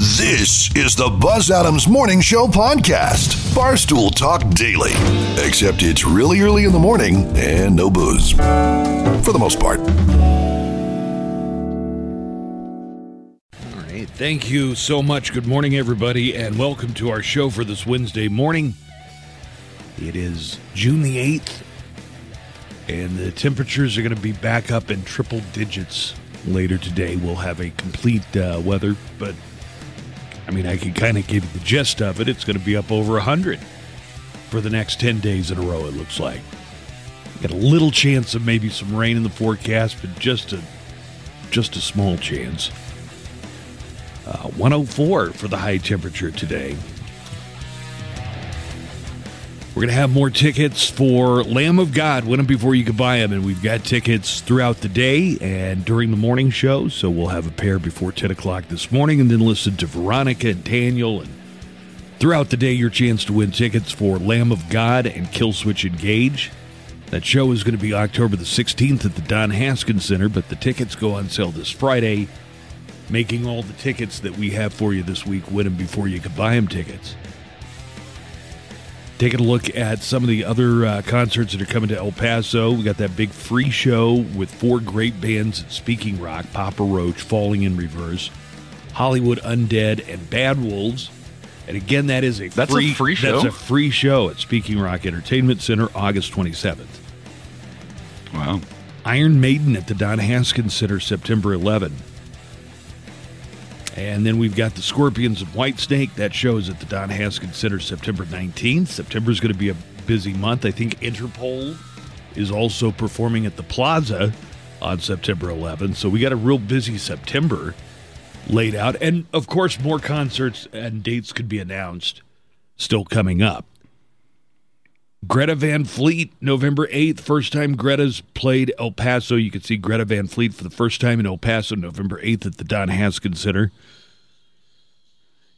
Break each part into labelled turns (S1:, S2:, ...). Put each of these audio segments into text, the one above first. S1: This is the Buzz Adams Morning Show podcast, Barstool Talk Daily. Except it's really early in the morning and no booze. For the most part.
S2: All right. Thank you so much. Good morning, everybody, and welcome to our show for this Wednesday morning. It is June the 8th, and the temperatures are going to be back up in triple digits later today. We'll have a complete uh, weather, but I mean, I can kind of give you the gist of it. It's going to be up over 100 for the next 10 days in a row, it looks like. Got a little chance of maybe some rain in the forecast, but just a just a small chance. Uh, 104 for the high temperature today. We're going to have more tickets for Lamb of God. Win them before you can buy them. And we've got tickets throughout the day and during the morning show. So we'll have a pair before 10 o'clock this morning and then listen to Veronica and Daniel. And throughout the day, your chance to win tickets for Lamb of God and Kill Switch Engage. That show is going to be October the 16th at the Don Haskins Center, but the tickets go on sale this Friday making all the tickets that we have for you this week win them before you can buy them tickets. Taking a look at some of the other uh, concerts that are coming to El Paso. We got that big free show with four great bands at Speaking Rock, Papa Roach, Falling in Reverse, Hollywood Undead, and Bad Wolves. And again, that is a
S3: That's a
S2: free,
S3: free show?
S2: That's a free show at Speaking Rock Entertainment Center, August 27th.
S3: Wow.
S2: Iron Maiden at the Don Haskins Center September 11. And then we've got the Scorpions and Whitesnake. That show is at the Don Haskins Center September 19th. September is going to be a busy month. I think Interpol is also performing at the Plaza on September 11th. So we got a real busy September laid out. And of course, more concerts and dates could be announced still coming up. Greta Van Fleet, November 8th, first time Greta's played El Paso. You can see Greta Van Fleet for the first time in El Paso, November 8th at the Don Haskins Center.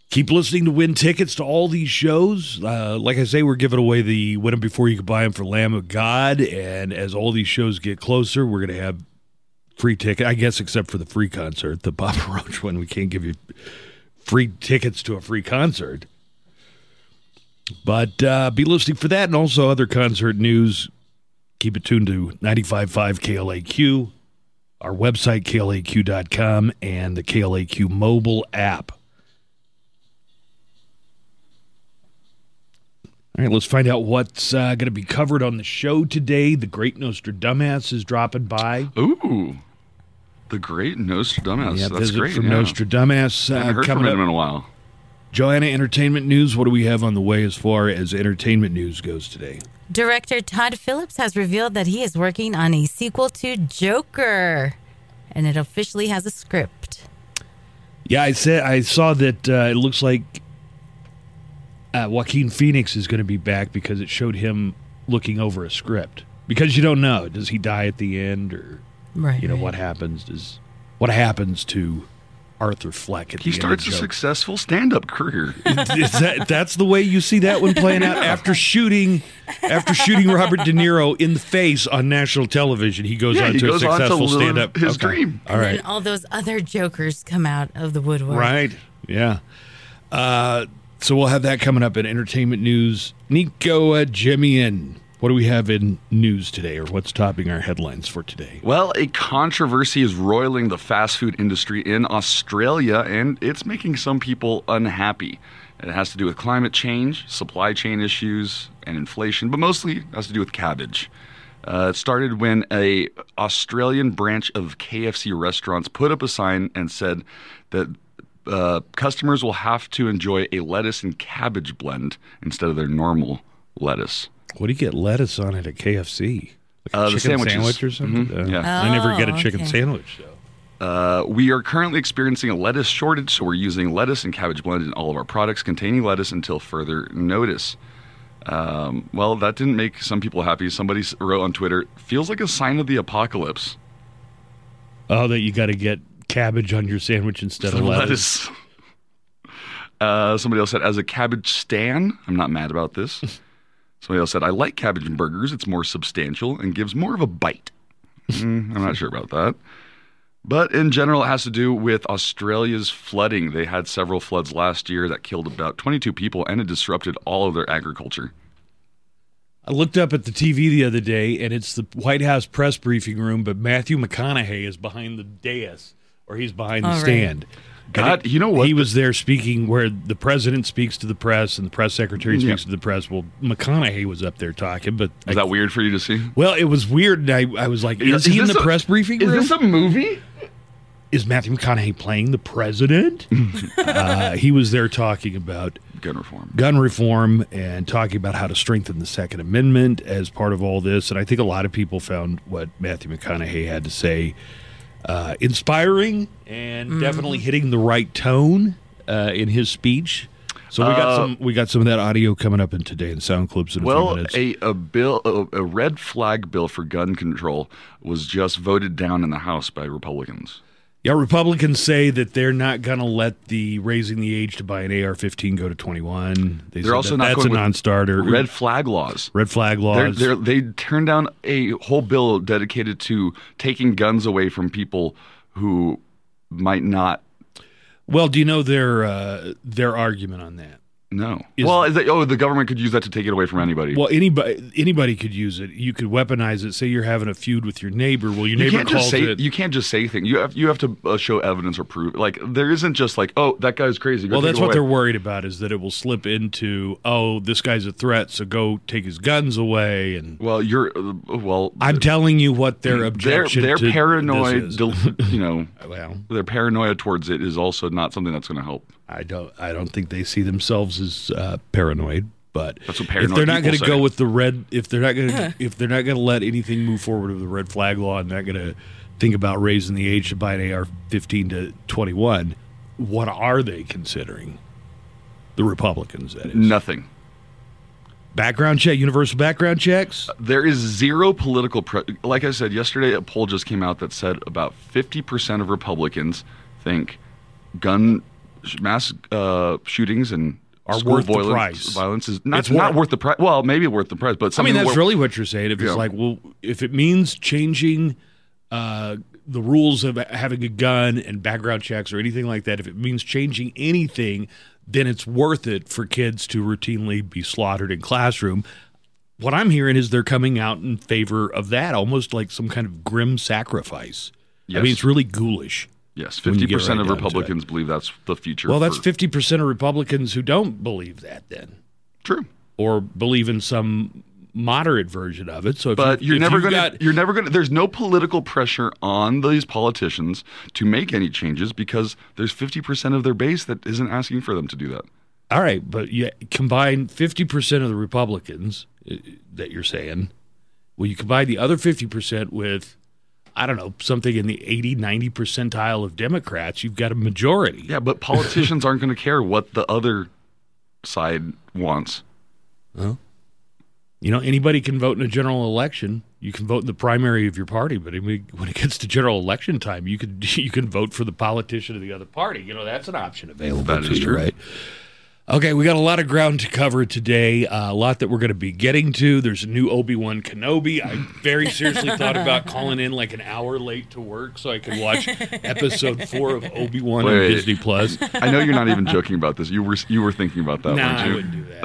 S2: Keep listening to win tickets to all these shows. Uh, like I say, we're giving away the win them before you can buy them for Lamb of God. And as all these shows get closer, we're going to have free ticket. I guess except for the free concert, the Papa Roach one, we can't give you free tickets to a free concert. But uh, be listening for that and also other concert news. Keep it tuned to 95.5 KLAQ, our website, klaq.com, and the KLAQ mobile app. All right, let's find out what's uh, going to be covered on the show today. The Great Nostradamus is dropping by.
S3: Ooh. The great Nostradamus.
S2: Yeah,
S3: That's
S2: visit
S3: great.
S2: from
S3: yeah.
S2: Nostradamus
S3: I haven't
S2: uh,
S3: heard from
S2: coming
S3: him in
S2: up.
S3: a while.
S2: Joanna, entertainment news. What do we have on the way as far as entertainment news goes today?
S4: Director Todd Phillips has revealed that he is working on a sequel to Joker, and it officially has a script.
S2: Yeah, I said I saw that uh, it looks like uh, Joaquin Phoenix is going to be back because it showed him looking over a script. Because you don't know, does he die at the end, or
S4: Right.
S2: you know what happens? Does what happens to Arthur Fleck at
S3: He
S2: the
S3: starts a
S2: end? of
S3: successful stand up career.
S2: Joker? Is that, that's the way you see that one playing out after shooting after shooting Robert De Niro in the face on national television. He goes
S3: Yeah,
S2: on
S3: he
S2: to
S3: goes
S2: a
S3: on to
S2: successful
S3: live
S2: stand up.
S3: his dream.
S2: All right.
S4: And all those other Jokers come out of the woodwork.
S2: Right. Yeah. Uh, so we'll have that coming up in entertainment news. Nico uh, Jemian, what do we have in news today, or what's topping our headlines for today?
S3: well, a controversy is roiling the fast food industry in Australia, and it's making some people unhappy. It has to do with climate change, supply chain issues, and inflation, but mostly it has to do with cabbage. Uh, it started when a Australian branch of KFC restaurants put up a sign and said that uh, customers will have to enjoy a lettuce and cabbage blend instead of their normal lettuce.
S2: What do you get lettuce on it at KFC? Like a
S3: Uh,
S2: chicken
S3: the sandwiches.
S2: sandwich or something?
S3: Mhm,
S2: Uh,
S3: yeah.
S2: I never get a
S4: Oh,
S2: chicken
S4: okay.
S2: sandwich. though.
S3: Uh, we are currently experiencing a lettuce shortage, so we're using lettuce and cabbage blend in all of our products containing lettuce until further notice. Um, well, that didn't make some people happy. Somebody s- wrote on Twitter, feels like a sign of the apocalypse.
S2: Oh, that you got to get cabbage on your sandwich instead of
S3: The
S2: lettuce.
S3: lettuce. Uh, somebody else said, as a cabbage stan, I'm not mad about this. somebody else said, I like cabbage and burgers. It's more substantial and gives more of a bite. Mm, I'm not sure about that. But in general, it has to do with Australia's flooding. They had several floods last year that killed about 22 people and it disrupted all of their agriculture.
S2: I looked up at the TV the other day, and it's the White House press briefing room, but Matthew McConaughey is behind the dais, or he's behind the
S4: All right.
S2: stand.
S3: God,
S2: And it-
S3: you know what?
S2: He was there speaking where the president speaks to the press and the press secretary
S3: Yeah.
S2: speaks to the press. Well, McConaughey was up there talking, but
S3: Is that weird for you to see?
S2: well, it was weird, and I, I was like, is, he in
S3: this
S2: the
S3: a-
S2: press briefing
S3: Is
S2: room?
S3: this a movie?
S2: is Matthew McConaughey playing the president? uh, he was there talking about
S3: Gun reform.
S2: gun reform and talking about how to strengthen the Second Amendment as part of all this. And I think a lot of people found what Matthew McConaughey had to say uh, inspiring and
S3: Mm-hmm.
S2: definitely hitting the right tone uh, in his speech. So we got
S3: Uh,
S2: some we got some of that audio coming up in today in sound clips in a few
S3: Well,
S2: minutes.
S3: a, a bill, a, a red flag bill for gun control was just voted down in the House by Republicans.
S2: yeah, Republicans say that they're not going to let the raising the age to buy an AR-15 go to 21. They
S3: They're
S2: said
S3: also
S2: that
S3: not
S2: that's
S3: going
S2: a
S3: with
S2: non-starter.
S3: Red flag laws.
S2: red flag
S3: They're,
S2: laws.
S3: they're, they turned down a whole bill dedicated to taking guns away from people who might not
S2: well, do you know their uh, their argument on that?
S3: know. well, is that, oh, the government could use that to take it away from anybody.
S2: Well, anybody anybody could use it. You could weaponize it. Say you're having a feud with your neighbor. Well, your
S3: you
S2: neighbor
S3: can't
S2: calls
S3: just say
S2: it.
S3: you can't just say things. You have you have to uh, show evidence or prove. Like there isn't just like oh that guy's crazy. Go
S2: well,
S3: take
S2: that's
S3: him
S2: what
S3: away.
S2: they're worried about is that it will slip into oh, this guy's a threat, so go take his guns away. And
S3: Well, you're uh, well.
S2: I'm telling you what their
S3: Mm, they're
S2: objection.
S3: they're
S2: to this
S3: paranoid.
S2: is.
S3: del- you know,
S2: well,
S3: their paranoia towards it is also not something that's going to help.
S2: I don't I don't think they see themselves as uh, paranoid. But
S3: That's what
S2: if they're
S3: paranoid
S2: not
S3: people
S2: going to
S3: say.
S2: go with the red, if they're not going to if they're not going to let anything move forward with the red flag law, and not going to think about raising the age to buy an AR-15 to 21, what are they considering? The Republicans, that is.
S3: Nothing.
S2: Background check, universal background checks.
S3: There is zero political. Pre- like I said yesterday, a poll just came out that said about fifty percent of Republicans think gun sh- mass uh, shootings and
S2: Are
S3: school
S2: worth the
S3: violence,
S2: price.
S3: violence is not,
S2: It's
S3: not
S2: worth-
S3: worth the price. Well, maybe worth the price, but
S2: I mean,
S3: something
S2: that's
S3: wor-
S2: really what you're saying. If it's
S3: Yeah.
S2: like, well, if it means changing uh, the rules of having a gun and background checks or anything like that, if it means changing anything, then it's worth it for kids to routinely be slaughtered in classroom. What I'm hearing is they're coming out in favor of that, almost like some kind of grim sacrifice. I
S3: Yes.
S2: mean, it's really ghoulish.
S3: yes.
S2: when you
S3: Fifty
S2: get right
S3: percent of
S2: down to it.
S3: Republicans believe that's the future.
S2: Well, that's
S3: for-
S2: 50% of Republicans who don't believe that, then.
S3: true.
S2: or believe in some moderate version of it. So, if
S3: But
S2: you,
S3: you're
S2: if
S3: never
S2: you've
S3: going to
S2: got-
S3: you're never going to there's no political pressure on these politicians to make any changes because there's 50% of their base that isn't asking for them to do that.
S2: all right, but you combine fifty percent of the Republicans uh, that you're saying. Well, you combine the other fifty percent with, I don't know, something in the 80, 90 percentile of Democrats. You've got a majority.
S3: Yeah, but politicians aren't going to care what the other side wants.
S2: You know, anybody can vote in a general election. You can vote in the primary of your party, but I mean, when it gets to general election time, you can you can vote for the politician of the other party. You know, that's an option available.
S3: That
S2: to
S3: is
S2: you,
S3: true.
S2: right? Okay, we got a lot of ground to cover today. Uh, a lot that we're going to be getting to. There's a new Obi Wan Kenobi. I very seriously thought about calling in like an hour late to work so I could watch episode four of Obi Wan on
S3: Wait.
S2: Disney Plus.
S3: I know you're not even joking about this. You were you were thinking about that,
S2: No,
S3: weren't
S2: I
S3: you?
S2: wouldn't do that.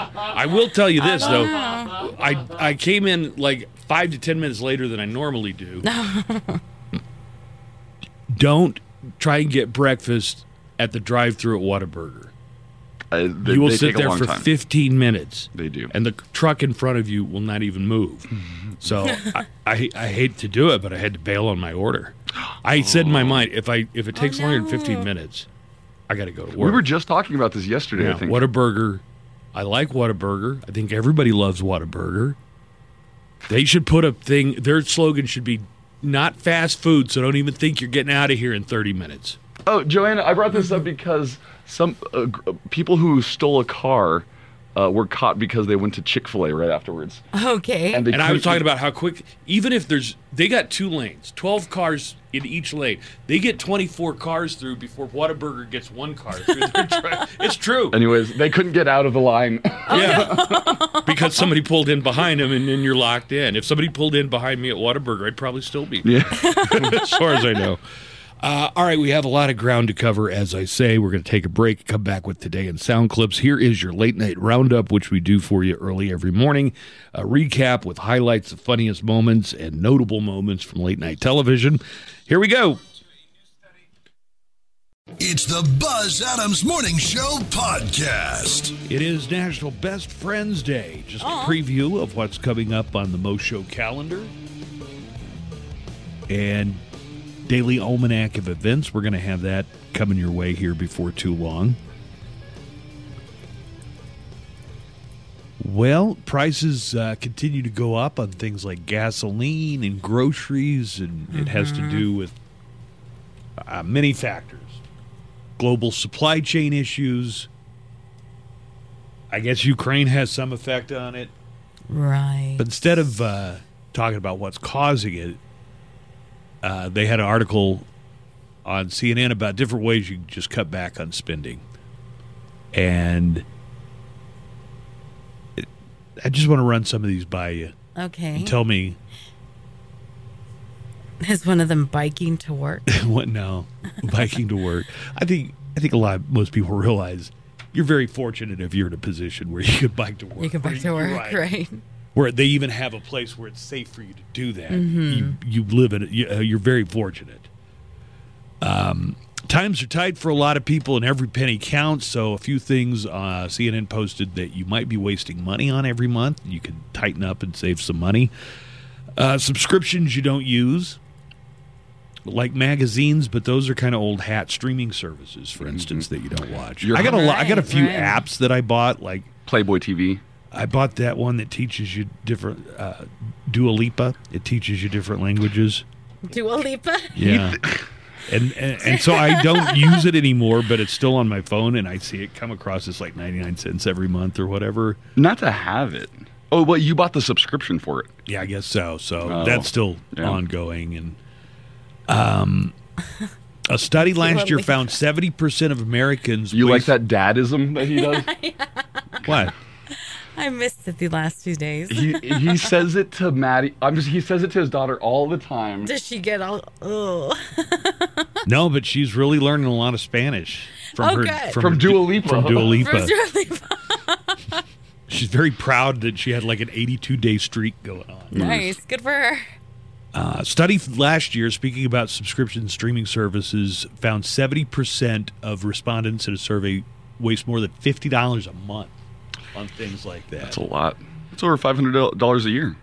S2: I will tell you this though, I I came in like five to ten minutes later than I normally do. Don't try and get breakfast at the drive-through at Whataburger.
S3: I- Uh, they,
S2: You will
S3: they
S2: sit
S3: take a
S2: there
S3: long
S2: for
S3: time.
S2: 15 minutes.
S3: They do.
S2: and the truck in front of you will not even move. So I, I I hate to do it, but I had to bail on my order. I said
S3: Oh.
S2: in my mind, if I if it takes longer than 15 minutes, I got to go to work.
S3: we were just talking about this yesterday, I
S2: Yeah,
S3: think.
S2: Whataburger. I like Whataburger. I think everybody loves Whataburger. They should put a thing. Their slogan should be "Not fast food," so don't even think you're getting out of here in 30 minutes.
S3: uh, Oh, Joanna, I brought this up because some uh, gr- people who stole a car uh, were caught because they went to Chick Fil A right afterwards.
S4: Okay.
S3: they
S2: And I
S3: couldn't
S2: was talking
S3: eat-
S2: about how quick, even if there's, they got two lanes, 12 cars in each lane. They get 24 cars through before Whataburger gets one car through. their drive. it's true.
S3: Anyways, they couldn't get out of the line.
S2: yeah. because somebody pulled in behind them and then you're locked in. If somebody pulled in behind me at Whataburger, I'd probably still be
S3: yeah.
S2: as far as I know. Uh, all right, we have a lot of ground to cover. As I say, we're going to take a break, come back with today in sound clips. Here is your late night roundup, which we do for you early every morning. A recap with highlights of funniest moments and notable moments from late night television. Here we go.
S1: It's the Buzz Adams Morning Show podcast.
S2: It is National Best Friends Day. Just a preview of what's coming up on the Mo Show calendar and daily almanac of events. We're going to have that coming your way here before too long. Well, prices uh, continue to go up on things like gasoline and groceries, and it has to do with uh, many factors global supply chain issues. I guess Ukraine has some effect on it.
S4: right.
S2: But instead of uh, talking about what's causing it, uh, they had an article on CNN about different ways you can just cut back on spending. And it- I just want to run some of these by you.
S4: okay.
S2: Tell me
S4: Is one of them biking to work?
S2: what now biking to work. I think I think a lot of most people realize you're very fortunate if you're in a position where you can bike to work.
S4: You can bike to
S2: You're
S4: work, right?
S2: where they even have a place where it's safe for you to do that. You, you live in it. You, uh, you're very fortunate. Um, times are tight for a lot of people, and every penny counts. So a few things uh, CNN posted that you might be wasting money on every month. You can tighten up and save some money. Uh, subscriptions you don't use. Like magazines, but those are kind of old hat streaming services, for instance, that you don't watch.
S3: You're-
S2: I got a lot. I got a
S4: Mm-hmm.
S2: few
S4: Right, right.
S2: apps that I bought, like
S3: Playboy TV.
S2: I bought that one that teaches you different uh, Dua Lipa. It teaches you different languages.
S4: Dua Lipa?
S2: Yeah. And, and and so I don't use it anymore, but it's still on my phone, and I see it come across as like ninety nine cents every month or whatever.
S3: Not to have it. Oh, but you bought the subscription for it.
S2: Yeah, I guess so. So
S3: Oh,
S2: that's still
S3: yeah.
S2: ongoing. And um, a study last
S4: Dua
S2: year
S4: Lipa.
S2: found seventy percent of Americans.
S3: You
S2: waste-
S3: like that dadism that he does?
S2: What?
S4: I missed it the last two days.
S3: he, he says it to Maddie. I'm just. He says it to his daughter all the time.
S4: Does she get all? Oh,
S2: No, but she's really learning a lot of Spanish from
S4: Oh,
S2: her
S4: good.
S2: from,
S3: From
S2: her-
S3: Dua Lipa.
S2: From Dua Lipa.
S4: from Dua Lipa.
S2: She's very proud that she had like an 82 day streak going on.
S4: Nice, good for her.
S2: A study f- last year, speaking about subscription streaming services, found 70% of respondents in a survey waste more than $50 a month on things like that.
S3: That's a lot. It's over five hundred dollars a year.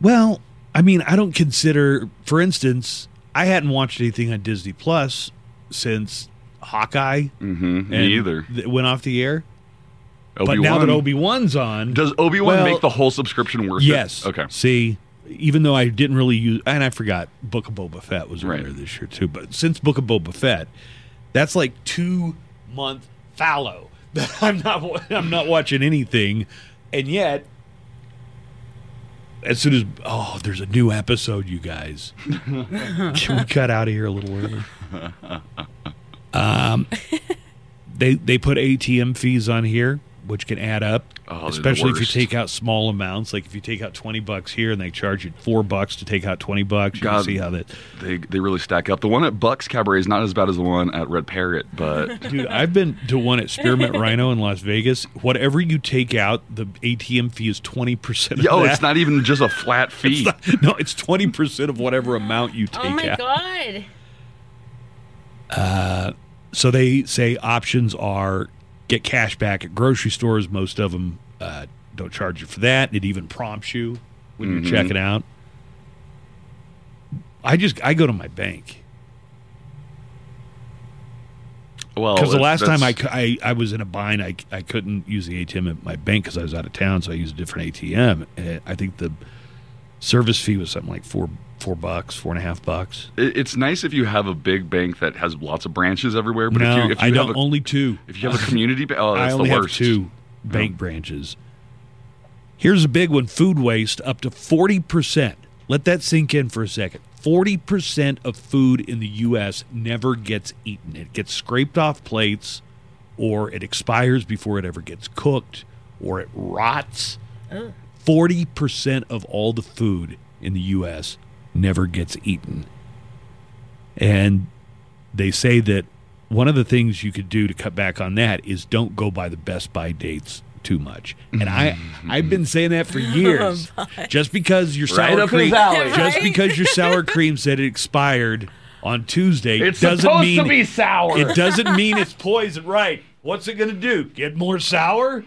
S2: Well, I mean, I don't consider, for instance, I hadn't watched anything on Disney Plus since Hawkeye
S3: Mm-hmm.
S2: and
S3: Me either.
S2: th- went off the air. But
S3: Obi-Wan.
S2: now that Obi Wan's on,
S3: does Obi Wan
S2: Well,
S3: make the whole subscription worth
S2: Yes.
S3: it? Okay.
S2: See, even though I didn't really use, and I forgot Book of Boba Fett was
S3: Right.
S2: earlier this year too, but since Book of Boba Fett, that's like two month fallow that I'm not wa- I'm not watching anything, and yet. As soon as oh, there's a new episode, you guys. Can we cut out of here a little early? Um, they they put ATM fees on here, which can add up,
S3: Oh, they're the
S2: especially if you
S3: worst.
S2: take out small amounts. Like if you take out twenty bucks here and they charge you four bucks to take out twenty bucks, you can
S3: God.
S2: see how that.
S3: They they really stack up. The one at Bucks Cabaret is not as bad as the one at Red Parrot, but
S2: Dude, I've been to one at Spearmint Rhino in Las Vegas. Whatever you take out, the ATM fee is twenty percent.
S3: yo, it's not even just a flat fee.
S2: No, it's twenty percent of whatever amount you take
S4: Oh my
S2: out.
S4: god.
S2: So they say options are get cash back at grocery stores. Most of them uh, don't charge you for that. It even prompts you when you're checking out. I just I go to my bank
S3: Well,
S2: because the
S3: that's-
S2: last time I,
S3: Oh, that's-
S2: cou- I I was in a bind, I, I couldn't use the ATM at my bank because I was out of town, so I used a different ATM. And I think the service fee was something like four four bucks, four and a half bucks.
S3: it- it's nice if you have a big bank that has lots of branches everywhere. But
S2: no,
S3: if you, if you
S2: I
S3: have
S2: don't
S3: a,
S2: only two.
S3: if you have a community, ba- oh, that's
S2: I only
S3: the
S2: have
S3: worst.
S2: two. bank branches. Here's a big one food waste up to 40%. Let that sink in for a second. 40% of food in the U.S. never gets eaten, it gets scraped off plates or it expires before it ever gets cooked or it rots. 40% of all the food in the U.S. never gets eaten. And they say that one of the things you could do to cut back on that is don't go by the best by dates too much. And I I've been saying that for years. just because your
S3: Mm-hmm.
S2: sour
S3: Oh, Right up his
S2: cream
S3: alley.
S2: just
S4: Right?
S2: because your sour cream said it expired on Tuesday
S3: It's
S2: doesn't
S3: supposed
S2: mean
S3: to be sour.
S2: it doesn't mean it's poison, right? What's it going to do? Get more sour?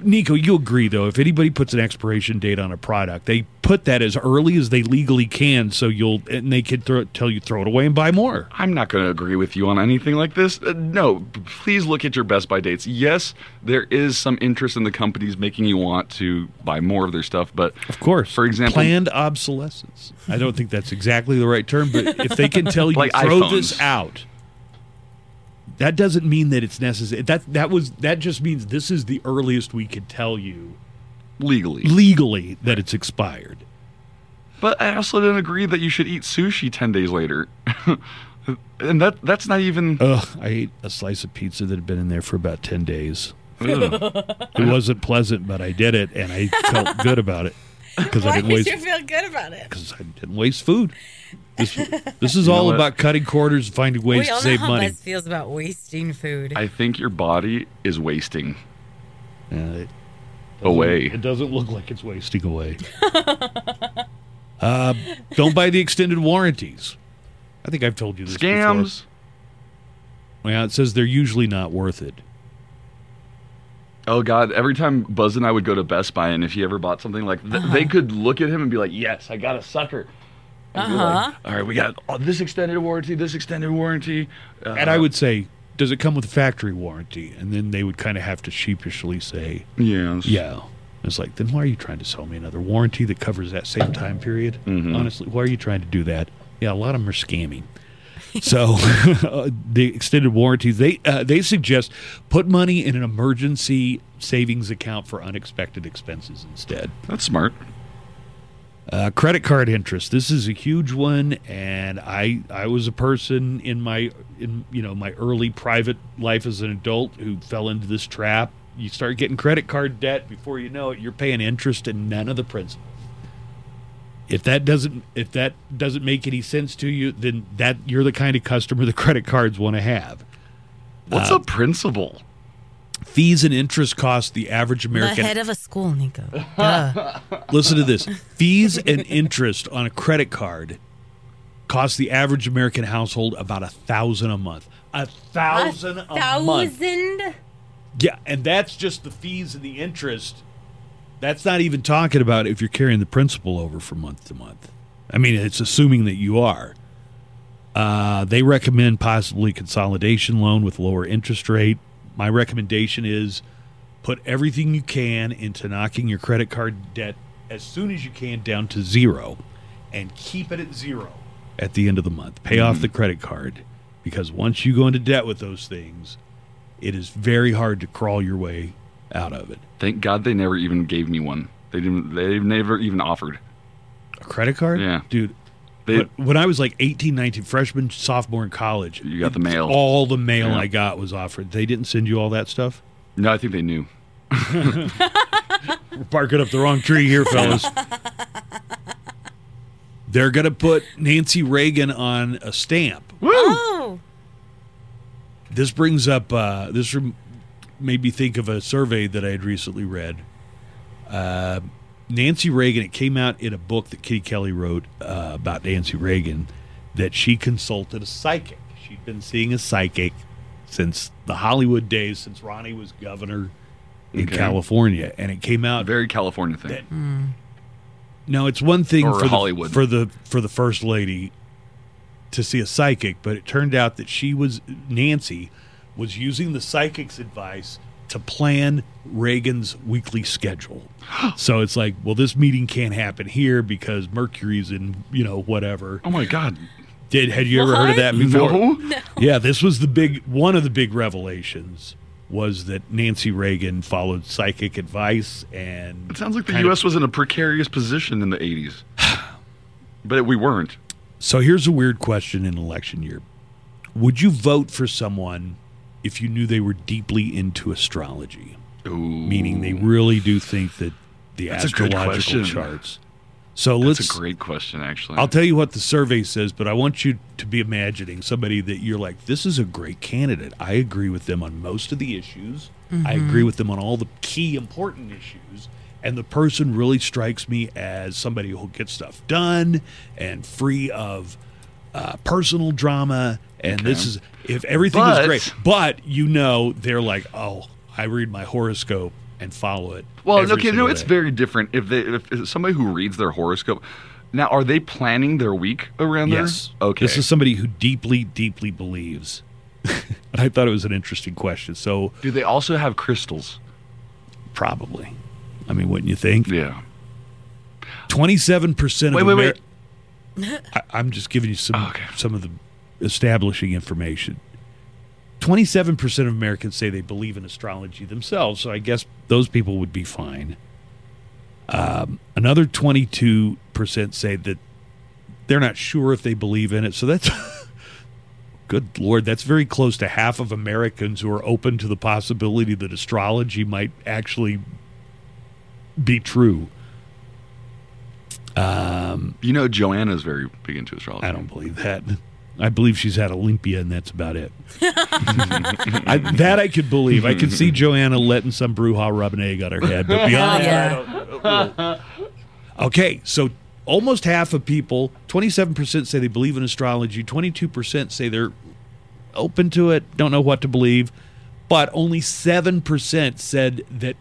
S2: Nico, you agree though, if anybody puts an expiration date on a product, they put that as early as they legally can, so you'll and they can throw, tell you throw it away and buy more.
S3: I'm not going to agree with you on anything like this. Uh, no, p- please look at your best buy dates. Yes, there is some interest in the companies making you want to buy more of their stuff, but
S2: Of course.
S3: For example-
S2: planned obsolescence. I don't think that's exactly the right term, but if they can tell you
S3: Like
S2: throw
S3: iPhones.
S2: this out, that doesn't mean that it's necessary. That that was that just means this is the earliest we could tell you
S3: legally.
S2: legally that it's expired.
S3: But I also didn't agree that you should eat sushi 10 days later. and that that's not even
S2: Ugh, I ate a slice of pizza that had been in there for about ten days.
S4: Uh-huh.
S2: it wasn't pleasant, but I did it, and I felt good about it because I
S4: Why
S2: didn't
S4: did
S2: waste
S4: you feel good about it?
S2: because I didn't waste food. This, this is all
S3: what?
S2: about cutting corners and finding ways
S4: we all
S2: to
S4: know
S2: save
S4: how
S2: money.
S4: Buzz feels about wasting food.
S3: I think your body is wasting
S2: Uh, it
S3: away.
S2: It doesn't look like it's wasting away. uh, don't buy the extended warranties. I think I've told you this
S3: Scams.
S2: Before. Well, it says they're usually not worth it.
S3: Oh God! Every time Buzz and I would go to Best Buy, and if he ever bought something like, th- they could look at him and be like, "Yes, I got a sucker." And we're like, All right, we got oh, this extended warranty, this extended warranty, uh,
S2: And I would say, does it come with a factory warranty? And then they would kind of have to sheepishly say,
S3: yes,
S2: yeah. It's like, then why are you trying to sell me another warranty that covers that same time period? Honestly, why are you trying to do that? Yeah, a lot of them are scamming. So uh, the extended warranties they uh, they suggest put money in an emergency savings account for unexpected expenses instead.
S3: that's smart.
S2: Uh, credit card interest. This is a huge one, and I I was a person in my in you know my early private life as an adult who fell into this trap. You start getting credit card debt before you know it. You're paying interest and none of the principal. If that doesn't if that doesn't make any sense to you, then that you're the kind of customer the credit cards want to have.
S3: What's
S2: Uh,
S3: a principal?
S2: Fees and interest cost the average
S4: the
S2: American
S4: head of a school, Nico.
S2: Listen to this. Fees and interest on a credit card cost the average American household about a thousand a month. A thousand a, month.
S4: thousand.
S2: Yeah, and that's just the fees and the interest. That's not even talking about if you're carrying the principal over from month to month. I mean, it's assuming that you are. Uh, they recommend possibly consolidation loan with lower interest rate. My recommendation is put everything you can into knocking your credit card debt as soon as you can down to zero and keep it at zero at the end of the month. Pay off the credit card because once you go into debt with those things, it is very hard to crawl your way out of it.
S3: Thank God they never even gave me one. They didn't. They never even offered.
S2: A credit card?
S3: Yeah.
S2: Dude,
S3: They,
S2: But when I was like 18, 19, freshman, sophomore in college,
S3: You got the mail.
S2: All the mail
S3: Yeah.
S2: I got was offered. They didn't send you all that stuff.
S3: no, I think they knew.
S2: We're barking up the wrong tree here, fellas. They're gonna put Nancy Reagan on a stamp.
S4: Oh,
S2: This brings up. Uh, this rem- made me think of a survey that I had recently read. Uh, Nancy Reagan. It came out in a book that Kitty Kelly wrote uh, about Nancy Reagan that she consulted a psychic. She'd been seeing a psychic since the Hollywood days, since Ronnie was governor in
S3: Okay.
S2: California, and it came out
S3: Very California thing.
S2: That- No, it's one thing
S3: Or
S2: for
S3: Hollywood.
S2: The, for the for the first lady to see a psychic, but it turned out that she was Nancy was using the psychic's advice to plan Reagan's weekly schedule. so it's like, well, this meeting can't happen here because Mercury's in, you know, whatever.
S3: oh my God!
S2: Did had you ever heard of that before?
S3: No.
S2: Yeah, this was the big one of the big revelations was that Nancy Reagan followed psychic advice and
S3: It sounds like the
S2: kind of-
S3: U.S. was in a precarious position in the 80s. but we weren't.
S2: So here's a weird question in election year. Would you vote for someone if you knew they were deeply into astrology? Meaning they really do think that the
S3: That's a good
S2: astrological
S3: question.
S2: charts. So
S3: That's
S2: let's
S3: a great question, actually.
S2: I'll tell you what the survey says, but I want you to be imagining somebody that you're like, this is a great candidate. I agree with them on most of the issues. I agree with them on all the key important issues. And the person really strikes me as somebody who'll get stuff done and free of uh, personal drama. And this is, if everything is
S3: But-
S2: great, but you know, they're like, oh, I read my horoscope and follow it.
S3: well,
S2: every
S3: okay, no,
S2: single
S3: it's
S2: day."
S3: very different. If they, if if somebody who reads their horoscope, now are they planning their week around
S2: Yes.
S3: there? Okay.
S2: This is somebody who deeply, deeply believes. and I thought it was an interesting question. So
S3: Do they also have crystals?
S2: probably. I mean, wouldn't you think?
S3: Yeah.
S2: Twenty-seven percent.
S3: Wait,
S2: of
S3: wait,
S2: Ameri-
S3: wait. Oh,
S2: I, I'm just giving you some
S3: Okay.
S2: some of the establishing information. Twenty-seven percent of Americans say they believe in astrology themselves, so I guess those people would be fine. Um, another twenty-two percent say that they're not sure if they believe in it, so that's good lord, that's very close to half of Americans who are open to the possibility that astrology might actually be true.
S3: You know, Joanna's very big into astrology.
S2: I don't believe that. I believe she's had Olympia, and that's about it. I, that I could believe. I could see Joanna letting some brouhaha rub an egg on her head, but beyond that, I
S4: yeah.
S2: don't. Okay, so almost half of people, 27% say they believe in astrology, 22% say they're open to it, don't know what to believe, but only 7% said that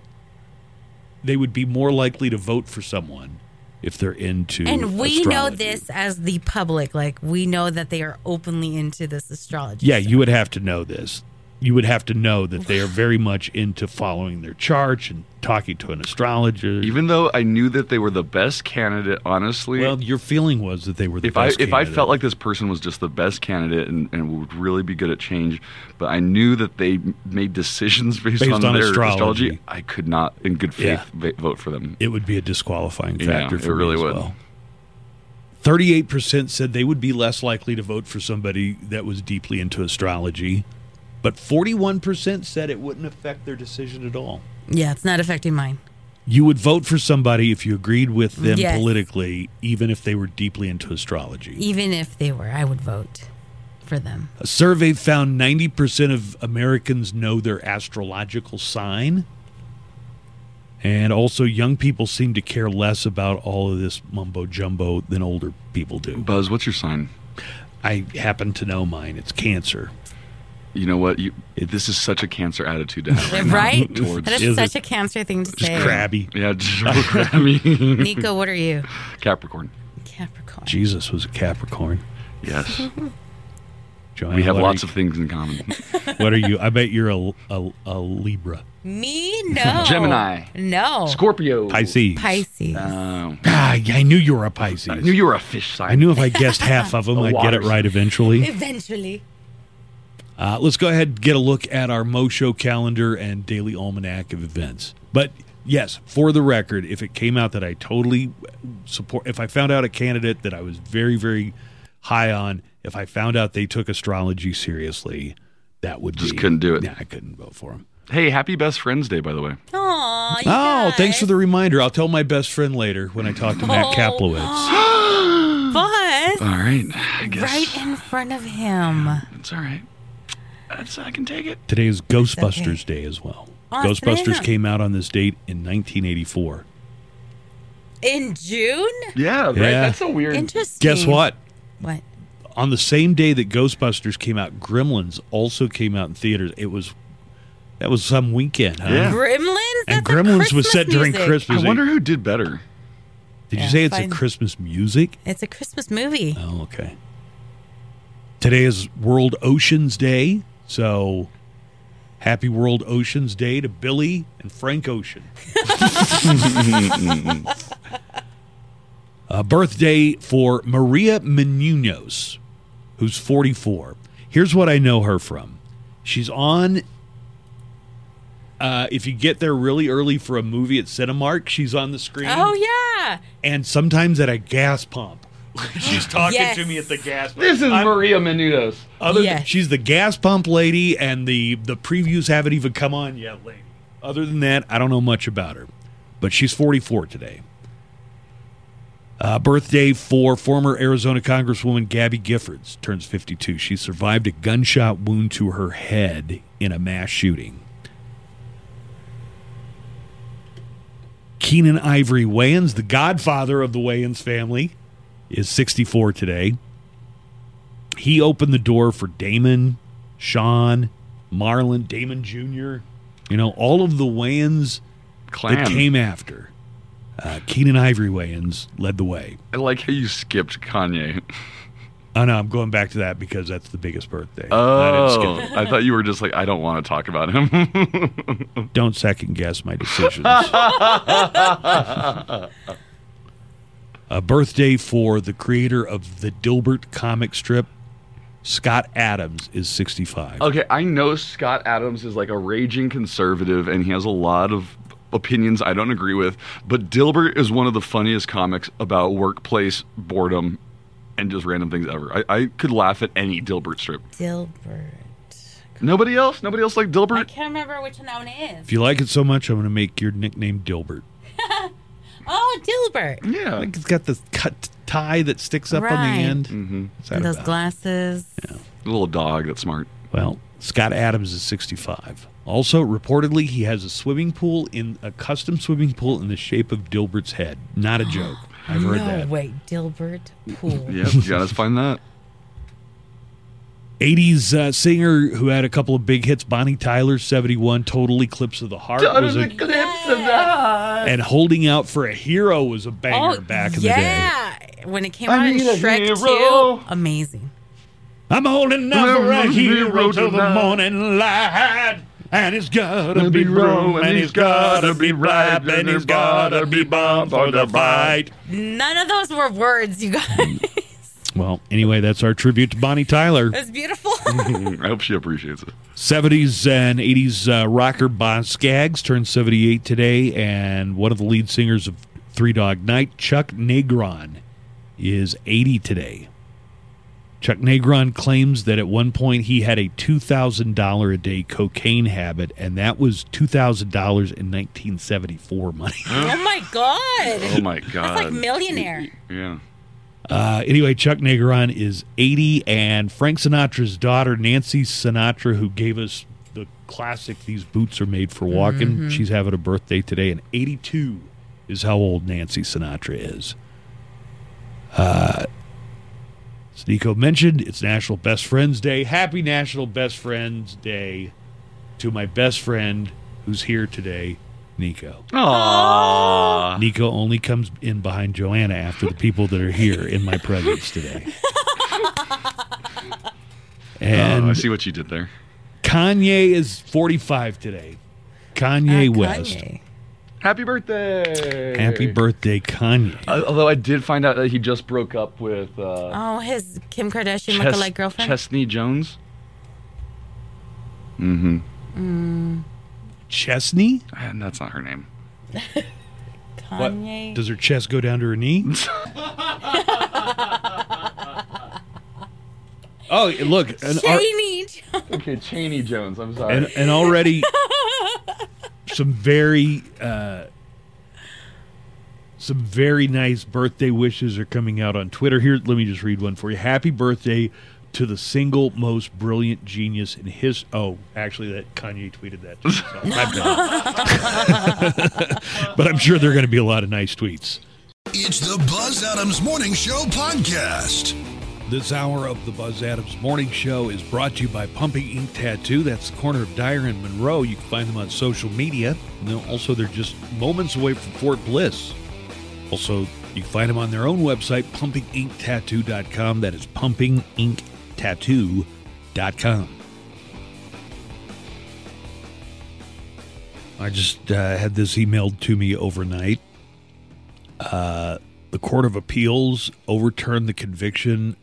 S2: they would be more likely to vote for someone if they're into
S4: And we know
S2: astrology.
S4: this as the public. Like, we know that they are openly into this astrology.
S2: Yeah,
S4: stuff.
S2: you would have to know this. You would have to know that they are very much into following their charts and talking to an astrologer.
S3: Even though I knew that they were the best candidate, honestly.
S2: well, your feeling was that they were the
S3: if I
S2: best
S3: if I
S2: candidate.
S3: felt like this person was just the best candidate and, and would really be good at change, but I knew that they m- made decisions based,
S2: Based
S3: on,
S2: on
S3: their
S2: astrology.
S3: astrology. I could not, in good faith,
S2: Yeah.
S3: va- vote for them.
S2: it would be a disqualifying
S3: Yeah,
S2: factor
S3: it
S2: for
S3: really
S2: me as
S3: would.
S2: well. Thirty-eight percent said they would be less likely to vote for somebody that was deeply into astrology, but forty-one percent said it wouldn't affect their decision at all.
S4: Yeah, it's not affecting mine.
S2: You would vote for somebody if you agreed with them
S4: Yes.
S2: politically, even if they were deeply into astrology.
S4: Even if they were, I would vote for them.
S2: A survey found 90% of Americans know their astrological sign. And also, young people seem to care less about all of this mumbo jumbo than older people do.
S3: Buzz, what's your sign?
S2: I happen to know mine. It's Cancer.
S3: You know what? You, this is such a cancer attitude to have. right now
S4: Right?
S3: Towards,
S4: That
S2: Is
S4: is such
S2: it-
S4: a cancer thing to
S2: Just
S4: say.
S2: crabby.
S3: yeah, just real crabby.
S4: Nico, what are you?
S3: Capricorn.
S4: Capricorn.
S2: Jesus was a Capricorn.
S3: Yes,
S2: Joanna,
S3: we have
S2: what
S3: lots
S2: are
S3: of things in common.
S4: Oh.
S2: you, What are you? I bet you're a, a, a Libra.
S4: Me? No.
S3: Gemini.
S4: No.
S3: Scorpio.
S2: Pisces.
S4: Pisces.
S3: Oh.
S2: Ah, I knew you were a
S3: I knew
S2: Pisces.
S3: you were a fish sign.
S2: I knew if I guessed half of them,
S3: The
S2: I'd get it
S3: waters.
S2: right eventually.
S4: Eventually.
S2: Uh, let's go ahead and get a look at our Mo Show calendar and daily almanac of events. But yes, for the record, if it came out that I totally support, if I found out a candidate that I was very, very high on, if I found out they took astrology seriously, that would
S3: Just
S2: be-
S3: couldn't do it.
S2: Yeah, I couldn't vote for him.
S3: Hey, happy Best Friends Day, by the way.
S4: Aw, you
S2: Oh, thanks
S4: guys.
S2: for the reminder. I'll tell my best friend later when I talk to Matt
S4: Oh.
S2: Kaplowitz.
S4: Buzz
S2: Uh,
S3: All right, I guess
S4: right in front of him.
S3: it's all right. That's, I can take it.
S2: Today is Ghostbusters Day as well.
S4: Oh, it's today,
S2: Ghostbusters
S4: huh?
S2: came out on this date in 1984.
S4: In June?
S3: Yeah, right.
S2: Yeah.
S3: That's so weird.
S4: Interesting.
S2: Guess what?
S4: What?
S2: on the same day that Ghostbusters came out, Gremlins also came out in theaters. It was that was some weekend, huh?
S3: Yeah.
S4: Gremlins? That's a
S2: And Gremlins was
S4: Christmas
S2: set during
S4: music.
S2: Christmas.
S3: I wonder who did better.
S2: Did you
S4: Yeah,
S2: say it's
S4: fine.
S2: a Christmas music?
S4: It's a Christmas movie.
S2: Oh, okay. Today is World Oceans Day, so happy World Oceans Day to Billy and Frank Ocean. A birthday for Maria Menounos, who's 44. Here's what I know her from. She's on uh, if you get there really early for a movie at Cinemark, she's on the screen.
S4: Oh yeah.
S2: And sometimes at a gas pump. she's talking
S4: Yes.
S2: to me at the gas pump.
S3: This is
S2: I'm-
S3: Maria Menudos.
S2: Other than-
S4: Yes.
S2: she's the gas pump lady, and the the previews haven't even come on yet, lady. Other than that, I don't know much about her, but she's 44 today. Uh, birthday for former Arizona Congresswoman Gabby Giffords turns 52. She survived a gunshot wound to her head in a mass shooting. Keenan Ivory Wayans, the godfather of the Wayans family, is 64 today he opened the door for Damon, Sean, Marlon, Damon Jr., you know, all of the Wayans
S3: Clan.
S2: that came after. Uh, Keenan Ivory Wayans led the way.
S3: I like how you skipped Kanye.
S2: I know I'm going back to that because that's the biggest birthday. I didn't
S3: Oh,
S2: skip
S3: I thought you were just like, I don't want to talk about him.
S2: it. Don't second guess my decisions. A birthday for the creator of the Dilbert comic strip, Scott Adams, is 65.
S3: okay, I know Scott Adams is like a raging conservative and he has a lot of opinions I don't agree with, but Dilbert is one of the funniest comics about workplace boredom and just random things ever. I, I could laugh at any Dilbert strip.
S4: Dilbert.
S3: Nobody else? Nobody else like
S4: I
S3: Dilbert?
S4: can't remember which one it
S2: If
S4: is.
S2: you like it so much, I'm going to make your nickname Dilbert.
S4: Oh, Dilbert.
S2: I
S3: Yeah.
S2: think it's got the cut tie that sticks up on
S4: Right.
S2: the end.
S3: hmm
S2: What's that
S4: And those
S2: about?
S4: glasses.
S3: Little dog that's smart.
S2: well, Scott Adams is 65. Also, reportedly, he has a swimming pool in a custom swimming pool in the shape of Dilbert's head. Not a joke. I've heard
S4: no
S2: that.
S4: wait, Dilbert pool.
S3: Yeah, you gotta find that.
S2: 80s uh, singer who had a couple of big hits, Bonnie Tyler, 71, Total Eclipse of the Heart, was a, and Holding Out for a Hero was a banger
S4: Oh,
S2: back in the day.
S4: yeah. When it came
S3: I
S4: out in
S3: need a
S4: Shrek
S3: hero.
S4: 2, amazing.
S2: I'm holding out for a
S3: Remember
S2: hero
S3: hero
S2: till the
S3: tonight.
S2: morning light. And it's gotta be
S3: Be wrong,
S2: wrong, and it's gotta be right, and it's gotta be bomb for the fight.
S4: None of those were words, you guys.
S2: Mm. Well, anyway, that's our tribute to Bonnie Tyler.
S4: It was beautiful.
S2: Mm-hmm.
S3: I hope she appreciates it.
S2: 70s and 80s uh, rocker Bon Skaggs turned 78 today, and one of the lead singers of Three Dog Night, Chuck Negron, is 80 today. Chuck Negron claims that at one point he had a $2,000 a day cocaine habit, and that was $2,000 in 1974 money.
S4: oh my god.
S3: Oh my god.
S4: That's like millionaire.
S3: Yeah.
S2: Uh, anyway, Chuck Negron is 80, and Frank Sinatra's daughter, Nancy Sinatra, who gave us the classic "These Boots Are Made for Walking," she's having a birthday today, and 82 is how old Nancy Sinatra is. Uh, as Nico mentioned, it's National Best Friends Day. Happy National Best Friends Day to my best friend who's here today, Nico.
S3: Aww.
S2: Nico only comes in behind Joanna after the people that are here in my presence today.
S3: I
S2: And
S3: see what you did there.
S2: Kanye is 45 today. Kanye
S4: Uh,
S2: West.
S4: Kanye.
S3: Happy birthday.
S2: Happy birthday, Kanye.
S3: although I did find out that he just broke up with uh,
S4: Oh, his Kim Kardashian
S3: Ches-
S4: lookalike girlfriend.
S3: Chesney Jones.
S2: Chesney?
S3: And that's not her name.
S4: Kanye.
S2: Does her chest go down to her knee? oh, look. An, ar-
S4: Jamie.
S3: Okay, Cheney Jones. I'm sorry.
S2: and, and already some very uh, some very nice birthday wishes are coming out on Twitter. Here, let me just read one for you. Happy birthday to the single most brilliant genius in his. Oh, actually, that Kanye tweeted that. To himself. My bad. but I'm sure there are going to be a lot of nice tweets.
S1: It's the Buzz Adams Morning Show podcast.
S2: This hour of the Buzz Adams Morning Show is brought to you by Pumping Ink Tattoo. That's the corner of Dyer and Monroe. You can find them on social media. And they're- also, they're just moments away from Fort Bliss. Also, you can find them on their own website, pumpinginktattoo.com. That is pumpinginktattoo.com. I just uh, had this emailed to me overnight Uh, the Court of Appeals overturned the conviction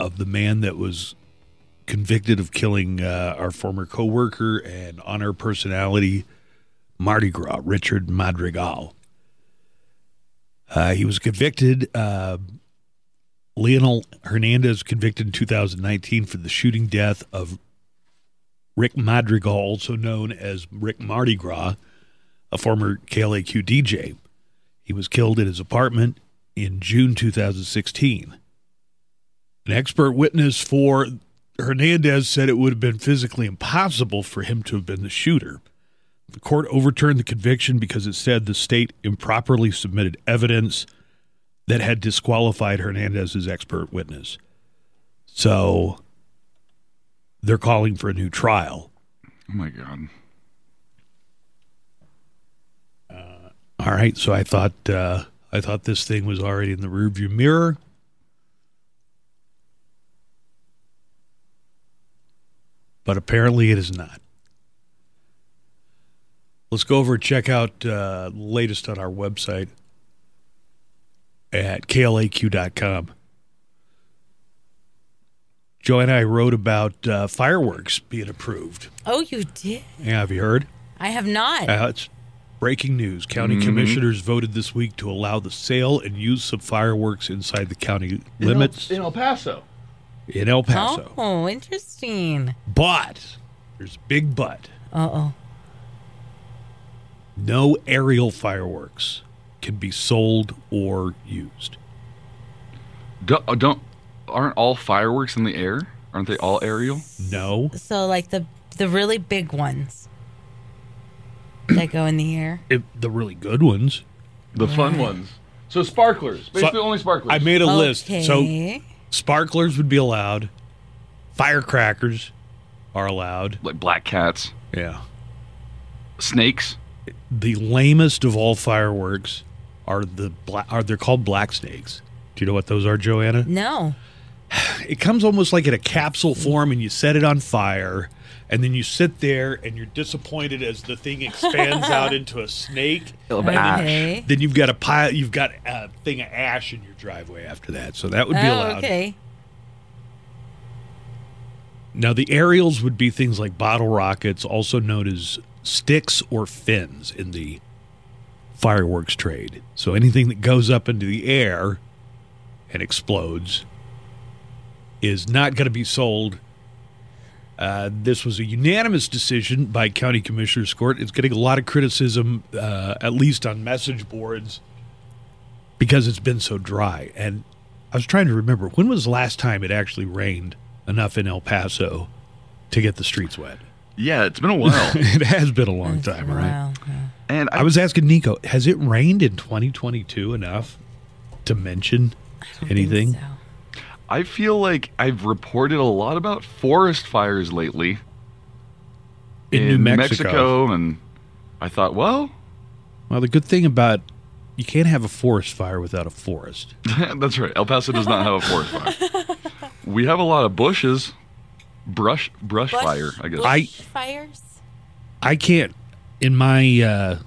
S2: of the man that was convicted of killing uh, our former coworker and on our personality Mardi Gras, Richard Madrigal. Uh, he was convicted. Uh, Leonel Hernandez convicted in 2019 for the shooting death of Rick Madrigal, also known as Rick Mardi Gras, a former KLAQ DJ. He was killed at his apartment in June 2016. An expert witness for Hernandez said it would have been physically impossible for him to have been the shooter. The court overturned the conviction because it said the state improperly submitted evidence that had disqualified Hernandez as expert witness. So they're calling for a new trial.
S3: Oh my god.
S2: All right, so I thought uh, I thought this thing was already in the rearview mirror. But apparently it is not. Let's go over and check out uh, the latest on our website at klaq.com. Joe and I wrote about uh, fireworks being approved.
S4: Oh, you did?
S2: Yeah, have you heard?
S4: I have not.
S2: Uh, it's breaking news. County
S5: Mm-hmm.
S2: commissioners voted this week to allow the sale and use of fireworks inside the county limits
S5: in El Paso.
S2: in El Paso.
S4: Oh, interesting.
S2: But there's a big but.
S4: Uh oh.
S2: No aerial fireworks can be sold or used.
S3: Do, uh, don't aren't all fireworks in the air? Aren't they all aerial?
S2: No.
S4: So like the the really big ones that go in the air.
S2: It, the really good ones.
S5: The fun ones. So sparklers. Basically
S2: So-
S5: only sparklers.
S2: I made a list. So
S4: Okay.
S2: sparklers would be allowed. Firecrackers are allowed.
S3: Like black cats,
S2: Yeah.
S3: snakes.
S2: The lamest of all fireworks are the bla are they're called black snakes. Do you know what those are, Joanna?
S4: no.
S2: It comes almost like in a capsule form and you set it on fire and then you sit there and you're disappointed as the thing expands out into a snake.
S3: Of
S2: Ah,
S3: ash.
S4: Okay.
S2: Then you've got a pile you've got a thing of ash in your driveway after that. So that would be
S4: Oh,
S2: allowed.
S4: okay.
S2: Now, the aerials would be things like bottle rockets, also known as sticks or fins in the fireworks trade. So anything that goes up into the air and explodes is not going to be sold. Uh, this was a unanimous decision by County Commissioner's Court. It's getting a lot of criticism, uh, at least on message boards, because it's been so dry. And I was trying to remember when was the last time it actually rained enough in El Paso to get the streets wet?
S3: Yeah, it's been a while.
S2: it has been a long time, right?
S4: Wow.
S3: and I,
S2: I was asking Nico, has it rained in 2022 enough to mention anything?
S4: So.
S3: I feel like I've reported a lot about forest fires lately
S2: In, New Mexico.
S3: and I thought, well,
S2: Well, the good thing about you can't have a forest fire without a forest.
S3: that's right. El Paso does not have a forest fire. we have a lot of bushes, brush brush
S4: Bush-
S3: fire, I guess.
S2: I-
S4: bush fires.
S2: I can't in my uh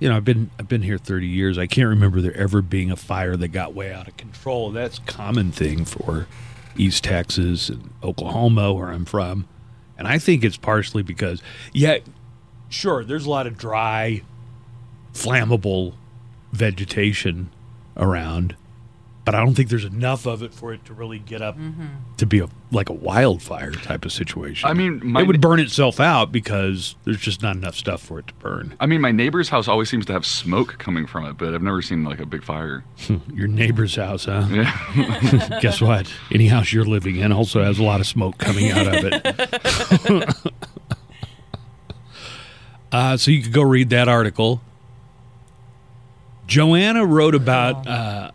S2: you know, I've been I've been here 30 years. I can't remember there ever being a fire that got way out of control. That's a common thing for East Texas and Oklahoma where I'm from. And I think it's partially because yeah, sure, there's a lot of dry flammable vegetation around, but I don't think there's enough of it for it to really get up to be a like a wildfire type of situation.
S3: I mean, my-
S2: it would burn itself out because there's just not enough stuff for it to burn.
S3: I mean, my neighbor's house always seems to have smoke coming from it, but I've never seen like a big fire.
S2: Your neighbor's house, huh?
S3: Yeah.
S2: Guess what? Any house you're living in also has a lot of smoke coming out of it. uh, so you could go read that article. Joanna wrote about uh,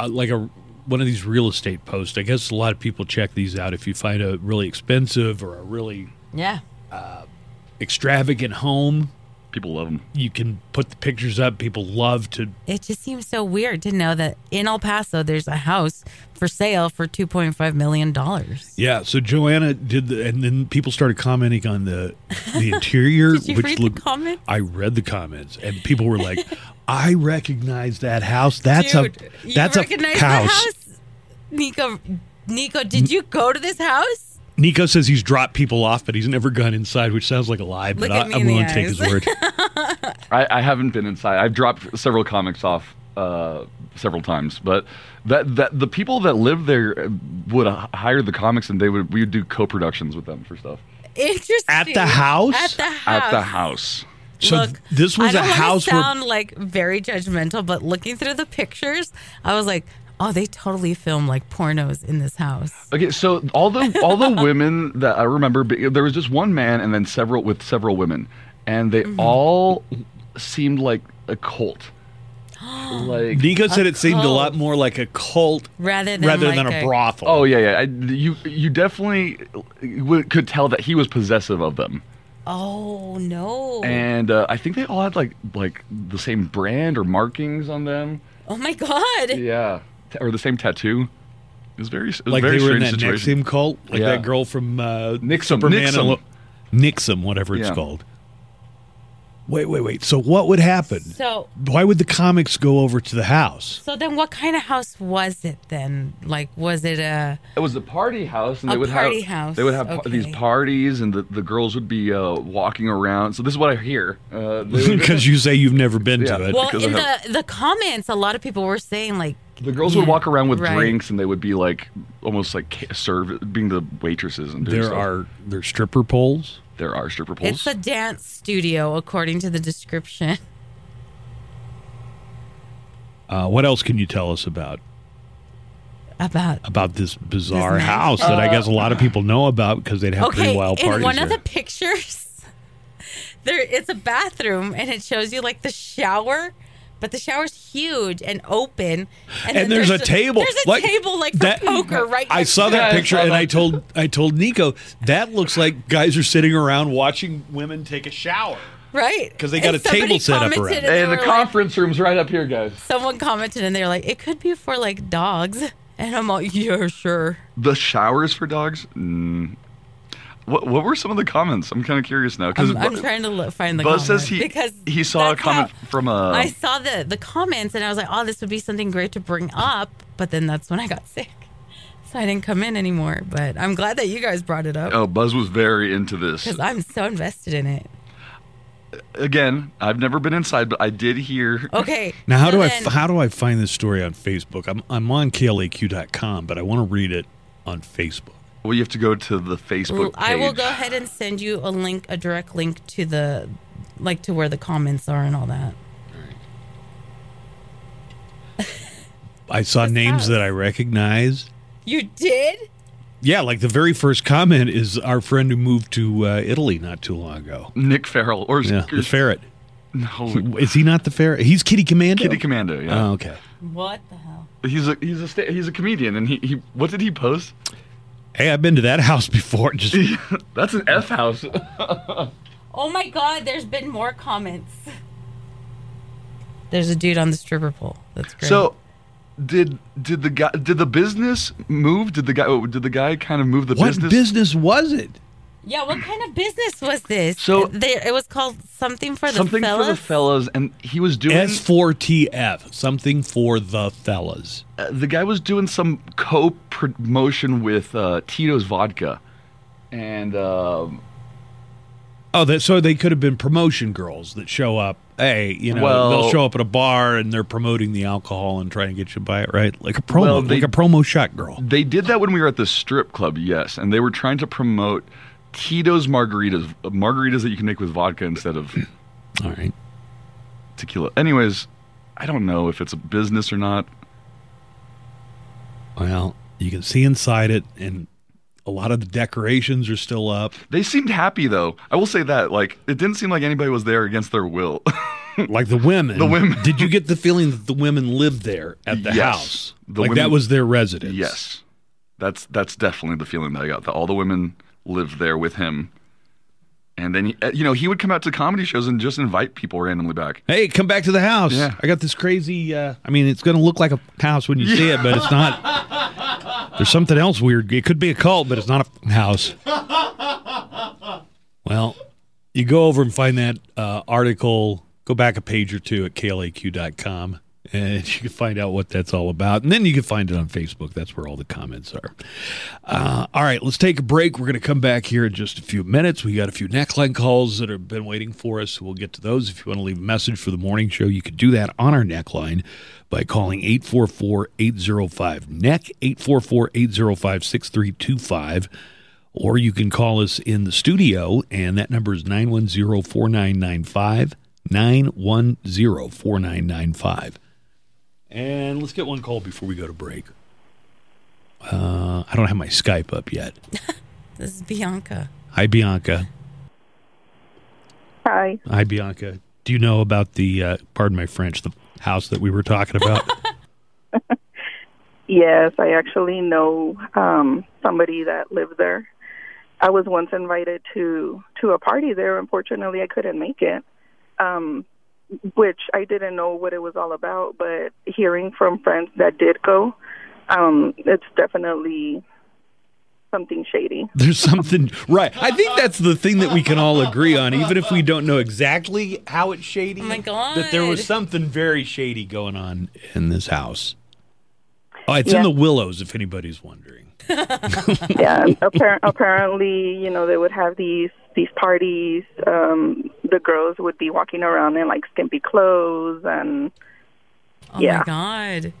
S2: uh, like a one of these real estate posts. I guess a lot of people check these out. If you find a really expensive or a really
S4: Yeah.
S2: extravagant home,
S3: People love them.
S2: you can put the pictures up. People love to
S4: It just seems so weird to know that in El Paso there's a house for sale for 2.5 million dollars.
S2: Yeah, so Joanna did the, and then people started commenting on the the interior,
S4: Did you
S2: which
S4: read the
S2: looked.
S4: comments?
S2: I read the comments, and people were like, "I recognize that house. That's
S4: Dude,
S2: a that's
S4: you
S2: a
S4: recognize
S2: house.
S4: the house. Nico, Nico, did you go to this house?
S2: Nico says he's dropped people off, but he's never gone inside, which sounds like a lie. But
S4: Look at
S2: I,
S4: me
S2: I'm
S4: in the
S2: willing to take
S4: eyes.
S2: his word.
S3: I, I haven't been inside. I've dropped several comics off uh, several times, but that that the people that live there would h- hire the comics, and they would we would do co-productions with them for stuff
S4: Interesting.
S2: At the house?
S4: At the house.
S3: at the house.
S2: So
S4: Look,
S2: this was
S4: I don't
S2: a
S4: wanna
S2: house where-
S4: sound like very judgmental, but looking through the pictures, I was like, oh, they totally film like pornos in this house.
S3: Okay, so all the all the women that I remember, be- there was just one man, and then several with several women, and they all seemed like a cult. Like
S2: Nico said it seemed a
S4: cult.
S2: lot more like a cult
S4: Rather than
S2: rather
S4: like
S2: than a,
S4: a-
S2: brothel.
S3: Oh yeah, yeah. I, you you definitely w- could tell that he was possessive of them,
S4: Oh, no.
S3: and uh, I think they all had like like the same brand or markings on them.
S4: oh, my God.
S3: Yeah, T- or the same tattoo. It was very it was
S2: like
S3: a very
S2: they were in that
S3: strange situation.
S2: Nixum cult, like
S3: Yeah.
S2: that girl from uh,
S3: Nixum,
S2: Superman and
S3: Nixum.
S2: Lo- Nixum, whatever it's
S3: Yeah.
S2: called. Wait, wait, wait. So what would happen?
S4: So-
S2: why would the comics go over to the house?
S4: So then, what kind of house was it then? Like, was it a.
S3: It was a party house, and
S4: A
S3: they would
S4: party
S3: have
S4: house,
S3: they would have pa- these
S4: okay.
S3: parties, and the, the girls would be uh, walking around. So this is what I hear. Uh, they would-
S2: Because you say you've never been
S3: Yeah.
S2: to it.
S4: Well,
S3: because
S4: in
S3: I
S4: the, the comments, a lot of people were saying, like,
S3: the girls would walk around with
S4: right.
S3: drinks, and they would be like almost like ca- serve being the waitresses and doing
S2: there
S3: stuff.
S2: are there are stripper poles.
S3: there are stripper poles.
S4: it's a dance studio, according to the description.
S2: Uh, what else can you tell us about
S4: About
S2: about this bizarre
S4: This nice- Uh,
S2: house that I guess a lot of people know about because they'd have pretty wild parties
S4: in one of
S2: there.
S4: the pictures, there it's a bathroom and it shows you like the shower, but the shower's huge and open. And, then
S2: and there's, a table.
S4: There's a table like for
S2: that-
S4: poker, right?
S2: I
S4: next
S2: saw
S4: to
S2: that
S4: it.
S2: picture, and I told I told Nico that looks like guys are sitting around watching women take a shower.
S4: right
S2: 'Cause they got
S4: And
S2: a table
S4: somebody
S2: set up around
S4: commented
S2: it.
S4: and
S3: Hey,
S4: they
S3: the
S4: were like-
S3: conference room's right up here, guys.
S4: someone commented and they were like, it could be for like dogs, and I'm like, yeah, sure.
S3: The showers for dogs? Mm. What, what were some of the comments? I'm kind of curious now.
S4: I'm,
S3: Bu-
S4: I'm trying to look, find the
S3: Buzz
S4: comment
S3: says he,
S4: because
S3: he saw a
S4: that's
S3: comment
S4: how-
S3: from a.
S4: I saw the the comments and I was like, oh, this would be something great to bring up. But then that's when I got sick, so I didn't come in anymore. But I'm glad that you guys brought it up
S3: oh, Buzz was very into this.
S4: because I'm so invested in it.
S3: Again, I've never been inside, but I did hear.
S4: Okay.
S2: Now, how
S4: so
S2: do I
S4: then-
S2: f how do I find this story on Facebook? I'm I'm on klaq.com, but I want to read it on Facebook.
S3: Well, you have to go to the Facebook page.
S4: I will go ahead and send you a link, a direct link to the like to where the comments are and all that.
S2: I saw
S4: This
S2: names
S4: house.
S2: that I recognized.
S4: You did?
S2: Yeah, like the very first comment is our friend who moved to uh, Italy not too long ago.
S3: Nick Farrell. Or
S2: Yeah, the ferret.
S3: no,
S2: Is he not the ferret? He's Kitty Commando.
S3: Kitty Commando, yeah.
S2: Oh, okay.
S4: What the hell?
S3: he's a he's a sta- he's a comedian, and he, he what did he post?
S2: Hey, I've been to that house before. Just
S3: That's an F house.
S4: Oh my god, there's been more comments. There's a dude on the stripper pole. That's great.
S3: So, did did the guy did the business move? Did the guy oh, did the guy kind of move the
S2: what
S3: business?
S2: business? was it?
S4: Yeah, what kind of business was this?
S3: So-
S4: there, it was called something for the
S3: Something
S4: fellas.
S3: for the fellas, and he was doing.
S2: S4TF, something for the fellas.
S3: uh, the guy was doing some co-promotion with uh, Tito's Vodka, and um,
S2: Oh, that so they could have been promotion girls that show up. Hey, you know,
S3: Well-
S2: they'll show up at a bar and they're promoting the alcohol and trying to get you to buy it, right? Like a promo,
S3: Well, they-
S2: like a promo shot girl.
S3: they did that when we were at the strip club. Yes, and they were trying to promote Tito's margaritas, margaritas that you can make with vodka instead of
S2: All right.
S3: tequila. Anyways, I don't know if it's a business or not.
S2: Well, you can see inside it, and a lot of the decorations are still up.
S3: They seemed happy though. I will say that. Like, it didn't seem like anybody was there against their will.
S2: Like the women.
S3: The women.
S2: Did you get the feeling that the women lived there at the
S3: Yes.
S2: house?
S3: The
S2: like
S3: women-
S2: that was their residence.
S3: yes, that's that's definitely the feeling that I got. That all the women lived there with him, and then he, uh, you know he would come out to comedy shows and just invite people randomly back.
S2: Hey, come back to the house.
S3: Yeah.
S2: I got this crazy. Uh, I mean, it's going to look like a house when you see it, but it's not. There's something else weird. It could be a cult, but it's not a f***ing house. Well, you go over and find that uh, article. Go back a page or two at klaq.com. and you can find out what that's all about. And then you can find it on Facebook. That's where all the comments are. Uh, all right, let's take a break. We're going to come back here in just a few minutes. We got a few neckline calls that have been waiting for us. We'll get to those. If you want to leave a message for the morning show, you can do that on our neckline by calling 844 805 NECK, 844 805 6325. Or you can call us in the studio, and that number is 910 4995. 910 4995. And let's get one call before we go to break. Uh, I don't have my Skype up yet.
S4: This is Bianca.
S2: Hi, Bianca.
S6: Hi.
S2: Hi, Bianca. Do you know about the, uh, pardon my French, the house that we were talking about?
S6: Yes, I actually know um, somebody that lived there. I was once invited to to a party there. Unfortunately, I couldn't make it, um, which I didn't know what it was all about. But hearing from friends that did go, um, it's definitely something shady.
S2: There's something, right. I think that's the thing that we can all agree on, even if we don't know exactly how it's shady.
S4: Oh my
S2: That there was
S4: God.
S2: something very shady going on in this house. Oh, it's in
S6: Yeah.
S2: the Willows, if anybody's wondering.
S6: yeah appar- apparently you know they would have these these parties um the girls would be walking around in like skimpy clothes and
S4: Oh
S6: Yeah.
S4: my god.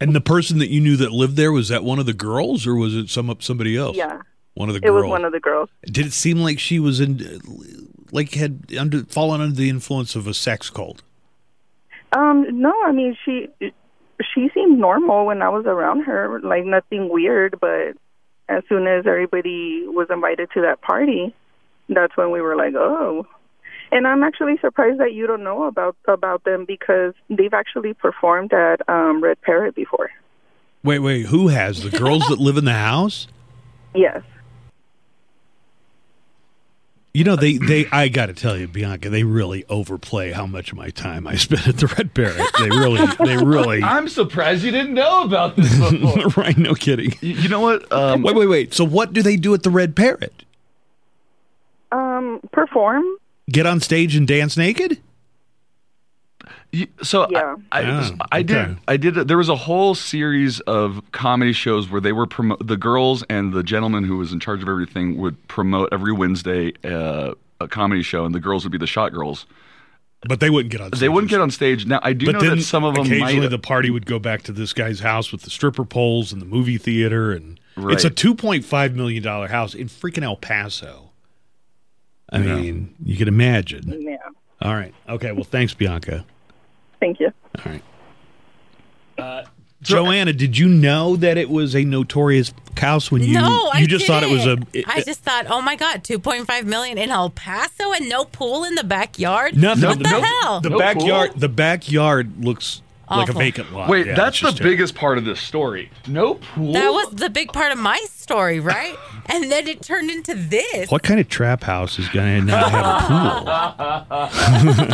S2: And the person that you knew that lived there was that one of the girls, or was it some somebody else?
S6: yeah
S2: one of the
S6: it
S2: girls.
S6: was one of the girls
S2: Did it seem like she was in, like had under fallen under the influence of a sex cult?
S6: um no i mean she she seemed normal when i was around her like nothing weird but as soon as everybody was invited to that party that's when we were like oh and i'm actually surprised that you don't know about about them because they've actually performed at um red parrot before
S2: Wait, wait, who has the girls that live in the house?
S6: yes
S2: You know, they, they I got to tell you, Bianca, they really overplay how much of my time I spent at the Red Parrot. They really, they really,
S5: I'm surprised you didn't know about this before.
S2: right? No kidding.
S3: You, you know what? Um,
S2: Wait, wait, wait. So, what do they do at the Red Parrot?
S6: Um, perform.
S2: Get on stage and dance naked?
S3: You- so
S6: Yeah.
S3: I, I,
S2: Oh,
S3: I
S2: okay.
S3: did I did there was a whole series of comedy shows where they were promo- the girls and the gentleman who was in charge of everything would promote every Wednesday uh, a comedy show and the girls would be the shot girls.
S2: But they wouldn't get on. Stage
S3: They wouldn't get on stage. Now I do
S2: But
S3: know
S2: then
S3: that some of them
S2: occasionally
S3: might
S2: the party would go back to this guy's house with the stripper poles and the movie theater, and it's a
S3: Right.
S2: two point five million dollar house in freaking El Paso. I mean, you can imagine.
S6: Yeah.
S2: All right, okay. Well, thanks, Bianca.
S6: Thank you.
S2: All right. Joanna, did you know that it was a notorious house when you
S4: no, I
S2: you just thought it was a?
S4: didn't. I just thought, oh my god, 2.5 million in El Paso and no pool in the backyard.
S2: nothing.
S4: What the
S2: No-
S4: hell?
S2: The
S5: No
S2: backyard.
S5: pool?
S2: The backyard looks like a
S4: Awful.
S2: vacant lot.
S3: Wait,
S2: Yeah,
S3: that's
S2: it's
S3: the
S2: just terrible.
S3: biggest part of this story.
S5: No pool.
S4: that was the big part of my story, right? and then it turned into this.
S2: What kind of trap house is going to not have a pool?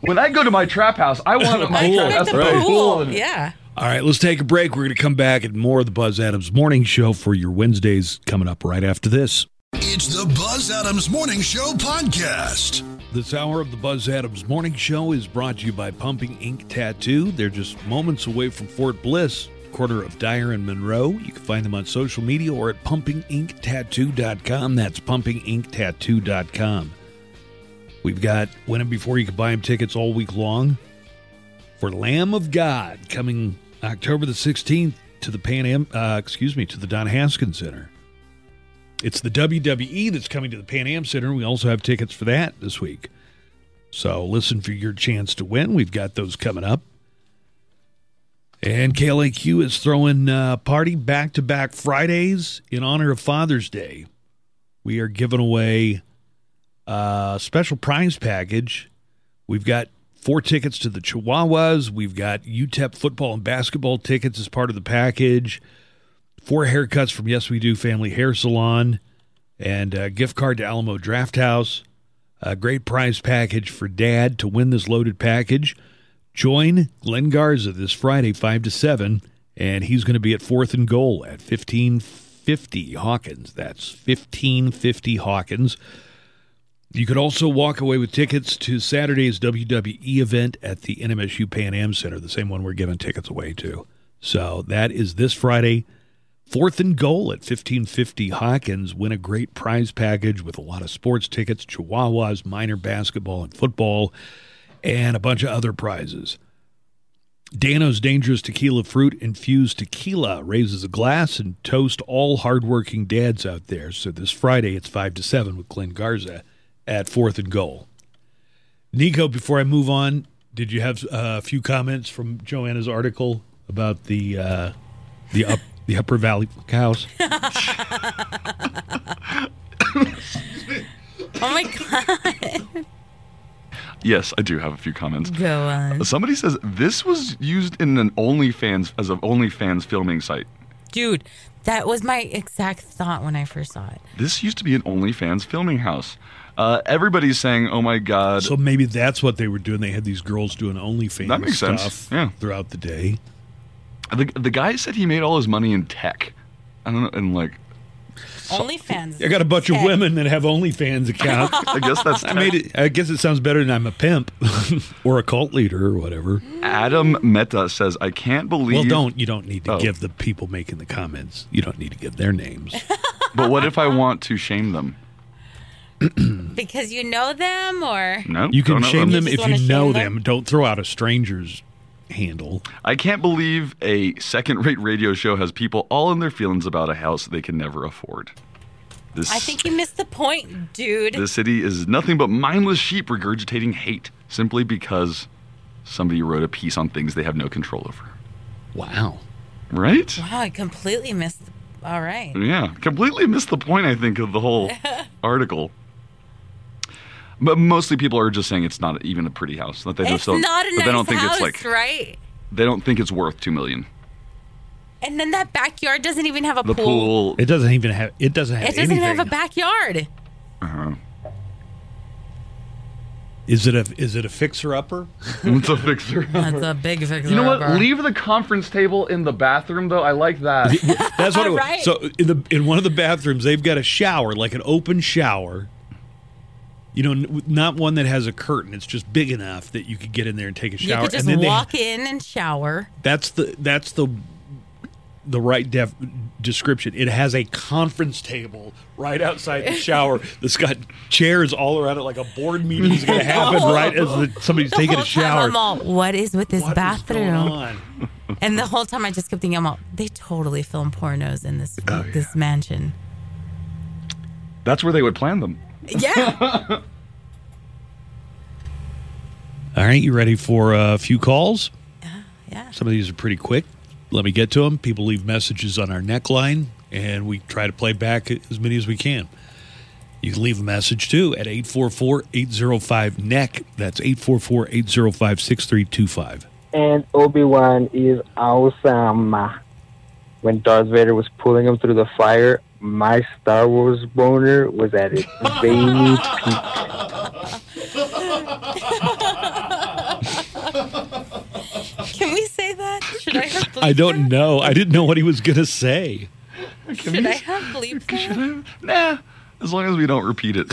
S3: When I go to my trap house, I want a
S4: I
S3: pool.
S4: expect
S5: that's
S4: the
S5: right.
S4: pool.
S5: Pool.
S4: Yeah.
S2: All right, let's take a break. We're going to come back at more of the Buzz Adams Morning Show for your Wednesdays coming up right after this.
S1: It's the Buzz Adams Morning Show podcast.
S2: This hour of the Buzz Adams Morning Show is brought to you by Pumping Ink Tattoo. They're just moments away from Fort Bliss, quarter of Dyer and Monroe. You can find them on social media or at pumpinginktattoo.com. That's pumpinginktattoo.com. We've got Win 'Em Before You Can Buy 'Em tickets all week long for Lamb of God coming October the 16th to the Pan Am, uh, excuse me, to the Don Haskins Center. It's the WWE that's coming to the Pan Am Center. We also have tickets for that this week. So listen for your chance to win. We've got those coming up. And KLAQ is throwing a party back to back Fridays in honor of Father's Day. We are giving away uh, a special prize package. We've got four tickets to the Chihuahuas. We've got UTEP football and basketball tickets as part of the package four haircuts from Yes We Do Family Hair Salon, and a gift card to Alamo Draft House. A great prize package for Dad to win this loaded package. Join Glenn Garza this Friday, five to seven, and he's going to be at fourth and goal at fifteen fifty Hawkins. That's fifteen fifty Hawkins. You could also walk away with tickets to Saturday's WWE event at the NMSU Pan Am Center, the same one we're giving tickets away to. So that is this Friday, fourth and goal at 1550 Hawkins. Win a great prize package with a lot of sports tickets, chihuahuas, minor basketball, and football, and a bunch of other prizes. Dano's Dangerous Tequila Fruit Infused Tequila raises a glass and toast all hardworking dads out there. So this Friday, it's 5 to 7 with Glenn Garza at 4th and goal. Nico, before I move on, did you have uh, a few comments from Joanna's article about the uh, the up the Upper Valley cows?
S4: Oh my god.
S3: Yes, I do have a few comments.
S4: Go on.
S3: Somebody says this was used in an OnlyFans as an OnlyFans filming site.
S4: Dude, that was my exact thought when I first saw it.
S3: This used to be an OnlyFans filming house. Uh, everybody's saying, "Oh my god!"
S2: So maybe that's what they were doing. They had these girls doing OnlyFans
S3: That makes
S2: stuff
S3: sense. Yeah.
S2: throughout the day.
S3: the, the guy said he made all his money in tech. I don't know, and like,
S4: OnlyFans.
S2: I got a bunch of
S4: Tech.
S2: women that have OnlyFans accounts.
S3: I guess that's
S2: I made it. I guess it sounds better than I'm a pimp or a cult leader or whatever.
S3: Adam Meta says, "I can't believe."
S2: Well, don't you don't need to
S3: Oh.
S2: give the people making the comments. You don't need to give their names.
S3: But what if I want to shame them?
S4: Because you know them or
S3: No,
S2: You can
S3: don't know
S2: shame them
S4: You
S2: if
S4: just wanna
S2: you know
S4: shame
S2: them.
S4: them?
S2: Don't throw out a stranger's handle.
S3: I can't believe a second-rate radio show has people all in their feelings about a house they can never afford. This
S4: I think you missed the point, dude.
S3: The city is nothing but mindless sheep regurgitating hate simply because somebody wrote a piece on things they have no control over.
S2: Wow.
S3: Right?
S4: wow, I completely missed the- all right.
S2: Mm,
S3: Yeah. Completely missed the point, I think, of the whole article. But mostly people are just saying it's not even a pretty house. That they
S4: It's
S3: just don't,
S4: not a
S3: but
S4: nice
S3: they don't think
S4: house,
S3: it's like
S4: right?
S3: they don't think it's worth two million.
S4: And then that backyard doesn't even have a
S3: The pool,
S2: It doesn't even have. It doesn't have
S4: It doesn't
S2: anything.
S4: even have a backyard.
S3: uh-huh.
S2: is it a is it a fixer upper?
S3: it's a fixer.
S4: That's a big fixer.
S3: You know what? Leave the conference table in the bathroom though. I like that.
S2: That's what it was.
S4: Right.
S2: So in the in one of the bathrooms, they've got a shower, like an open shower. You know, n- not one that has a curtain. It's just big enough that you could get in there and take a
S4: you
S2: shower.
S4: could just
S2: and then they-
S4: walk in and shower.
S2: That's the that's the the right def, description. It has a conference table right outside the shower that's got chairs all around it, like a board meeting is going to happen right as the, somebody's
S4: The
S2: taking
S4: whole
S2: a shower.
S4: time I'm all, what is with this
S2: What is going
S4: bathroom?
S2: on?
S4: And the whole time I just kept thinking, I'm all, they totally film pornos in this
S2: Oh,
S4: this mansion.
S3: That's where they would plan them.
S4: Yeah.
S2: All right, you ready for a few calls?
S4: yeah.
S2: Some of these are pretty quick. Let me get to them. People leave messages on our neckline, and we try to play back as many as we can. You can leave a message too at 844 805 NECK. E That's 844 805 6325.
S7: and Obi Wan is awesome. When Darth Vader was pulling him through the fire, my Star Wars boner was at its veiny peak.
S4: Can we say that? Should I have bleep
S2: I don't
S4: that?
S2: know. I didn't know what he was going to say.
S4: Should I have bleep
S3: Should
S4: that?
S3: I? Nah. As long as we don't repeat it.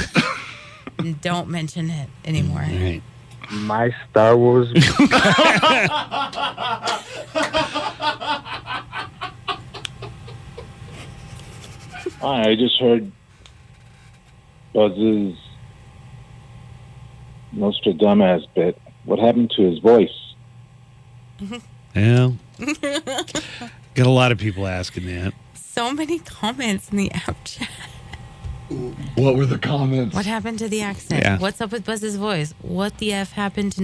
S4: Don't mention it anymore.
S2: All right.
S7: My Star Wars.
S8: Hi, I just heard Buzz's Nostradamus bit. What happened to his voice?
S2: Yeah. Got a lot of people asking that.
S4: So many comments in the app chat.
S3: what were the comments?
S4: What happened to the accent?
S2: Yeah.
S4: What's up with Buzz's voice? What the F happened to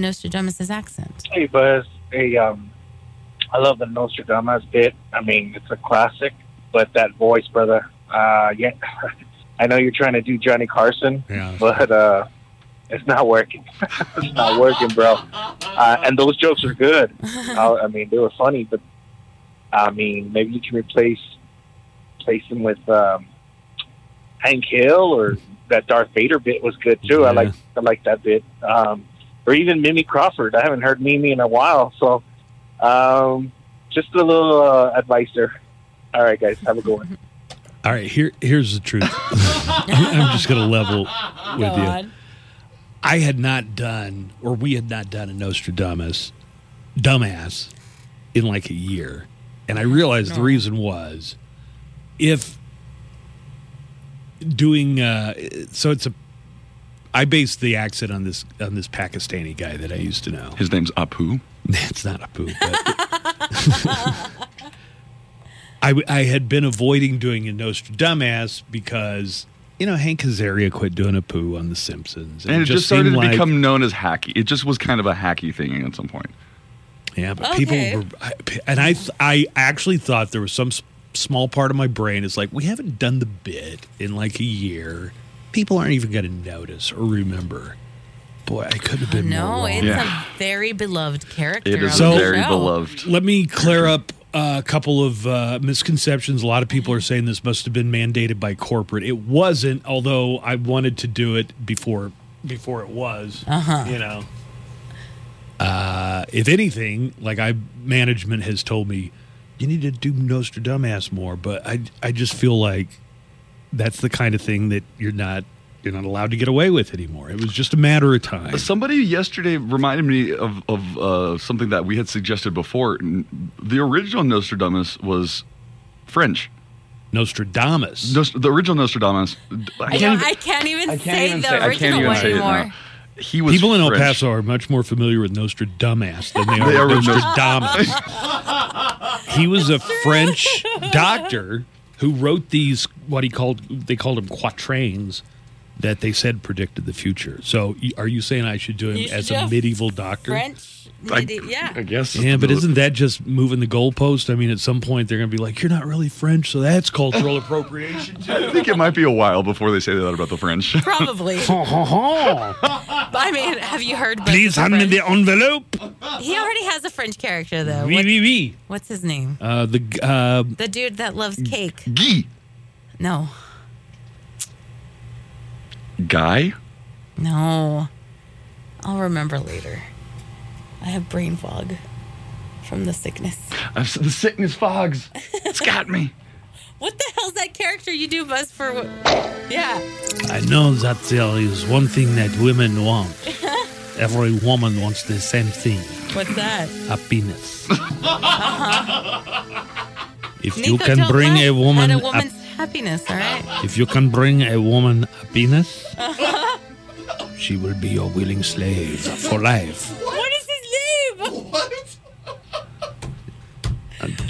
S4: Nostradamus' accent?
S9: Hey, Buzz. Hey, um, I love the Nostradamus bit. I mean, it's a classic, but that voice, brother. Uh, yeah, I know you're trying to do Johnny Carson,
S2: Yeah.
S9: but uh, it's not working. it's not working, bro. Uh, and those jokes are good.
S3: uh,
S9: I, I mean, they were funny, but I mean, maybe you can replace replace them with um, Hank Hill or that Darth Vader bit was good too. I
S2: Yeah.
S9: like I like that bit. Um, or even Mimi Crawford. I haven't heard Mimi in a while, so um, just a little uh, advice there. All right, guys, have a good one.
S2: All right. Here, here's the truth. I'm just going to level with you. I had not done, or we had not done a Nostradamus dumbass in like a year. And I realized the reason was if doing, uh, so it's a, I based the accent on this on this Pakistani guy that I used to know.
S3: His name's Apu.
S2: It's not Apu. but- I, w- I had been avoiding doing a Nostradamus because you know Hank Azaria quit doing a poo on The Simpsons,
S3: And it just started
S2: seemed
S3: to
S2: like-
S3: become known as hacky. It just was kind of a hacky thing at some point.
S2: Yeah, but people were, I- p- and I, th- I actually thought there was some s- small part of my brain is like, we haven't done the bit in like a year. People aren't even going to notice or remember. Boy, I couldn't have been more
S4: No,
S2: wrong.
S4: it's a very beloved character.
S2: It is
S4: on
S2: a
S4: the
S2: very
S4: show.
S3: beloved.
S2: Let me clear up uh, a couple of uh, misconceptions. A lot of people are saying this must have been mandated by corporate. It wasn't, although I wanted to do it before before it was.
S5: Uh-huh.
S2: You know, uh, if anything, like I management has told me, you need to do Nostradamus more. But I I just feel like that's the kind of thing that you're not you're not allowed to get away with anymore. It was just a matter of time.
S3: Somebody yesterday reminded me of, of uh, something that we had suggested before. N- The original Nostradamus was French.
S2: Nostradamus.
S3: the original Nostradamus. I can't
S4: I, don't-
S3: even-
S4: I can't even
S3: I can't
S4: say
S3: even
S4: the
S3: say it. I can't
S4: original
S3: even
S4: one
S3: say it now.
S4: anymore.
S3: He was
S2: People in El
S3: French.
S2: Paso are much more familiar with Nostradamus than they are,
S3: They are
S2: with
S3: with
S2: Nostradamus. he was a French doctor who wrote these what he called they called them quatrains that they said predicted the future. So y- are you saying I should do
S4: You
S2: him
S4: should
S2: as
S4: do
S2: a
S4: a
S2: medieval doctor?
S4: French,
S3: I-
S4: midi- yeah.
S3: I guess.
S2: Yeah, but isn't that just moving the goalpost? I mean, at some point they're going to be like, "You're not really French, so that's cultural appropriation." Too.
S3: I think it might be a while before they say that about the French.
S4: Probably.
S2: Ho, ho, ho.
S4: I mean, have you heard?
S2: Please hand me the envelope.
S4: He already has a French character though.
S2: Oui, oui, oui.
S4: What's his name?
S2: Uh, the g- uh,
S4: The dude that loves cake.
S3: Guy.
S4: No,
S3: Guy?
S4: no. I'll remember later. I have brain fog from the sickness.
S3: I've, s- the sickness fogs. It's got me.
S4: What the hell's that character you do, Buzz? For what? Yeah.
S2: I know that there is one thing that women want. Every woman wants the same thing
S4: What's that?
S2: happiness.
S4: Uh-huh.
S2: If
S4: Nico,
S2: you can
S4: don't
S2: bring
S4: laugh
S2: a woman,
S4: at a
S2: hap-
S4: woman's happiness, all right?
S2: if you can bring a woman happiness, she will be your willing slave for life.
S4: What is his name? What?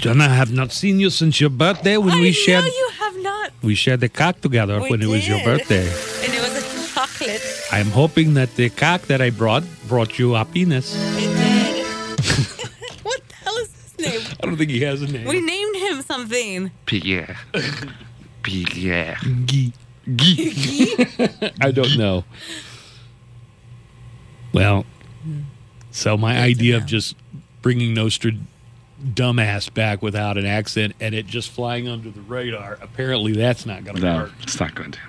S2: John, I have not seen you since your birthday when we shared
S4: You have not.
S2: we shared the cock together
S4: We
S2: when it was your
S4: did.
S2: birthday.
S4: And it was a chocolate.
S2: I'm hoping that the cock that I brought brought you happiness.
S4: What the hell is his name?
S2: I don't think he has a name.
S4: We named him something.
S3: Pierre. Pierre.
S2: Guy. I don't know. Well, so my idea of just bringing Nostrad dumbass back without an accent and it just flying under the radar, apparently that's not going to
S3: No,
S2: work.
S3: it's not going to.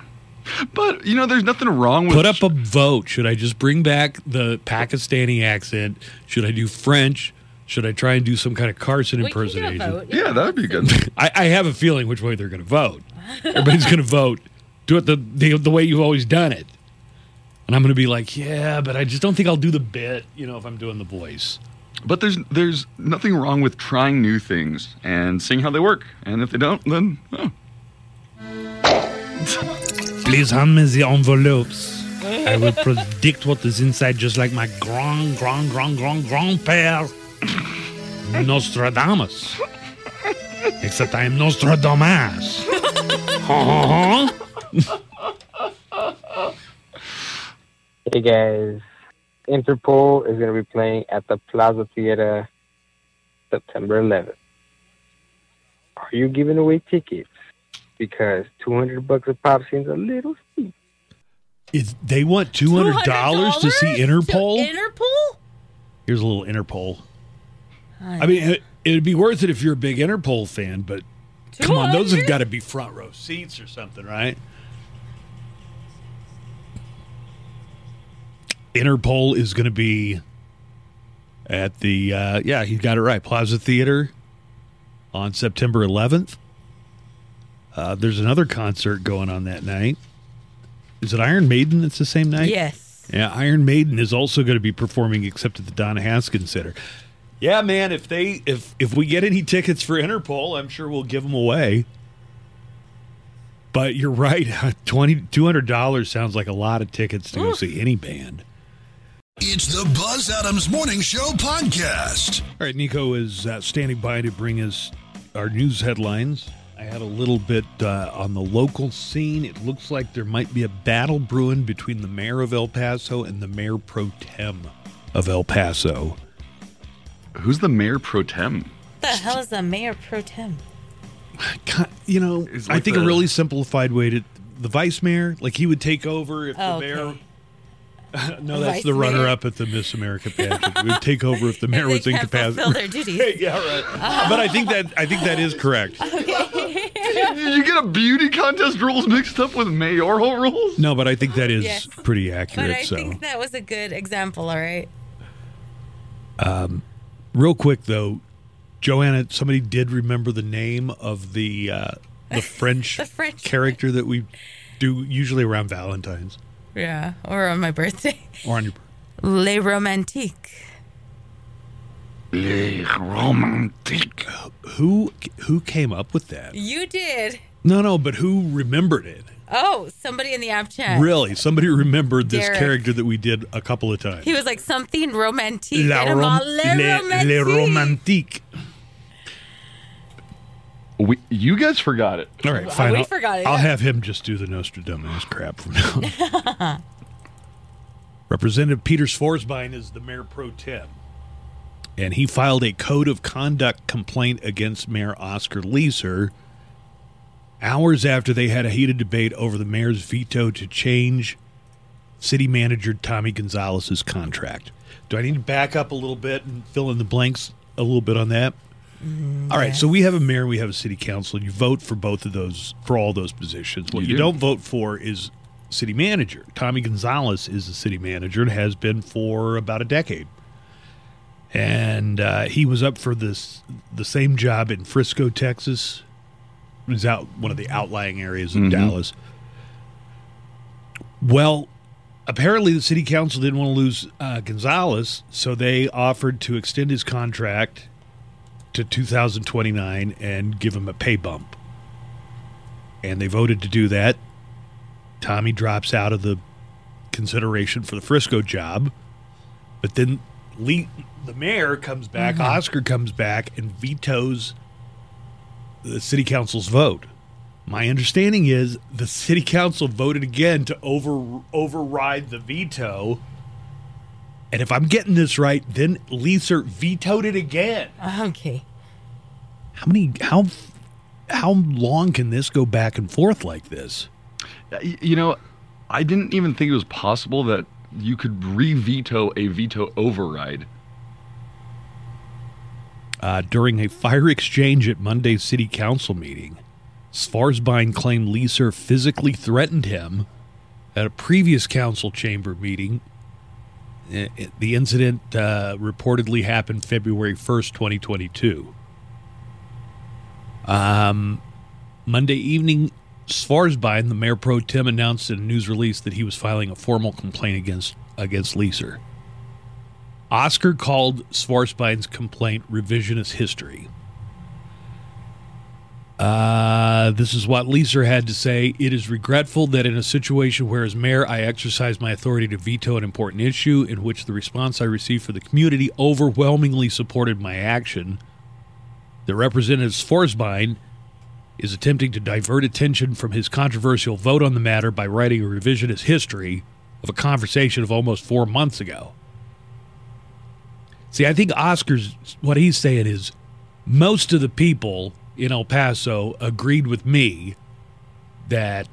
S3: But, you know, there's nothing wrong with
S2: Put up a vote. Should I just bring back the Pakistani accent? Should I do French? Should I try and do some kind of Carson impersonation?
S3: Yeah, that would be good.
S2: I, I have a feeling which way they're going to vote. Everybody's going to vote. Do it the, the the way you've always done it. And I'm going to be like, yeah, but I just don't think I'll do the bit, you know, if I'm doing the voice.
S3: But there's there's nothing wrong with trying new things and seeing how they work. And if they don't, then oh.
S2: Please hand me the envelopes. I will predict what is inside, just like my grand, grand, grand, grand, grandpère, Nostradamus. Except I am Nostradamus. Uh-huh. Huh, huh, huh?
S7: Hey guys, Interpol is going to be playing at the Plaza Theater September 11th. Are you giving away tickets? Because 200 bucks a pop seems a little steep.
S2: If they want two hundred dollars to see Interpol,
S4: Interpol?
S2: here's a little Interpol. I mean, it, it'd be worth it if you're a big Interpol fan, but
S4: Uh,
S2: come on, those have
S5: 200?
S2: got to be front row seats or something, right? Interpol is going to be at the uh, yeah, you got it right, Plaza Theater on September 11th. Uh, there's another concert going on that night. Is it Iron Maiden? That's the same night.
S4: Yes.
S2: Yeah, Iron Maiden is also going to be performing, except at the Donna Haskins Center. Yeah, man. If they if if we get any tickets for Interpol, I'm sure we'll give them away. But you're right. Twenty two hundred dollars sounds like a lot of tickets to go see any band.
S1: It's the Buzz Adams Morning Show podcast.
S2: All right, Nico is uh, standing by to bring us our news headlines. I had a little bit uh, on the local scene. It looks like there might be a battle brewing between the mayor of El Paso and the mayor pro tem of El Paso.
S3: Who's the mayor pro tem?
S4: What the hell is a mayor pro tem?
S2: God, you know,
S3: It's
S2: I
S3: like
S2: think a
S3: the-
S2: really simplified way to the vice mayor, like he would take over if
S4: Oh,
S2: the mayor.
S4: okay.
S2: No, that's
S4: Vice
S2: the
S4: mayor.
S2: runner-up at the Miss America pageant. Would take over if the mayor
S4: They
S2: was
S4: can't fulfill
S2: incapacitated.
S4: their duties.
S2: yeah, right. But I think that I think that is correct.
S3: Did you get a beauty contest rules mixed up with mayoral rules?
S2: No, but I think that is
S4: Yes.
S2: pretty
S4: But
S2: accurate.
S4: I
S2: so,
S4: think that was a good example, all right?
S2: real quick though, Joanna, somebody did remember the name of the uh, the French
S4: The French-
S2: character that we do usually around Valentine's
S4: Yeah, or on my birthday.
S2: or on your.
S4: Les Romantiques.
S3: Les romantiques.
S2: Who who came up with that?
S4: You did.
S2: No, no, but who remembered it?
S4: Oh, somebody in the app chat.
S2: Really, somebody remembered this
S4: Eh. Derek.
S2: character that we did a couple of times.
S4: He was like something romantique.
S2: La
S4: and I'm
S2: rom-
S4: all,
S2: le- le romantique.
S4: romantique."
S3: We, you guys forgot it.
S2: All right, fine.
S4: we
S2: I'll,
S4: forgot it.
S2: I'll have him just do the Nostradamus crap from now. on. Representative Peter Svorsbein is the mayor pro tem, and he filed a code of conduct complaint against Mayor Oscar Leeser hours after they had a heated debate over the mayor's veto to change city manager Tommy Gonzalez's contract. Do I need to back up a little bit and fill in the blanks a little bit on that? All right, so we have a mayor, we have a city council, and you vote for both of those for all those positions. What
S3: You
S2: you
S3: do.
S2: don't vote for is city manager. Tommy Gonzalez is the city manager and has been for about a decade. And uh, he was up for this the same job in Frisco, Texas. It was out one of the outlying areas of Dallas. Well, apparently the city council didn't want to lose uh, Gonzalez, so they offered to extend his contract to 2029 and give him a pay bump. And they voted to do that. Tommy drops out of the consideration for the Frisco job, but then Le- the mayor comes back, Oscar comes back, and vetoes the city council's vote. My understanding is the city council voted again to over override the veto. And if I'm getting this right, then Leeser vetoed it again.
S4: Okay.
S2: How many how how long can this go back and forth like this?
S3: Y- You know, I didn't even think it was possible that you could re-veto a veto override.
S2: Uh, during a fire exchange at Monday's city council meeting, Svarsbein claimed Leeser physically threatened him at a previous council chamber meeting. I- I- The incident uh, reportedly happened February 1st, 2022. Um, Monday evening, Svarsbein, the mayor pro tem, announced in a news release that he was filing a formal complaint against against Leeser. Oscar called Svarsbein's complaint revisionist history. Uh, this is what Leeser had to say. It is regretful that in a situation where, as mayor, I exercise my authority to veto an important issue in which the response I received for the community overwhelmingly supported my action, the representative Svarsbein is attempting to divert attention from his controversial vote on the matter by writing a revisionist history of a conversation of almost four months ago. See, I think Oscar's what he's saying is most of the people in El Paso agreed with me that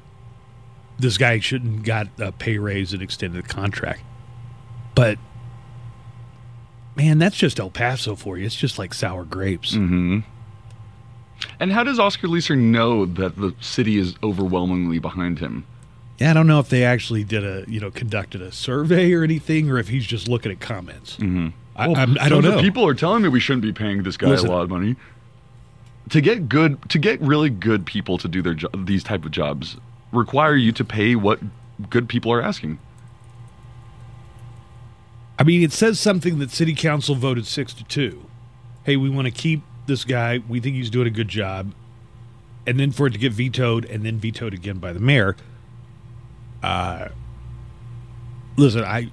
S2: this guy shouldn't got a pay raise and extended contract. But man, that's just El Paso for you. It's just like sour grapes.
S3: Mm-hmm. And how does Oscar Leeser know that the city is overwhelmingly behind him?
S2: Yeah, I don't know if they actually did a you know conducted a survey or anything, or if he's just looking at comments. Mm-hmm. I, I'm- I don't
S3: Tons of
S2: know.
S3: People are telling me we shouldn't be paying this guy
S2: Listen.
S3: a lot of money. To get good, to get really good people to do their jo- these type of jobs, require you to pay what good people are asking.
S2: I mean, it says something that city council voted six to two. Hey, we want to keep this guy. We think he's doing a good job. And then for it to get vetoed and then vetoed again by the mayor. Uh, listen, I'd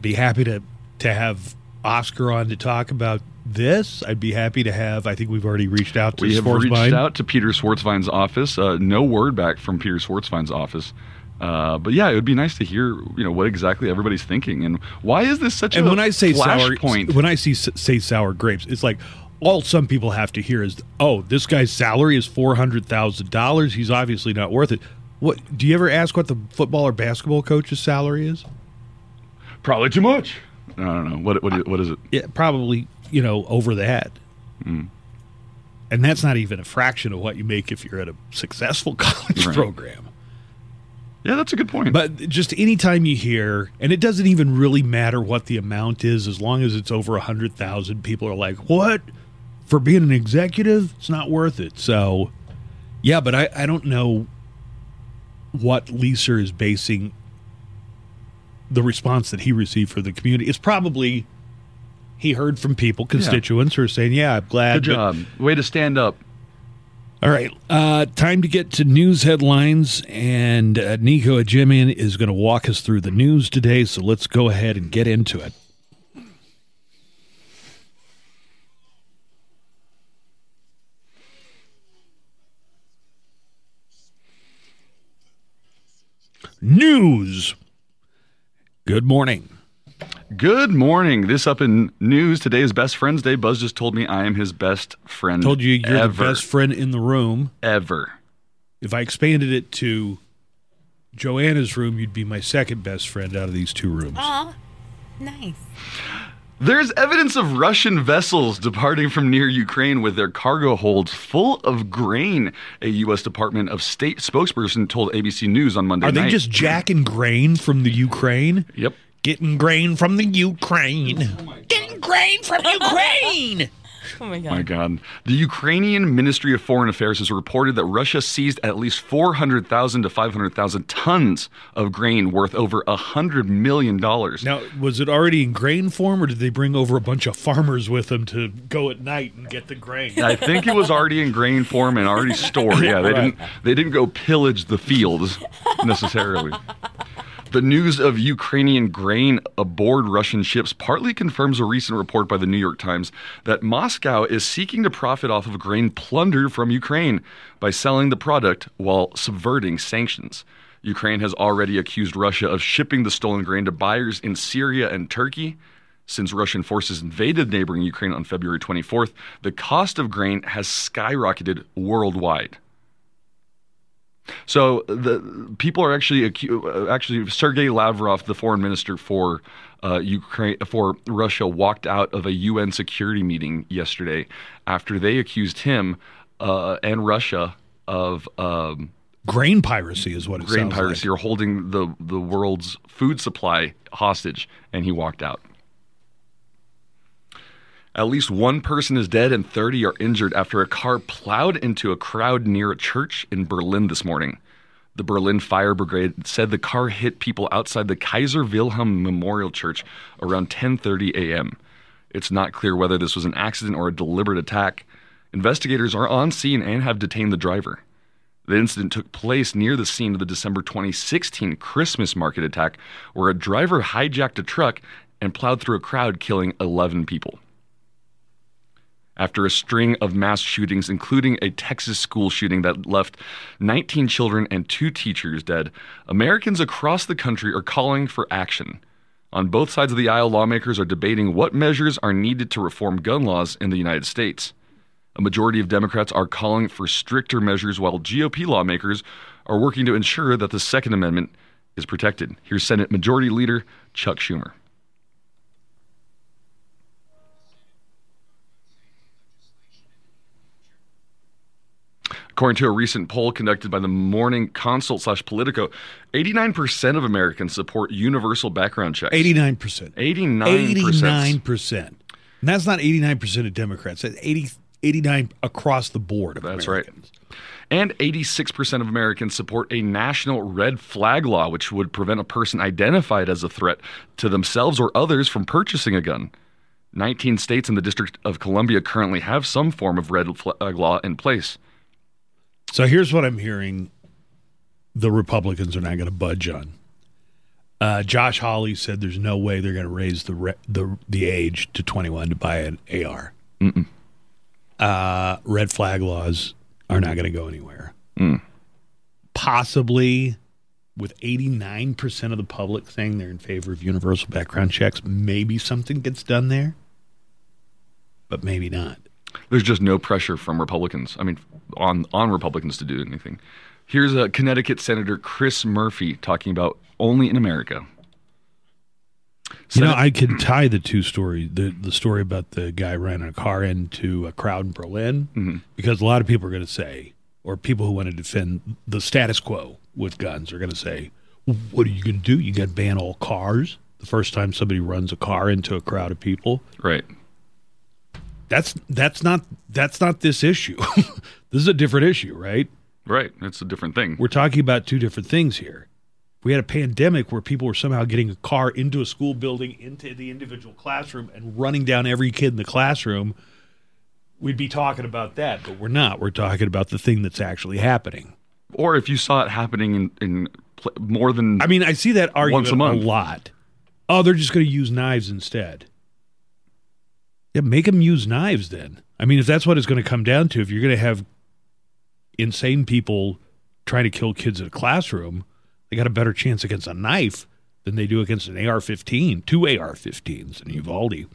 S2: be happy to, to have Oscar on to talk about this. I'd be happy to have, I think we've already reached out to
S3: We have reached
S2: Schwarzbein.
S3: out to Peter Schwartzwein's office. Uh, no word back from Peter Schwartzwein's office. Uh, but yeah, it would be nice to hear, you know, what exactly everybody's thinking and why is this such
S2: and
S3: a
S2: when I say sour,
S3: flashpoint?
S2: when I see s- say sour grapes, it's like all some people have to hear is, "Oh, this guy's salary is four hundred thousand dollars. He's obviously not worth it." What do you ever ask what the football or basketball coach's salary is?
S3: Probably too much. I don't know what what, what is it?
S2: Yeah, probably you know over that,
S3: Hmm.
S2: and that's not even a fraction of what you make if you're at a successful college
S3: Right.
S2: program.
S3: Yeah, that's a good point.
S2: But just anytime you hear, and it doesn't even really matter what the amount is, as long as it's over a hundred thousand, people are like, "What? For being an executive, it's not worth it." So, yeah, but I, I don't know what Leaser is basing the response that he received for the community. It's probably he heard from people, constituents, who are saying, "Yeah, I'm glad."
S3: Good
S2: but-
S3: job. Way to stand up.
S2: all right, uh, time to get to news headlines, and uh, Nico Ajimian is going to walk us through the news today. So let's go ahead and get into it. News. Good morning.
S3: Good morning. This up in news today is Best Friends Day. Buzz just told me I am his best friend.
S2: Told you you're
S3: ever,
S2: the best friend in the room.
S3: ever.
S2: If I expanded it to Joanna's room, you'd be my second best friend out of these two rooms.
S4: Aw, nice.
S3: There's evidence of Russian vessels departing from near Ukraine with their cargo holds full of grain, a U.S. Department of State spokesperson told ABC News on Monday
S2: Are they
S3: night.
S2: just jacking grain from the Ukraine?
S3: Yep.
S2: Getting grain from the Ukraine.
S3: Oh
S2: Getting grain from Ukraine.
S4: Oh my
S3: My
S4: god.
S3: God. The Ukrainian Ministry of Foreign Affairs has reported that Russia seized at least 400,000 to 500,000 tons of grain worth over $100 million.
S2: now, was it already in grain form, or did they bring over a bunch of farmers with them to go at night and get the grain?
S3: I think it was already in grain form and already stored. Yeah, they
S2: Right.
S3: didn't they didn't go pillage the fields necessarily. The news of Ukrainian grain aboard Russian ships partly confirms a recent report by the New York Times that Moscow is seeking to profit off of grain plunder from Ukraine by selling the product while subverting sanctions. Ukraine has already accused Russia of shipping the stolen grain to buyers in Syria and Turkey. Since Russian forces invaded neighboring Ukraine on February 24th, the cost of grain has skyrocketed worldwide. So the people are actually acu- uh, actually Sergei Lavrov, the foreign minister for uh, Ukraine for Russia, walked out of a UN security meeting yesterday after they accused him uh, and Russia of um,
S2: grain piracy is what it
S3: grain
S2: sounds like.
S3: piracy or holding the the world's food supply hostage, and he walked out. At least one person is dead and 30 are injured after a car plowed into a crowd near a church in Berlin this morning. The Berlin Fire Brigade said the car hit people outside the Kaiser Wilhelm Memorial Church around 10:30 a.m. It's not clear whether this was an accident or a deliberate attack. Investigators are on scene and have detained the driver. The incident took place near the scene of the December 2016 Christmas market attack, where a driver hijacked a truck and plowed through a crowd, killing 11 people. After a string of mass shootings, including a Texas school shooting that left 19 children and two teachers dead, Americans across the country are calling for action. On both sides of the aisle, lawmakers are debating what measures are needed to reform gun laws in the United States. A majority of Democrats are calling for stricter measures, while GOP lawmakers are working to ensure that the Second Amendment is protected. Here's Senate Majority Leader Chuck Schumer. According to a recent poll conducted by the Morning Consult slash Politico, 89% of Americans support universal background checks.
S2: 89 percent.
S3: 89%.
S2: 89 percent. And that's not 89 percent of Democrats. That's 80, 89 across the board. Of
S3: That's
S2: Americans.
S3: right. And 86% of Americans support a national red flag law, which would prevent a person identified as a threat to themselves or others from purchasing a gun. 19 states and the District of Columbia currently have some form of red flag law in place.
S2: So here's what I'm hearing the Republicans are not going to budge on. Uh, Josh Hawley said there's no way they're going to raise the, re- the the age to 21 to buy an AR.
S3: Mm-mm.
S2: Uh, red flag laws are not going to go anywhere.
S3: Mm.
S2: Possibly with 89% of the public saying they're in favor of universal background checks, maybe something gets done there, but maybe not.
S3: There's just no pressure from Republicans. I mean, on on Republicans to do anything. Here's a Connecticut Senator Chris Murphy talking about only in America.
S2: You know, I could tie the two story the the story about the guy ran a car into a crowd in Berlin because a lot of people are going to say, or people who want to defend the status quo with guns are going to say, "What are you going to do? You got to ban all cars." The first time somebody runs a car into a crowd of people,
S3: Right.
S2: that's that's not that's not this issue. this is a different issue, right?
S3: Right. It's a different thing.
S2: We're talking about two different things here. We had a pandemic where people were somehow getting a car into a school building, into the individual classroom, and running down every kid in the classroom. We'd be talking about that, but we're not. We're talking about the thing that's actually happening.
S3: Or if you saw it happening in, in pl- more than
S2: I mean, I see that argument
S3: Once a month.
S2: lot. Oh, they're just going to use knives instead. Yeah, make them use knives then. I mean, if that's what it's going to come down to, if you're going to have insane people trying to kill kids in a classroom, they got a better chance against a knife than they do against an AR 15, two AR 15s in Uvalde.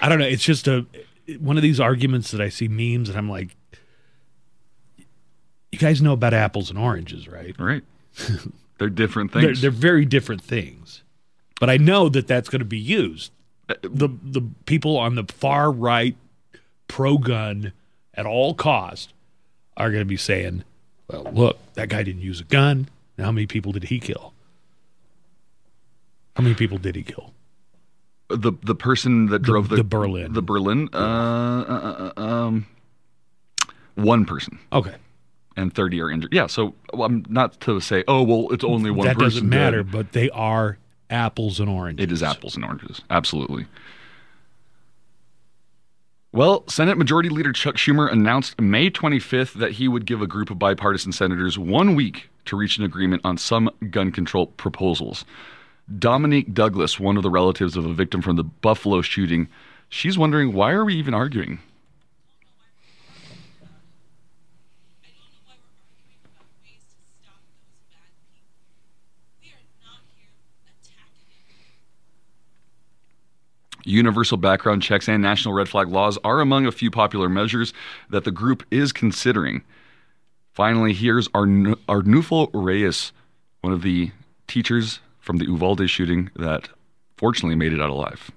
S2: I don't know. It's just a one of these arguments that I see memes, and I'm like, you guys know about apples and oranges, right?
S3: right. They're different
S2: They're,
S3: things.
S2: they're very different things. But I know that that's going to be used.
S3: Uh,
S2: The the people on the far right, pro gun, at all cost, are going to be saying, "Well, look, that guy didn't use a gun. Now, how many people did he kill? How many people did he kill?
S3: the the person that drove the
S2: the Berlin.
S3: the Berlin uh, uh, uh, um one person
S2: Okay,
S3: and 30 are injured. Yeah, so well, I'm not to say oh well it's only one
S2: that
S3: person.
S2: doesn't matter,
S3: dead.
S2: but they are apples and oranges.
S3: It is apples and oranges. Absolutely. Well, Senate Majority Leader Chuck Schumer announced May 25th that he would give a group of bipartisan senators one week to reach an agreement on some gun control proposals. Dominique Douglas, one of the relatives of a victim from the Buffalo shooting, she's wondering why are we even arguing? Universal background checks and national red flag laws are among a few popular measures that the group is considering. Finally, here's Ar- Arnulfo Reyes, one of the teachers from the Uvalde shooting that fortunately made it out alive.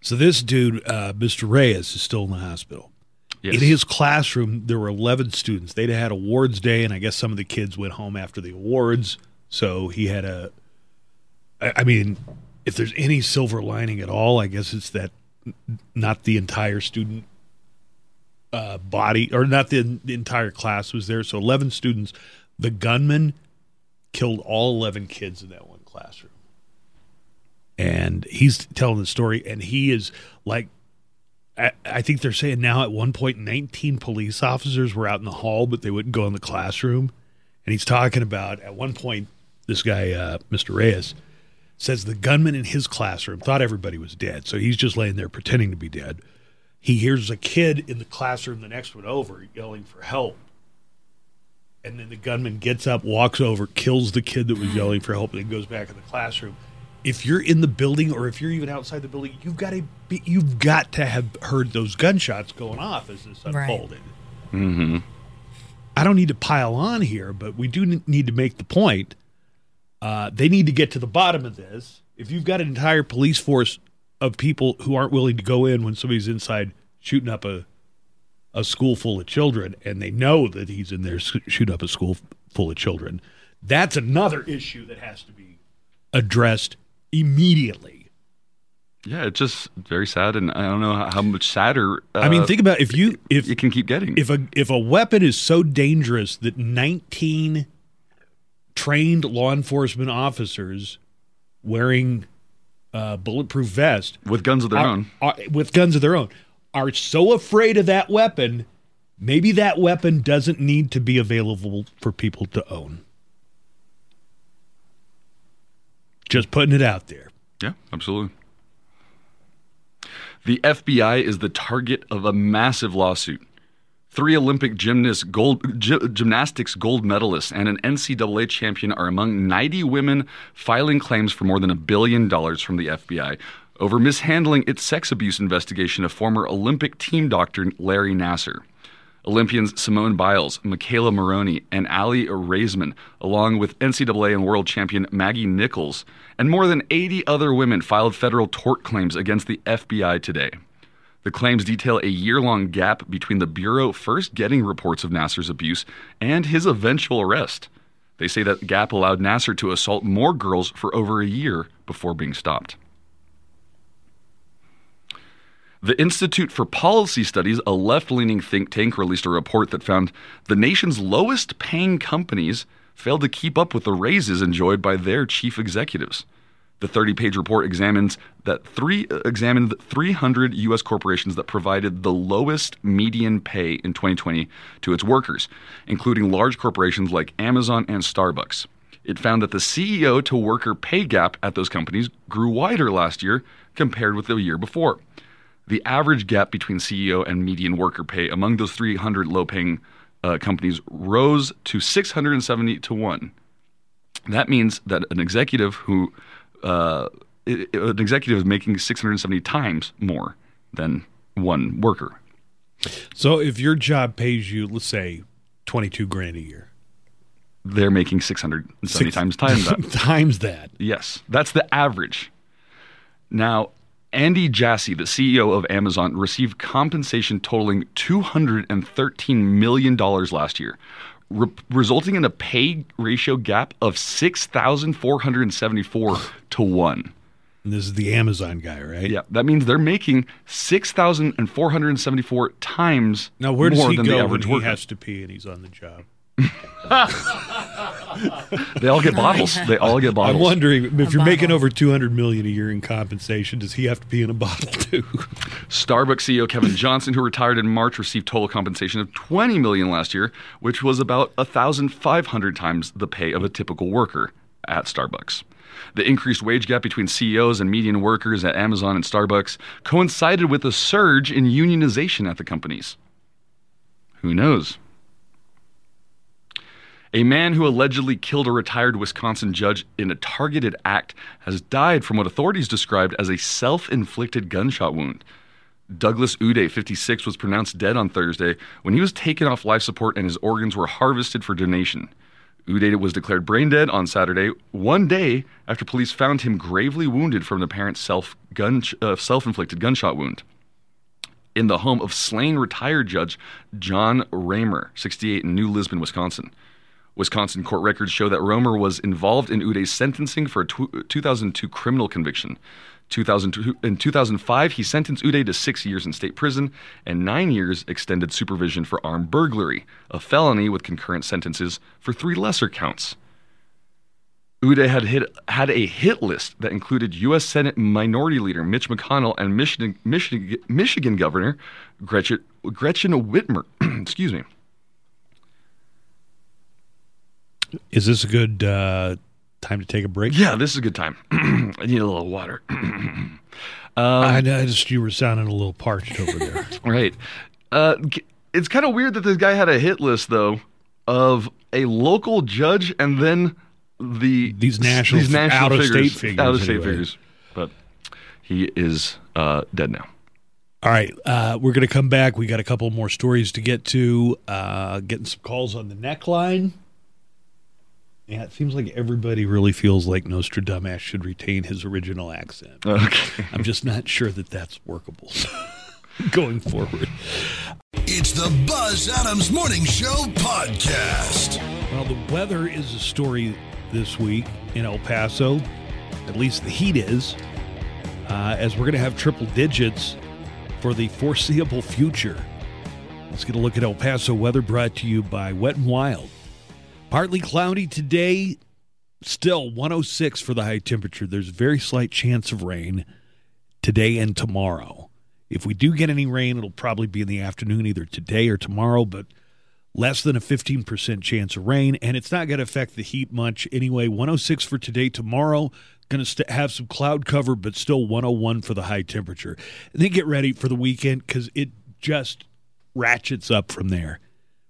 S2: So this dude, uh, Mr. Reyes, is still in the hospital.
S3: Yes.
S2: In his classroom, there were 11 students. They'd had awards day, and I guess some of the kids went home after the awards. So he had a. I I mean, if there's any silver lining at all, I guess it's that n- not the entire student uh, body or not the, the entire class was there. So 11 students. The gunman killed all 11 kids in that one classroom. And he's telling the story, and he is like I, I think they're saying now at one point 19 police officers were out in the hall, but they wouldn't go in the classroom. And he's talking about at one point, this guy, uh, Mr. Reyes, says the gunman in his classroom thought everybody was dead. So he's just laying there pretending to be dead. He hears a kid in the classroom the next one over yelling for help. And then the gunman gets up, walks over, kills the kid that was yelling for help, and then goes back in the classroom. If you're in the building or if you're even outside the building, you've got to be, you've got to have heard those gunshots going off as this
S4: Right.
S2: unfolded.
S3: Mm-hmm.
S2: I don't need to pile on here, but we do n- need to make the point Uh, they need to get to the bottom of this. If you've got an entire police force of people who aren't willing to go in when somebody's inside shooting up a a school full of children, and they know that he's in there s- shooting up a school f- full of children, that's another issue that has to be addressed immediately.
S3: Yeah, it's just very sad, and I don't know how, how much sadder. Uh,
S2: I mean, think about if you if
S3: it can keep getting.
S2: if a if a weapon is so dangerous that 19 trained law enforcement officers wearing uh, bulletproof vest
S3: with guns of their
S2: are-
S3: own.
S2: are- with guns of their own are so afraid of that weapon maybe that weapon doesn't need to be available for people to own just putting it out there
S3: Yeah, absolutely. The FBI is the target of a massive lawsuit. Three Olympic gymnasts, gold, gy- gymnastics gold medalists and an NCAA champion are among 90 women filing claims for more than a billion dollars from the FBI over mishandling its sex abuse investigation of former Olympic team doctor Larry Nasser. Olympians Simone Biles, Michaela Maroney, and Ali Raisman, along with NCAA and world champion Maggie Nichols, and more than 80 other women filed federal tort claims against the FBI today. The claims detail a year long gap between the Bureau first getting reports of Nasser's abuse and his eventual arrest. They say that gap allowed Nasser to assault more girls for over a year before being stopped. The Institute for Policy Studies, a left leaning think tank, released a report that found the nation's lowest paying companies failed to keep up with the raises enjoyed by their chief executives. The 30 page report examines that three, uh, examined 300 U.S. corporations that provided the lowest median pay in 2020 to its workers, including large corporations like Amazon and Starbucks. It found that the CEO to worker pay gap at those companies grew wider last year compared with the year before the average gap between CEO and median worker pay among those 300 low paying uh, companies rose to 670 to 1. That means that an executive who uh, i- i- an executive is making 670 times more than one worker.
S2: so if your job pays you let's say 22 grand a year
S3: They're making 670
S2: six-
S3: times times that.
S2: times that
S3: Yes, that's the average. Now, Andy Jassy, the CEO of Amazon, received compensation totaling $213 million last year, re- resulting in a pay ratio gap of 6,474 to 1.
S2: and this is the amazon guy right
S3: Yeah, that means they're making 6,474 times
S2: Now, where does
S3: more
S2: he
S3: than the
S2: go when
S3: average
S2: he
S3: worker.
S2: has to pee and he's on the job?
S3: They all get bottles. They all get bottles.
S2: I'm wondering if you're making
S4: bottle.
S2: over 200 million a year in compensation, does he have to pee in a bottle too?
S3: Starbucks CEO Kevin Johnson, who retired in March, received total compensation of 20 million last year, which was about 1,500 times the pay of a typical worker at Starbucks. The increased wage gap between CEOs and median workers at Amazon and Starbucks coincided with a surge in unionization at the companies. Who knows? A man who allegedly killed a retired Wisconsin judge in a targeted act has died from what authorities described as a self inflicted gunshot wound. Douglas Uday, 56, was pronounced dead on Thursday when he was taken off life support and his organs were harvested for donation. Uday was declared brain dead on Saturday, one day after police found him gravely wounded from an apparent self gun uh, self-inflicted gunshot wound in the home of slain retired judge John Raymer, 68, in New Lisbon, Wisconsin. Wisconsin court records show that Romer was involved in Uday's sentencing for a tw- uh, 2002 criminal conviction. 2002, in 2005, he sentenced Uday to six years in state prison and nine years extended supervision for armed burglary, a felony with concurrent sentences for three lesser counts. Uday had hit had a hit list that included U.S. Senate Minority Leader Mitch McConnell and Michigan Michigan, Michigan Governor Gretchen Gretchen Whitmer. excuse me.
S2: Is this a good uh, time to take a break?
S3: Yeah, this is a good time. I need a little water.
S2: I noticed you were sounding a little parched over there.
S3: Right. Uh, g- it's kind of weird that this guy had a hit list though of a local judge and then the
S2: These national-
S3: these national
S2: out-of-state figures,
S3: out of state
S2: anyway.
S3: figures. But he is uh, dead now.
S2: All right, uh, we're going to come back. We got a couple more stories to get to. Uh, getting some calls on the neckline. Yeah, it seems like everybody really feels like Nostradamus should retain his original accent.
S3: Okay.
S2: I'm just not sure that that's workable going forward.
S1: It's the Buzz Adams Morning Show podcast.
S2: Well, the weather is a story this week in El Paso. At least the heat is, uh, as we're going to have triple digits for the foreseeable future. Let's get a look at El Paso weather brought to you by Wet and Wild. Partly cloudy today, still 106 for the high temperature. There's a very slight chance of rain today and tomorrow. If we do get any rain, it'll probably be in the afternoon, either today or tomorrow, but less than a 15% chance of rain, and it's not going to affect the heat much anyway. 106 for today, tomorrow, going to st- have some cloud cover, but still 101 for the high temperature. And then get ready for the weekend because it just ratchets up from there.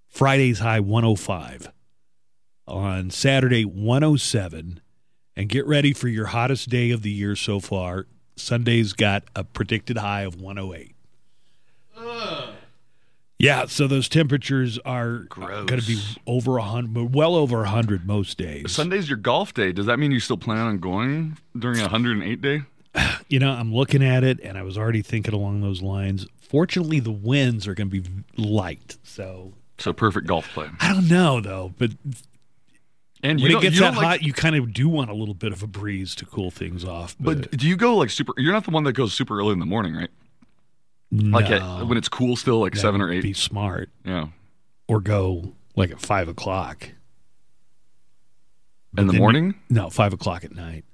S2: Friday's high 105. On Saturday, 107. And get ready for your hottest day of the year so far. Sunday's got a predicted high of 108. Yeah, so those temperatures are
S3: Gross.
S2: going to be over 100, well over 100 most days.
S3: Sunday's your golf day. Does that mean you still plan on going during a 108 day?
S2: you know, I'm looking at it and I was already thinking along those lines. Fortunately, the winds are going to be light. So
S3: So perfect golf play.
S2: I don't know, though. But
S3: And you
S2: when it
S3: don't-
S2: gets
S3: you don't
S2: that
S3: like-
S2: hot, you kind of do want a little bit of a breeze to cool things off. But,
S3: But do you go like super? You're not the one that goes super early in the morning, right? Like at, when it's cool still, like seven or eight.
S2: be smart
S3: yeah,
S2: or go like at five o'clock.
S3: in the
S2: Then-
S3: morning,
S2: No, five o'clock at night.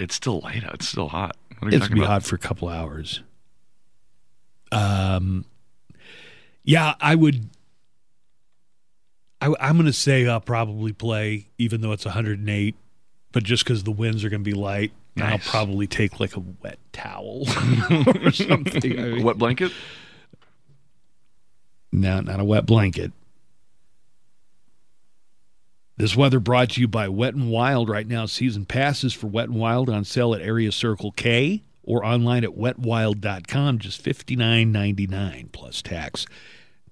S3: it's still light. out. It's still hot. What are you
S2: It's gonna
S3: talking
S2: be
S3: about?
S2: hot for a couple hours. Um, yeah, I would. I, am gonna say I'll probably play, even though it's 108, but just because the winds are gonna be light, and I'll
S3: Nice.
S2: probably take like a wet towel or something. I
S3: A
S2: mean,
S3: Wet blanket.
S2: no, not a wet blanket. This weather brought to you by Wet and Wild. Right now, season passes for Wet and Wild on sale at Area Circle K or online at wetwild.com, just $59.99 plus tax.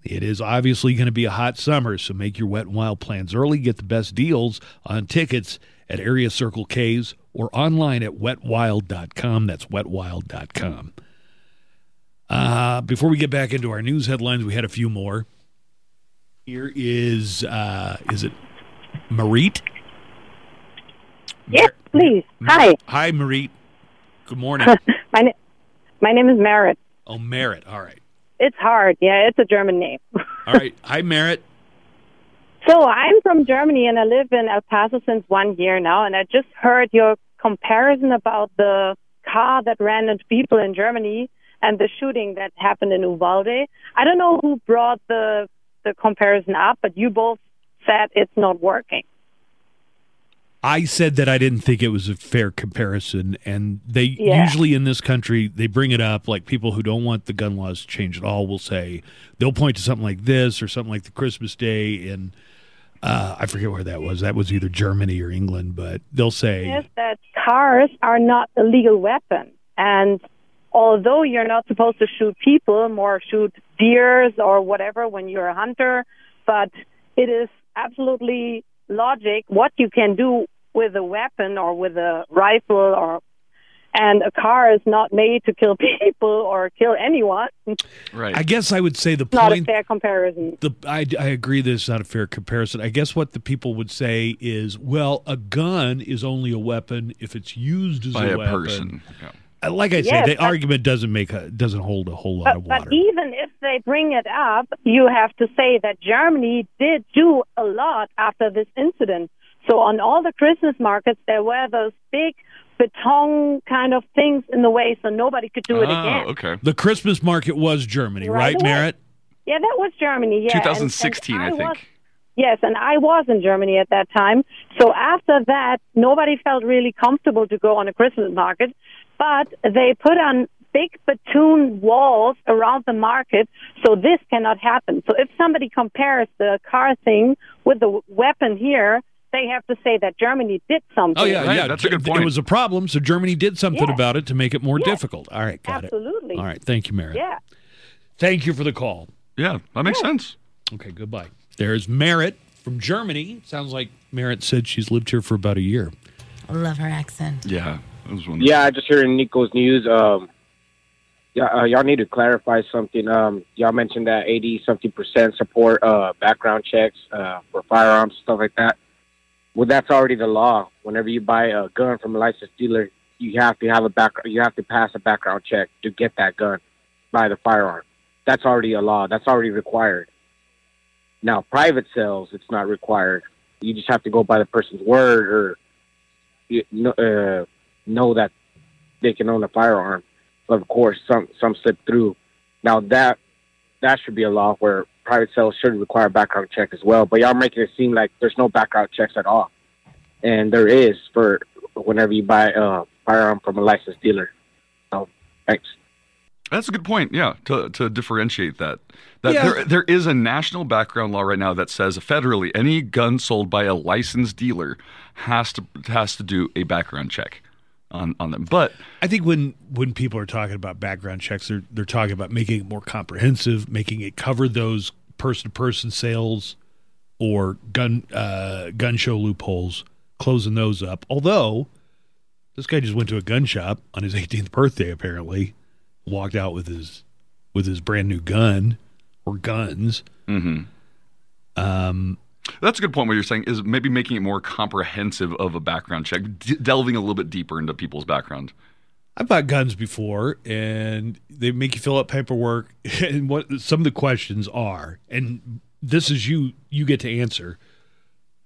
S2: It is obviously going to be a hot summer, so make your Wet and Wild plans early. Get the best deals on tickets at Area Circle K's or online at wetwild.com. That's wetwild.com. Uh, before we get back into our news headlines, we had a few more. Here is uh, is it Marit?
S10: Yes, please. Hi,
S2: Hi, Marit. Good morning.
S10: my na- my name is Merritt.
S2: oh, Merritt. All right,
S10: It's hard. Yeah, it's a German name.
S2: all right. Hi, Merritt.
S10: So I'm from Germany and I live in El Paso since one year now. And I just heard your comparison about the car that ran into people in Germany and the shooting that happened in Uvalde. I don't know who brought the the comparison up, but you both said it's not working.
S2: I said that I didn't think it was a fair comparison, and they
S10: Yeah.
S2: usually in this country they bring it up like people who don't want the gun laws changed at all will say they'll point to something like this or something like the Christmas Day in uh, I forget where that was. That was either Germany or England, but they'll say
S10: is that cars are not a legal weapon. And although you're not supposed to shoot people, more shoot deers or whatever when you're a hunter, but it is absolutely logic what you can do with a weapon or with a rifle or and a car is not made to kill people or kill anyone. It's
S3: Right.
S2: I guess I would say the
S10: not a
S2: point.
S10: fair comparison.
S2: The I, I agree that it's not a fair comparison. I guess what the people would say is, well, a gun is only a weapon if it's used as
S3: by
S2: a,
S3: a
S2: weapon.
S3: person. Yeah.
S2: Uh, Like I
S10: Yes,
S2: say, the
S10: but-
S2: argument doesn't make a, doesn't hold a whole lot of
S10: But,
S2: water.
S10: but even if they bring it up, you have to say that Germany did do a lot after this incident. So on all the Christmas markets, there were those big beton kind of things in the way, so nobody could do it again.
S3: Oh, okay.
S2: the Christmas market was Germany, right,
S10: Right away.
S2: Merritt?
S10: Yeah, that was Germany. Yeah, And- and
S3: 2016, I
S10: was-
S3: think.
S10: yes, and I was in Germany at that time. So after that, nobody felt really comfortable to go on a Christmas market, but they put on big platoon walls around the market, so this cannot happen. So if somebody compares the car thing with the w- weapon here, they have to say that Germany did something.
S2: Oh yeah,
S3: Right,
S2: yeah.
S3: that's a good
S2: Ge- It
S3: point.
S2: was a problem, so Germany did something
S10: Yeah.
S2: about it to make it more
S10: Yeah.
S2: difficult. All right, got
S10: Absolutely.
S2: it. All right, thank you, Merritt.
S10: Yeah.
S2: Thank you for the call.
S3: Yeah, that makes sense.
S2: Okay, goodbye. There's Merritt
S11: from Germany. Sounds like Merritt said she's lived here for about a year.
S4: I love her accent.
S3: Yeah, that was one.
S7: Yeah, I just heard in Nico's news. Um, yeah, uh, y'all need to clarify something. Um, y'all mentioned that eighty something percent support uh, background checks uh, for firearms stuff like that. Well, that's already the law. Whenever you buy a gun from a licensed dealer, you have to have a back. You have to pass a background check to get that gun, buy the firearm. That's already a law. That's already required. Now, private sales, it's not required. You just have to go by the person's word or you know, uh, know that they can own a firearm. But of course, some some slip through. Now that that should be a law where private sales should require a background check as well. But y'all making it seem like there's no background checks at all, and there is for whenever you buy a firearm from a licensed dealer. So, thanks.
S3: That's a good point. Yeah, to to differentiate that, that
S7: Yeah.
S3: there there is a national background law right now that says federally any gun sold by a licensed dealer has to has to do a background check on on them. But
S2: I think when when people are talking about background checks, they're they're talking about making it more comprehensive, making it cover those person to person sales or gun uh, gun show loopholes, closing those up. Although this guy just went to a gun shop on his 18th birthday, apparently, walked out with his with his brand new gun or guns.
S3: Mm-hmm.
S2: Um,
S3: That's a good point. What you're saying is maybe making it more comprehensive of a background check, d- delving a little bit deeper into people's background.
S2: I bought guns before, and they make you fill out paperwork. And what some of the questions are, and this is you you get to answer: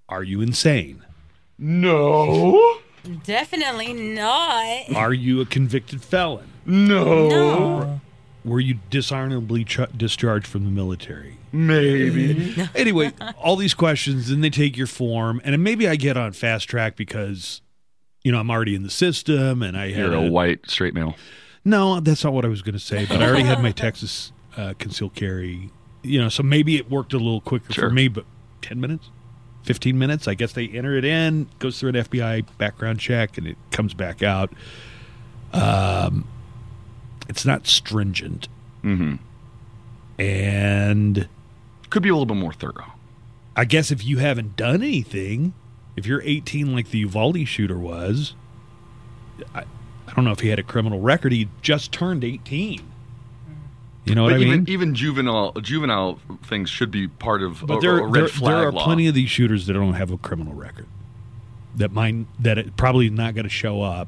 S2: Are you insane?
S12: No.
S4: Definitely not.
S2: Are you a convicted felon? Oh.
S12: No.
S4: No.
S2: Were you dishonorably ch- discharged from the military?
S12: Maybe.
S2: anyway, all these questions, then they take your form, and maybe I get on fast track because, you know, I'm already in the system, and I had
S3: You're a white straight male.
S2: No, that's not what I was going to say, but I already had my Texas uh, concealed carry, you know, so maybe it worked a little quicker
S3: Sure.
S2: for me, but 10 minutes, 15 minutes. I guess they enter it in, goes through an FBI background check, and it comes back out. Um, it's not stringent.
S3: Mm-hmm.
S2: And
S3: could be a little bit more thorough.
S2: I guess if you haven't done anything, if you're 18 like the Uvalde shooter was, I, I don't know if he had a criminal record. He just turned 18. You know what
S3: but
S2: I mean?
S3: even, even juvenile juvenile things should be part of a,
S2: But there,
S3: a red
S2: there,
S3: flag
S2: there are
S3: law.
S2: plenty of these shooters that don't have a criminal record. That mine that it probably not going to show up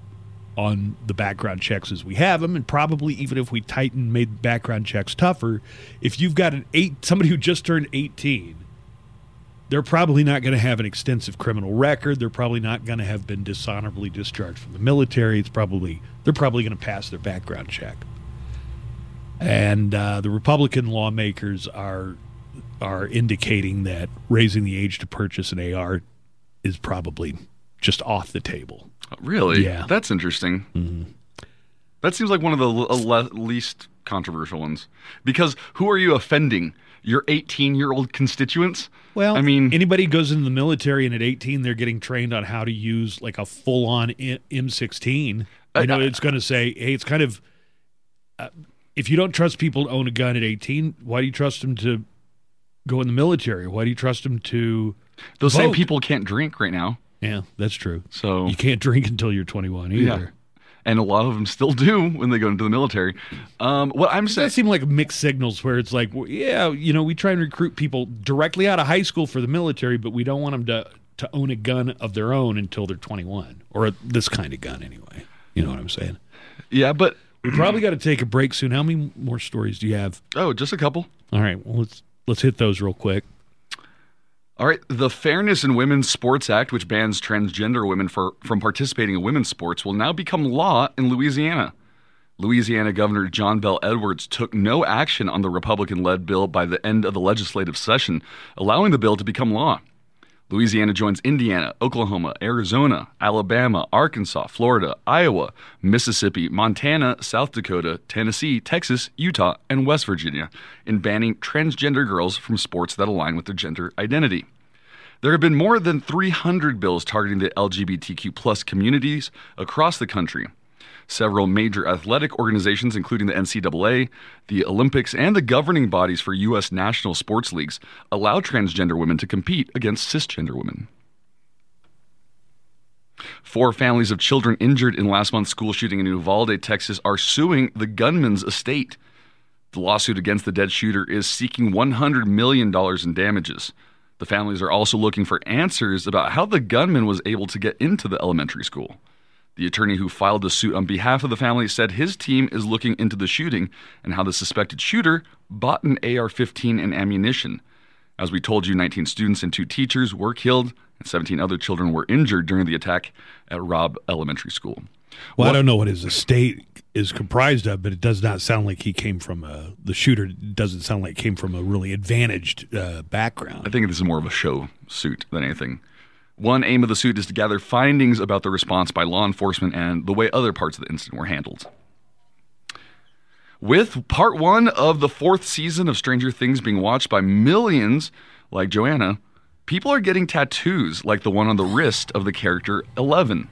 S2: on the background checks as we have them, and probably even if we tighten made background checks tougher, if you've got an eight somebody who just turned eighteen, they're probably not going to have an extensive criminal record. They're probably not going to have been dishonorably discharged from the military. It's probably they're probably going to pass their background check. And uh, the Republican lawmakers are are indicating that raising the age to purchase an AR is probably just off the table.
S3: Really?
S2: Yeah. Mm-hmm.
S3: That's interesting. That seems like one of the l- le- least controversial ones. Because who are you offending? Your 18 year old constituents?
S2: Well,
S3: I mean,
S2: anybody who goes into the military and at 18 they're getting trained on how to use like a full-on I- M16. You
S3: Uh,
S2: know, it's going to say, "Hey, it's kind of uh, if you don't trust people to own a gun at 18, why do you trust them to go in the military? Why do you trust them to
S3: those same
S2: vote?"
S3: people can't drink right now.
S2: Yeah, that's true.
S3: So
S2: you can't drink until you're 21 either.
S3: And a lot of them still do when they go into the military. Um, what I'm saying.
S2: That seem like mixed signals where it's like, well, yeah, you know, we try and recruit people directly out of high school for the military, but we don't want them to, to own a gun of their own until they're 21 or this kind of gun anyway. You know what I'm saying?
S3: Yeah, but
S2: we probably got to take a break soon. How many more stories do you have?
S3: Oh, just a couple.
S2: All right, well let's let's hit those real quick.
S3: All right, the Fairness in Women's Sports Act, which bans transgender women for, from participating in women's sports, will now become law in Louisiana. Louisiana Governor John Bell Edwards took no action on the Republican led bill by the end of the legislative session, allowing the bill to become law. Louisiana joins Indiana, Oklahoma, Arizona, Alabama, Arkansas, Florida, Iowa, Mississippi, Montana, South Dakota, Tennessee, Texas, Utah, and West Virginia in banning transgender girls from sports that align with their gender identity. There have been more than 300 bills targeting the LGBTQ plus communities across the country. Several major athletic organizations, including the NCAA, the Olympics, and the governing bodies for U.S. national sports leagues, allow transgender women to compete against cisgender women. Four families of children injured in last month's school shooting in Uvalde, Texas, are suing the gunman's estate. The lawsuit against the dead shooter is seeking $100 million in damages. The families are also looking for answers about how the gunman was able to get into the elementary school. The attorney who filed the suit on behalf of the family said his team is looking into the shooting and how the suspected shooter bought an AR 15 and ammunition. As we told you, 19 students and two teachers were killed, and 17 other children were injured during the attack at Robb Elementary School.
S2: Well, I don't know what his estate is comprised of, but it does not sound like he came from a. The shooter doesn't sound like came from a really advantaged uh, background.
S3: I think this is more of a show suit than anything. One aim of the suit is to gather findings about the response by law enforcement and the way other parts of the incident were handled. With part one of the fourth season of Stranger Things being watched by millions like Joanna, people are getting tattoos like the one on the wrist of the character Eleven.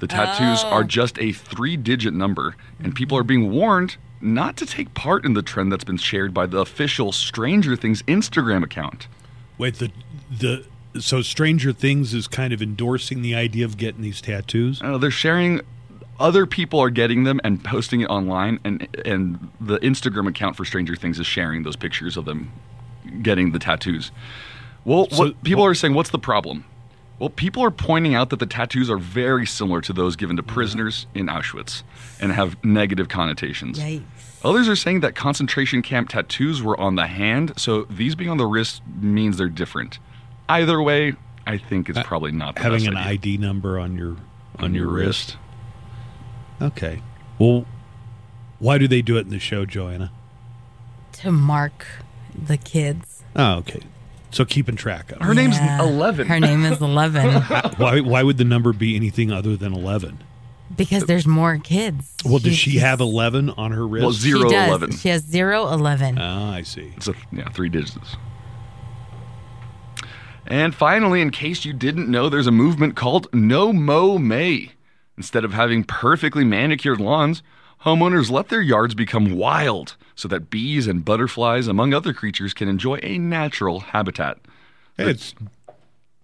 S3: The tattoos
S13: Oh.
S3: are just a three digit number, and people are being warned not to take part in the trend that's been shared by the official Stranger Things Instagram account.
S2: Wait, the the so Stranger Things is kind of endorsing the idea of getting these tattoos.
S3: Uh, they're sharing. Other people are getting them and posting it online, and and the Instagram account for Stranger Things is sharing those pictures of them getting the tattoos. Well, what, people are saying, what's the problem? Well, people are pointing out that the tattoos are very similar to those given to prisoners in Auschwitz and have negative connotations.
S13: Yikes.
S3: Others are saying that concentration camp tattoos were on the hand, so these being on the wrist means they're different. Either way, I think it's probably not the
S2: Uh, Having
S3: best
S2: an
S3: idea.
S2: ID number on your on,
S3: On
S2: your,
S3: your
S2: wrist. Okay. Well, why do they do it in the show, Joanna?
S4: to mark the kids.
S2: Oh, okay. So keeping track of. it.
S4: Yeah. Her name is Eleven
S2: why why would the number be anything other than 11?
S4: because there's more kids.
S2: Well, does she have 11 on her wrist?
S3: Well, zero
S4: she does.
S3: eleven.
S4: She has zero eleven.
S2: Ah, I see.
S3: It's a, yeah, three digits. And finally, in case you didn't know, there's a movement called No Mow May. Instead of having perfectly manicured lawns, homeowners let their yards become wild so that bees and butterflies, among other creatures, can enjoy a natural habitat.
S2: it's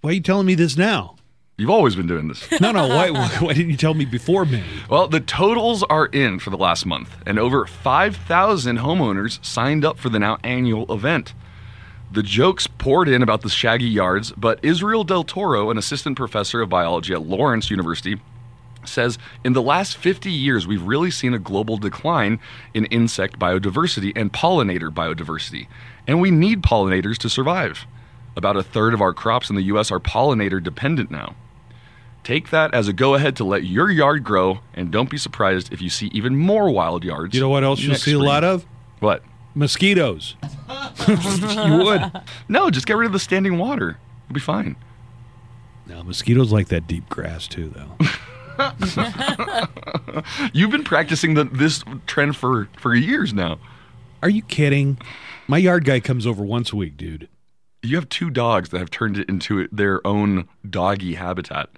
S2: Why are you telling me this now?
S3: You've always been doing this.
S2: No, no. Why, why didn't you tell me before me?
S3: Well, the totals are in for the last month, and over 5,000 homeowners signed up for the now annual event. The jokes poured in about the shaggy yards, but Israel Del Toro, an assistant professor of biology at Lawrence University, says in the last 50 years, we've really seen a global decline in insect biodiversity and pollinator biodiversity, and we need pollinators to survive. About a third of our crops in the U.S. are pollinator dependent now. Take that as a go ahead to let your yard grow, and don't be surprised if you see even more wild yards.
S2: You know what else you'll
S3: next
S2: see a lot
S3: spring.
S2: of?
S3: What?
S2: Mosquitoes.
S3: you would. No, just get rid of the standing water. You'll be fine.
S2: No, mosquitoes like that deep grass too, though.
S3: You've been practicing the, this trend for, for years now.
S2: Are you kidding? My yard guy comes over once a week, dude.
S3: You have two dogs that have turned it into their own doggy habitat.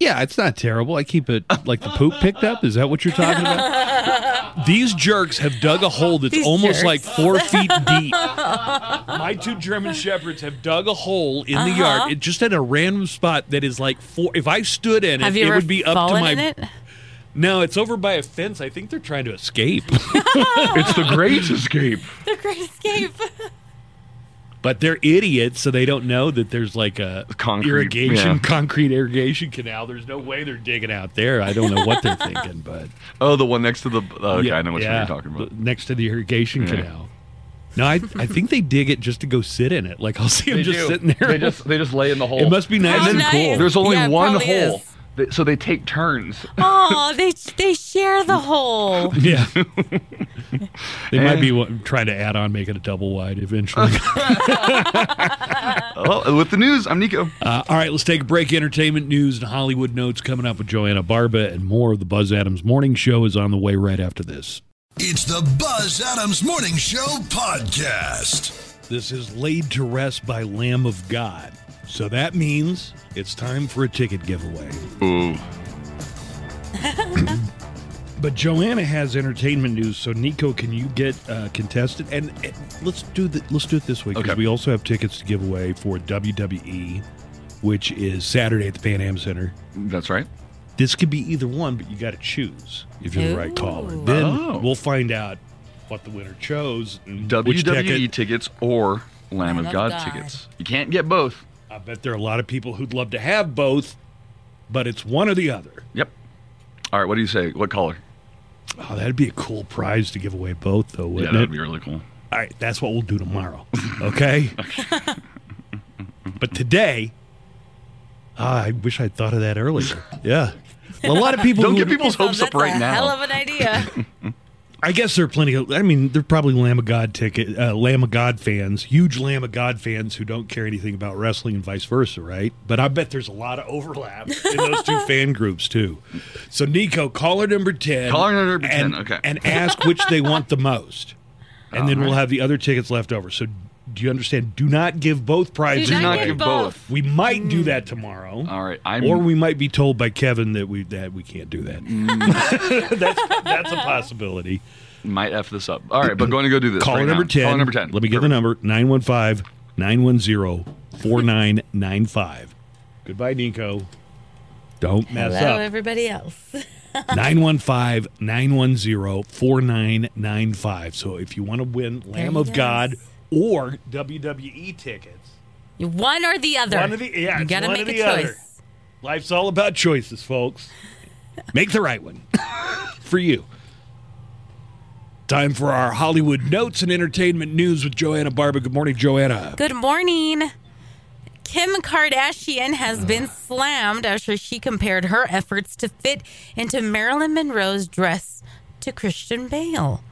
S2: Yeah, it's not terrible. I keep it like the poop picked up. Is that what you're talking about? These jerks have dug a hole that's
S13: These
S2: almost
S13: jerks.
S2: like four feet deep. My two German shepherds have dug a hole in the
S13: Uh-huh.
S2: yard, it, just at a random spot that is like four. If I stood in it,
S4: Have you
S2: it
S4: ever
S2: would be up to
S4: fallen
S2: my.
S4: in it?
S2: No, it's over by a fence. I think they're trying to escape.
S3: it's the great escape.
S4: The Great Escape.
S2: But they're idiots, so they don't know that there's like a
S3: concrete,
S2: irrigation,
S3: yeah.
S2: concrete irrigation canal. There's no way they're digging out there. I don't know what they're thinking, but
S3: Oh, the one next to the. Oh, okay,
S2: Yeah,
S3: I know what
S2: yeah,
S3: you're talking about.
S2: next to the irrigation
S3: Yeah.
S2: canal. No, I, I think they dig it just to go sit in it. Like I'll see them
S3: They
S2: just
S3: do.
S2: sitting there.
S3: They just they just lay in the hole.
S2: It must be nice and cool.
S3: There's only
S2: Yeah, it
S3: one
S2: probably is.
S3: hole, They- so they take turns.
S4: oh, they they share the hole.
S2: Yeah. They might
S3: And-
S2: be wa- trying to add on, make it a double wide eventually.
S3: oh, with the news, I'm Nico.
S2: Uh, all right, let's take a break. Entertainment news and Hollywood notes coming up with Joanna Barba and more of the Buzz Adams Morning Show is on the way right after this.
S1: It's the Buzz Adams Morning Show podcast.
S2: This is laid to rest by Lamb of God. So that means it's time for a ticket giveaway.
S3: Ooh.
S2: But Joanna has entertainment news, so Nico, can you get uh, contested? And uh, let's do the, let's do it this way because
S3: Okay.
S2: we also have tickets to give away for WWE, which is Saturday at the Pan Am Center.
S3: That's right.
S2: This could be either one, but you got to choose if you're the right caller.
S3: Ooh.
S2: Then
S3: Oh.
S2: we'll find out what the winner chose. and which
S3: WWE
S2: ticket.
S3: E tickets or Lamb of God, tickets. You can't get both.
S2: I bet there are a lot of people who'd love to have both, but it's one or the other.
S3: Yep. All right. What do you say? What color?
S2: Oh, that'd be a cool prize to give away both, though,
S3: Yeah,
S2: wouldn't
S3: that'd
S2: it?
S3: be really cool.
S2: All right, that's what we'll do tomorrow. Okay. but today, ah, I wish I'd thought of that earlier. Yeah. A lot of people
S3: Don't
S2: who-
S3: get people's hopes
S4: That's
S3: up right
S4: a
S3: now.
S4: hell of an idea.
S2: I guess there are plenty of. I mean, there are probably Lamb of God ticket, uh, Lamb of God fans, huge Lamb of God fans who don't care anything about wrestling and vice versa, right? But I bet there's a lot of overlap in those two fan groups too. So Nico, caller number ten,
S3: Caller number
S2: and,
S3: 10, okay.
S2: and ask which they want the most, and then
S3: All
S2: we'll
S3: right.
S2: have the other tickets left over. So do you understand? Do not give both prizes.
S3: Do not
S2: away.
S3: give both.
S2: We might do that tomorrow.
S3: All right. I'm.
S2: or we might be told by Kevin that we that we can't do that.
S3: Mm.
S2: that's that's a possibility.
S3: might f this up. All right, but going to go do this.
S2: Caller
S3: right
S2: number
S3: now.
S2: 10.
S3: Caller number ten.
S2: Let me get the number 915 910 4995. Goodbye, Nico. Don't mess
S4: Hello,
S2: up.
S4: everybody else.
S2: 915 910 4995. So if you want to win Lamb
S4: he
S2: of
S4: goes.
S2: God or WWE tickets,
S4: One or the other.
S2: One or the- yeah,
S4: you
S2: it's
S4: gotta
S2: one or
S4: make a
S2: the other.
S4: choice.
S2: life's all about choices, folks. Make the right one for you. Time for our Hollywood notes and entertainment news with Joanna Barber. Good morning, Joanna.
S4: Good morning. Kim Kardashian has been slammed after she compared her efforts to fit into Marilyn Monroe's dress to Christian Bale.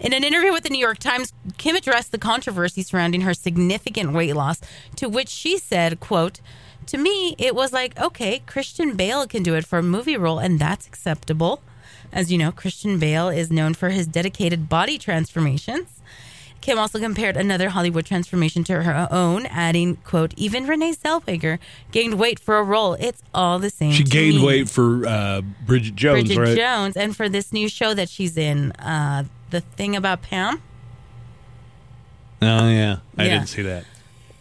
S4: In an interview with the New York Times, Kim addressed the controversy surrounding her significant weight loss, to which she said, quote, "To me, it was like, okay, Christian Bale can do it for a movie role and that's acceptable." As you know, Christian Bale is known for his dedicated body transformations. Kim also compared another Hollywood transformation to her own, adding, quote, even Renee Zellweger gained weight for a role. It's all the same.
S2: She
S4: to
S2: gained
S4: me."
S2: weight for uh, Bridget Jones,
S4: Bridget
S2: right?
S4: Jones, and for this new show that she's in, uh, The Thing About Pam.
S2: Oh yeah, I
S4: Yeah.
S2: didn't see that.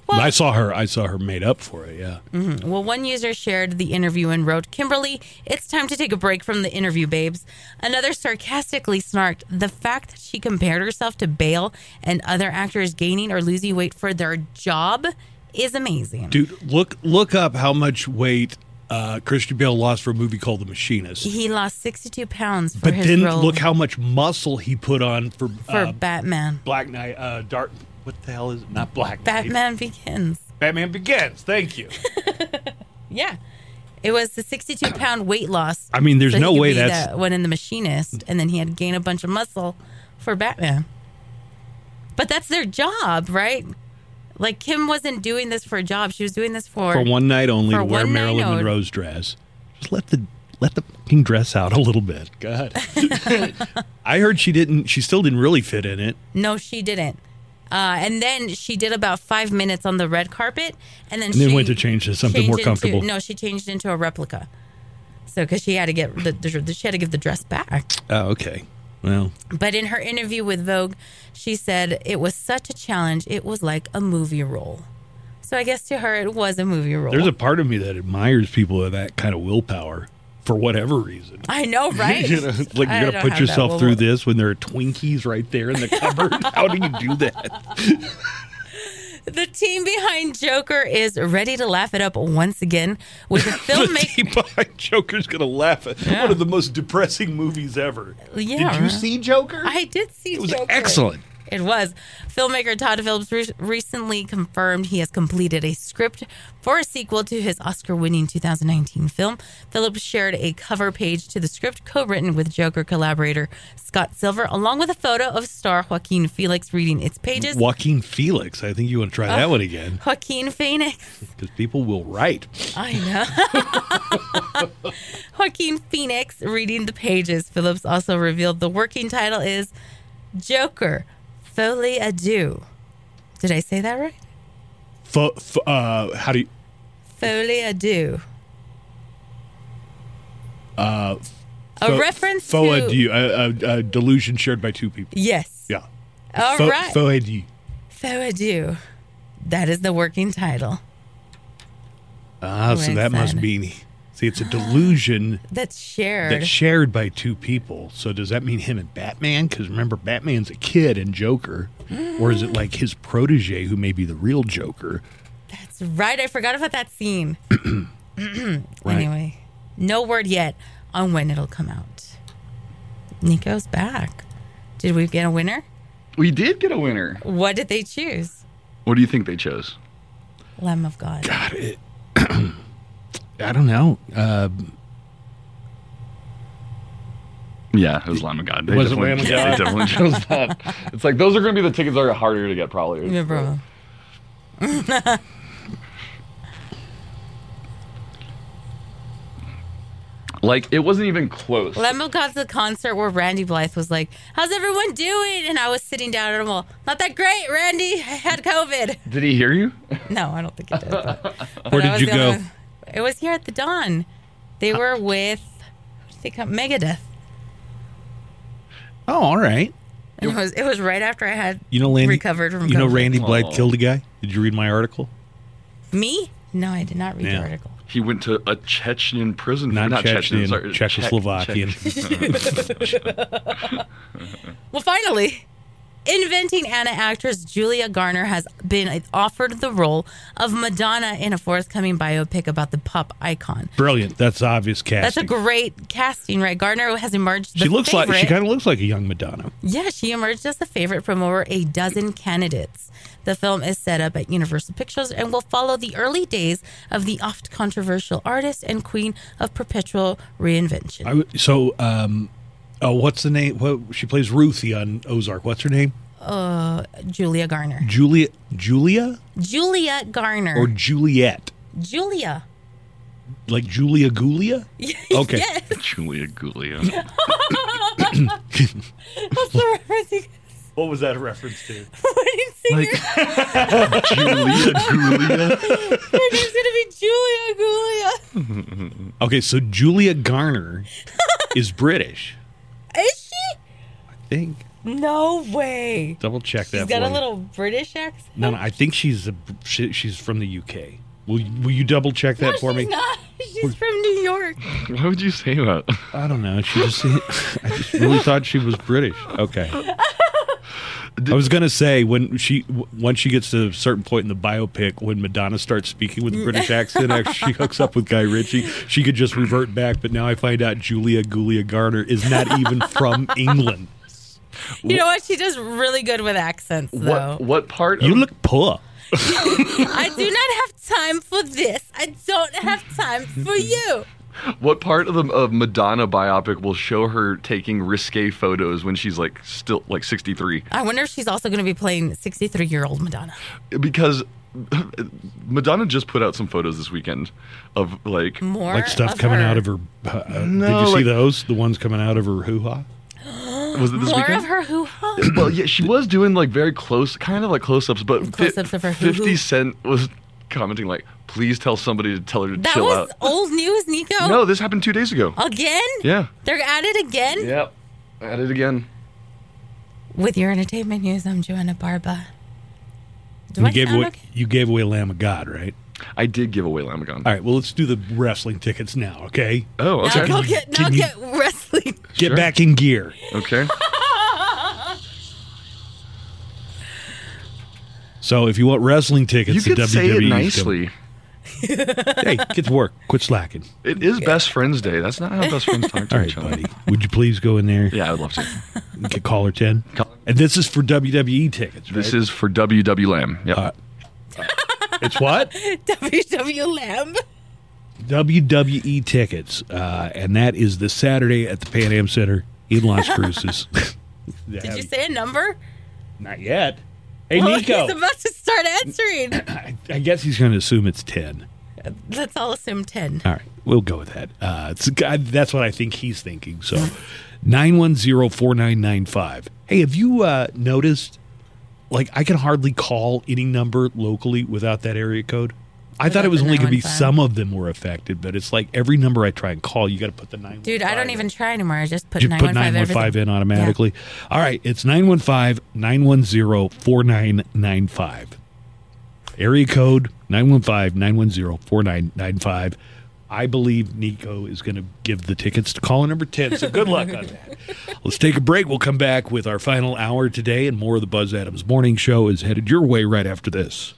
S2: But I saw her. I saw her made up for it. Yeah.
S4: Mhm. Well, one user shared the interview and wrote, Kimberly, it's time to take a break from the interview, babes. Another sarcastically snarked, the fact that she compared herself to Bale and other actors gaining or losing weight for their job is amazing.
S2: Dude, look look up how much weight uh, Christian Bale lost for a movie called The Machinist.
S4: He lost 62 pounds for
S2: But
S4: his
S2: then
S4: role
S2: look how much muscle he put on for,
S4: for
S2: uh,
S4: Batman.
S2: Black Knight. Uh, Dark. What the hell is it? not Black Knight?
S4: Batman Begins.
S2: Batman Begins. Thank you.
S4: Yeah. It was the 62 pound weight loss.
S2: I mean, there's
S4: he
S2: no
S4: could
S2: way
S4: be
S2: that's-
S4: the one in the machinist, and then he had gained a bunch of muscle for Batman. But that's their job, right? Like Kim wasn't doing this for a job; she was doing this for
S2: for one night only
S4: for
S2: to wear
S4: one night
S2: Marilyn
S4: only.
S2: Monroe's dress. Just let the let the fucking dress out a little bit. Go ahead. I heard she didn't. She still didn't really fit in it.
S4: No, she didn't. Uh, and then she did about five minutes on the red carpet, and then
S2: And then
S4: she
S2: went to change to something more
S4: changed into-
S2: comfortable.
S4: no, she changed into a replica. So, because she had to get the, the she had to give the dress back.
S2: Oh, okay. Well,
S4: But in her interview with Vogue, she said it was such a challenge. It was like a movie role. So I guess to her, it was a movie role.
S2: there's a part of me that admires people with that kind of willpower for whatever reason.
S4: I know, right?
S2: you know, it's like
S4: I
S2: you're gonna
S4: don't
S2: put
S4: have that
S2: yourself
S4: will-
S2: through this when there are Twinkies right there in the cupboard. How do you do that?
S4: The team behind Joker is ready to laugh it up once again with a
S2: The
S4: filmmaker.
S2: team behind Joker's gonna laugh at one of the most depressing movies ever.
S4: Yeah,
S2: Did you
S4: right.
S2: see Joker?
S4: I did see
S2: It was
S4: Joker.
S2: excellent.
S4: It was. Filmmaker Todd Phillips re- recently confirmed he has completed a script for a sequel to his Oscar winning 2019 film. Phillips shared a cover page to the script co written with Joker collaborator Scott Silver, along with a photo of star Joaquin Felix reading its pages.
S2: Joaquin Felix. I think you want to try that
S4: Oh.
S2: one again
S4: Joaquin Phoenix.
S2: because people will write.
S4: I know. Joaquin Phoenix reading the pages. Phillips also revealed the working title is Joker Foley Adieu. Did I say that right?
S2: Fo- f- uh, how do you?
S4: Foley Adieu.
S2: Uh,
S4: A reference
S2: faux
S4: to-
S2: adieu, a, a, a delusion shared by two people.
S4: Yes.
S2: Yeah.
S4: All
S2: faux,
S4: right.
S2: faux adieu.
S4: Faux adieu. That is the working title.
S2: Ah, so
S4: We're
S2: that must
S4: excited.
S2: mean. See, it's a delusion
S4: That's shared.
S2: that's shared by two people. So does that mean him and Batman? Because remember, Batman's a kid and Joker, or is it like his protege who may be the real Joker?
S4: That's right. I forgot about that scene. Anyway, no word yet on when it'll come out. Nico's back. Did we get a winner?
S3: We did get a winner.
S4: What did they choose?
S3: What do you think they chose?
S4: Lamb of God.
S2: God, it. I don't know. Uh,
S3: Yeah, it was Lamb of God. They
S2: It was
S3: definitely-
S2: Lamb of God.
S3: They definitely chose that. It's like those are going to be the tickets that are harder to get, probably.
S4: Yeah, bro.
S3: Like it wasn't even close.
S4: Lamb of God's the concert where Randy Blythe was like, How's everyone doing? And I was sitting down and I'm all, Not that great, Randy. I had COVID.
S3: Did he hear you?
S4: No, I don't think it did. But,
S3: Where
S4: I
S3: did
S4: was
S3: you
S4: the only
S3: go?
S4: one- It was here at the Dawn. They were with, who did they come? Megadeth.
S2: oh, all right.
S4: And it was it was right after I had
S2: You know, Randy.
S4: recovered from
S2: you know,
S4: COVID.
S2: Randy Blythe killed a guy. Did you read my article?
S4: me. No, I did not read the article.
S3: He went to a Chechen prison.
S2: Not
S3: not
S2: Chechen,
S3: Chechen, sorry,
S2: Czechoslovakian.
S4: well, finally, inventing Anna actress Julia Garner has been offered the role of Madonna in a forthcoming biopic about the pop icon.
S2: Brilliant. That's obvious
S4: That's a
S2: casting.
S4: great casting, right? Garner has emerged. The
S2: she looks like she
S4: favorite-
S2: kind of looks like a young Madonna.
S4: Yeah, she emerged as the favorite from over a dozen candidates. The film is set up at Universal Pictures and will follow the early days of the oft controversial artist and queen of perpetual reinvention.
S2: I w so, um, oh, what's the name? What she plays Ruthie on Ozark. What's her name?
S4: Uh, Julia Garner.
S2: Julia, Julia,
S4: Julia Garner.
S2: or Juliet?
S4: Julia.
S2: Like Julia Gulia? Okay.
S4: Yes.
S3: Julia Gulia.
S4: What's the reference? you-
S2: What was that a reference to?
S4: Wedding singer.
S2: Julia Gulia.
S4: Her name's gonna be Julia Julia.
S2: okay, so Julia Garner is British.
S4: Is she?
S2: I think.
S4: No way.
S2: Double check that.
S4: She's got
S2: for
S4: a
S2: me.
S4: little British accent.
S2: No, no, I think she's a, she, she's from the UK. Will will you double check that
S4: no,
S2: for
S4: she's
S2: me?
S4: Not. She's from New York.
S3: Why would you say that?
S2: I don't know. She just I just really thought she was British. Okay. I was gonna say when she w- once she gets to a certain point in the biopic when Madonna starts speaking with a British accent after she hooks up with Guy Ritchie she could just revert back but now I find out Julia Gulia Garner is not even from England.
S4: You know what? She does really good with accents, though.
S3: What what part?
S2: You look poor.
S4: I do not have time for this. I don't have time for you.
S3: What part of the of Madonna biopic will show her taking risque photos when she's like still like 63?
S4: I wonder if she's also going to be playing 63 year old Madonna.
S3: Because Madonna just put out some photos this weekend of like
S4: More
S2: like stuff
S4: of
S2: coming
S4: her.
S2: out of her. Uh, uh,
S3: No,
S2: did you see
S3: like-
S2: those? The ones coming out of her hoo ha.
S3: Was it this
S4: More
S3: weekend?
S4: of her hoo ha.
S3: well, yeah, she was doing like very close, kind of like close-ups, but fi-
S4: Close-ups of her hoo-hoo.
S3: Fifty Cent was commenting like, "Please tell somebody to tell her to
S4: That
S3: chill
S4: was
S3: out."
S4: old news, Nico.
S3: No, this happened two days ago.
S4: Again?
S3: Yeah.
S4: They're at it again?
S3: Yep. At it again.
S4: With your entertainment news, I'm Joanna Barba. Do
S2: You
S4: I
S2: gave
S4: sound
S2: away.
S4: okay?
S2: You gave away Lamb of God, right?
S3: I did give away Lamagon.
S2: All right. Well, let's do the wrestling tickets now. Okay.
S3: Oh,
S4: Now
S3: okay.
S4: go get, now
S2: Can you-
S4: get wrestling.
S2: Get back in gear.
S3: Okay.
S2: So if you want wrestling
S3: You
S2: tickets, to
S3: could
S2: WWE
S3: say it
S2: 's
S3: nicely.
S2: coming. E hey, get to work. Quit slacking.
S3: It is Best Friends Day. That's not how best friends talk to
S2: All right,
S3: each other.
S2: buddy. Would you please go in there?
S3: Yeah, I would love to.
S2: and Get caller ten. And this is for WWE tickets.
S3: This is for WW Lamb. Yep.
S2: Uh, It's what?
S4: WW Lamb.
S2: WWE E tickets, uh, and that is this Saturday at the Pan Am Center in Las Cruces.
S4: Did you say a number?
S2: Not yet. Hey,
S4: Well,
S2: Um, Nico.
S4: He's about to start answering.
S2: I, I guess he's going to assume it's 10.
S4: Let's all assume 10.
S2: All right. We'll go with that. Uh, it's, I, that's what I think he's thinking. So 910 4995. Hey, have you uh, noticed? Like, I can hardly call any number locally without that area code. I thought it was
S4: the
S2: only
S4: no
S2: going to be
S4: on file.
S2: some of them were affected, but it's like every number I try and call, you got to put the nine.
S4: Dude, I don't even try anymore. I just put
S2: You put
S4: 915
S2: 915
S4: everything.
S2: in automatically. All right, it's 915 910 4995. Area code 915 910 4995. I believe Nico is going to give the tickets to caller number 10, so good luck on that. Let's take a break. We'll come back with our final hour today, and more of the Buzz Adams Morning Show is headed your way right after this.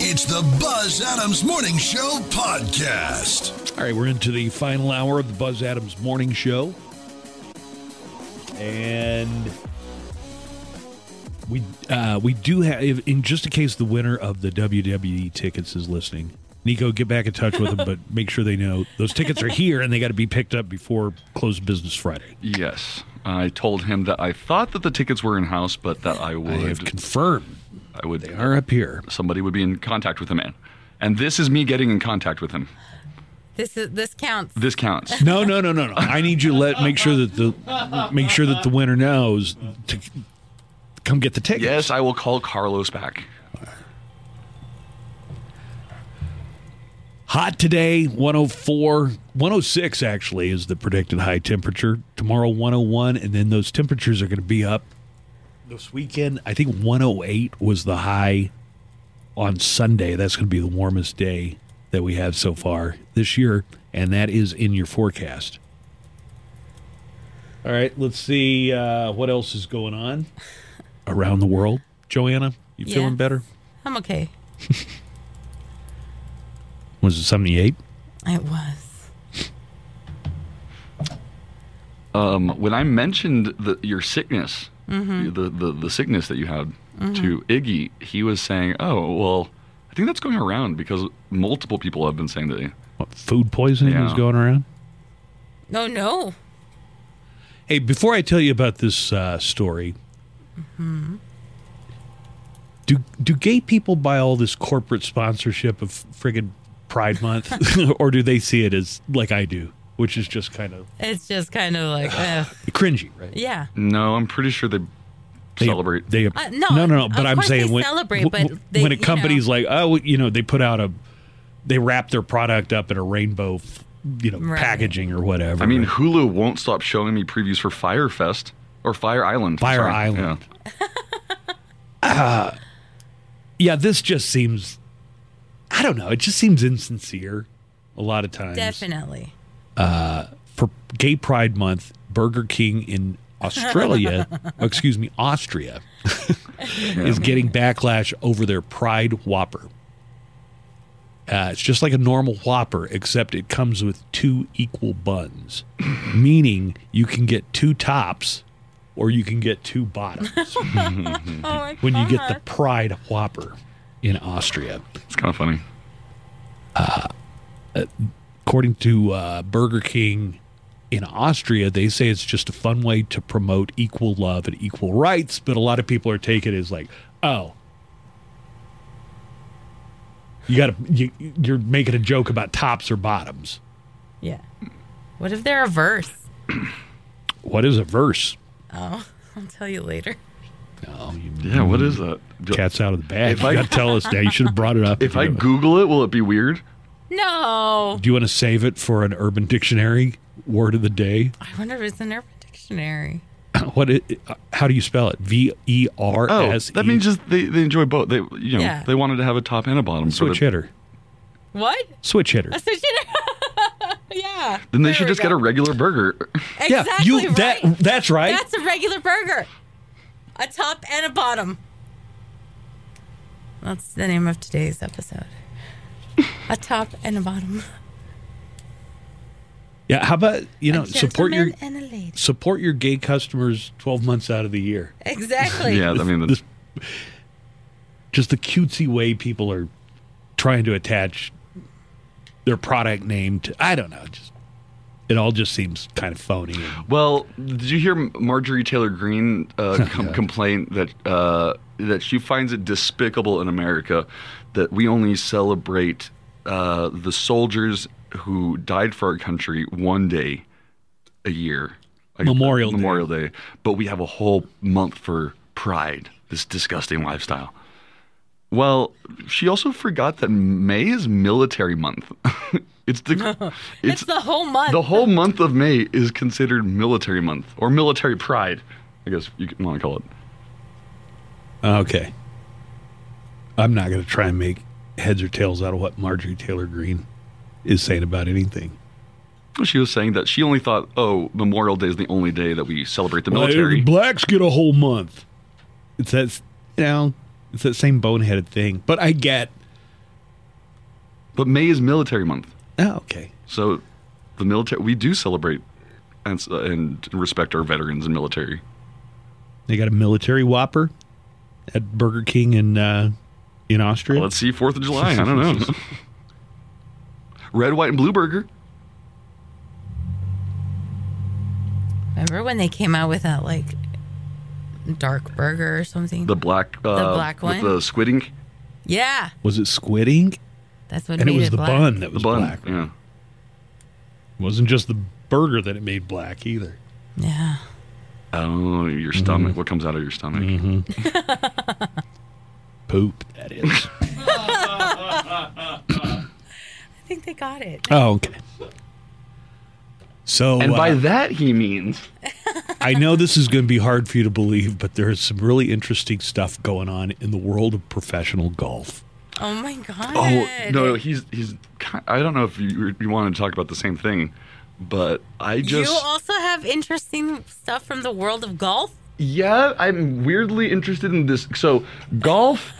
S1: It's the Buzz Adams Morning Show podcast.
S2: All right, we're into the final hour of the Buzz Adams Morning Show. And we uh, we do have, if- in just in case the winner of the WWE tickets is listening, Nico, get back in touch with them, but make sure they know those tickets are here and they got to be picked up before close of business Friday.
S3: Yes. I told him that I thought that the tickets were in house, but that I would. I have
S2: confirmed.
S3: I would. They
S2: are up here.
S3: Somebody would be in contact with him, man. And this is me getting in contact with him.
S4: This is this counts.
S3: This counts.
S2: No, no, no, no, no. I need you to let make sure that the make sure that the winner knows to come get the tickets.
S3: Yes, I will call Carlos back.
S2: Hot today, 104, 106 actually is the predicted high temperature. Tomorrow, 101, and then those temperatures are going to be up this weekend. I think 108 was the high on Sunday. That's going to be the warmest day that we have so far this year, and that is in your forecast. All right, let's see uh, what else is going on around the world. Joanna, you
S4: Yeah.
S2: feeling better?
S4: I'm okay.
S2: Was it something you ate?
S4: It was.
S3: Um, when I mentioned the, your sickness,
S4: Mhm.
S3: the, the the sickness that you had
S4: Mhm.
S3: to Iggy, he was saying, "Oh, well, I think that's going around because multiple people have been saying that."
S2: What, food poisoning was
S3: Yeah.
S2: going around?
S4: No, no.
S2: Hey, before I tell you about this uh, story,
S4: Hmm.
S2: do do gay people buy all this corporate sponsorship of friggin' Pride Month, or do they see it as like I do, which is just kind of
S4: It's just kind of like, uh,
S2: cringy, right?
S4: yeah.
S3: No, I'm pretty sure they, celebrate.
S2: They
S4: Uh, no,
S2: no, no, no.
S4: of
S2: But I'm
S4: course
S2: saying
S4: they
S2: when
S4: celebrate,
S2: w-
S4: but
S2: w-
S4: they-
S2: when a
S4: you know.
S2: company's like, oh, you know, they put out a, they wrap their product up in a rainbow, f- you know,
S3: Right.
S2: packaging or whatever.
S3: I mean, Hulu won't stop showing me previews for Firefest or Fire Island.
S2: Fire
S3: sorry.
S2: Island. uh, yeah, this just seems. I don't know. It just seems insincere. A lot of times,
S4: Definitely.
S2: uh, for Gay Pride Month, Burger King in Australia, excuse me, Austria, is getting backlash over their Pride Whopper. Uh, it's just like a normal Whopper, except it comes with two equal buns, meaning you can get two tops or you can get two bottoms when you get the Pride Whopper in Austria.
S3: It's kind of funny.
S2: according to uh, Burger King in Austria, they say it's just a fun way to promote equal love and equal rights, but a lot of people are taking it as like, oh, you got to you, you're making a joke about tops or bottoms.
S4: Yeah. What if they're a verse?
S2: What is a verse?
S4: Oh, I'll tell you later.
S3: Yeah, what is that?
S2: Mm-hmm. Cat's out of the bag.
S3: If
S2: You
S3: I-
S2: got to tell us now. You should have brought it up.
S3: If I
S2: you know.
S3: Google it, will it be weird?
S4: No.
S2: do you want to save it for an Urban Dictionary word of the day?
S4: I wonder if it's in Urban Dictionary.
S2: What? It, how do you spell it? V E R
S3: Oh,
S2: S.
S3: that means just they, they enjoy both. They you know
S4: Yeah.
S3: they wanted to have a top and a bottom. for
S2: switch
S3: the-
S2: hitter.
S4: What?
S2: Switch hitter.
S4: A switch hitter. yeah.
S3: Then they
S4: There
S3: should
S4: we
S3: just
S4: go.
S3: get a regular burger.
S4: Exactly
S2: you
S4: right.
S2: that that's right.
S4: That's a regular burger. A top and a bottom. That's the name of today's episode. A top and a bottom.
S2: yeah, how about you know
S4: A
S2: support your
S4: gentleman and a lady.
S2: support your gay customers 12 months out of the year.
S4: Exactly.
S3: Yeah, I mean,
S2: This- just the cutesy way people are trying to attach their product name to I don't know, just it all just seems kind of phony. and-
S3: Well, did you hear Marjorie Taylor Greene uh, com- complain that uh, that she finds it despicable in America that we only celebrate uh, the soldiers who died for our country one day a year, Like,
S2: Memorial Day.
S3: Memorial Day, but we have a whole month for Pride. This disgusting lifestyle. Well, she also forgot that May is military month. it's the
S4: It's, the whole month.
S3: the whole month of May is considered military month or military pride, I guess you want to call it.
S2: Okay. I'm not going to try and make heads or tails out of what Marjorie Taylor Greene is saying about anything.
S3: She was saying that she only thought, oh, Memorial Day is the only day that we celebrate the
S2: Like,
S3: military.
S2: blacks get a whole month. It's that, you know, it's that same boneheaded thing. But I get.
S3: But May is military month.
S2: Oh, okay.
S3: So the military, we do celebrate and, s- and respect our veterans and military.
S2: They got a military whopper at Burger King in uh, in Austria.
S3: Let's see 4th of July. I don't know. Red, white, and blue burger.
S4: Remember when they came out with that like dark burger or something?
S3: The black, uh,
S4: The black one?
S3: With the squid ink.
S4: yeah,
S2: Was it squid ink?
S4: that's what
S2: And it
S4: made
S2: was the
S4: black.
S2: bun that was
S3: bun,
S2: black.
S3: yeah.
S2: It wasn't just the burger that it made black either.
S4: Yeah.
S3: Oh, your stomach. What comes out of your stomach?
S2: Poop, that is.
S4: I think they got it.
S2: oh, okay. So
S3: and by
S2: uh,
S3: that, he means.
S2: I know this is going to be hard for you to believe, but there is some really interesting stuff going on in the world of professional golf.
S4: Oh my god.
S3: Oh no, he's he's. ki- I don't know if you you want to talk about the same thing, but I just
S4: you also have interesting stuff from the world of golf.
S3: yeah, I'm weirdly interested in this. So golf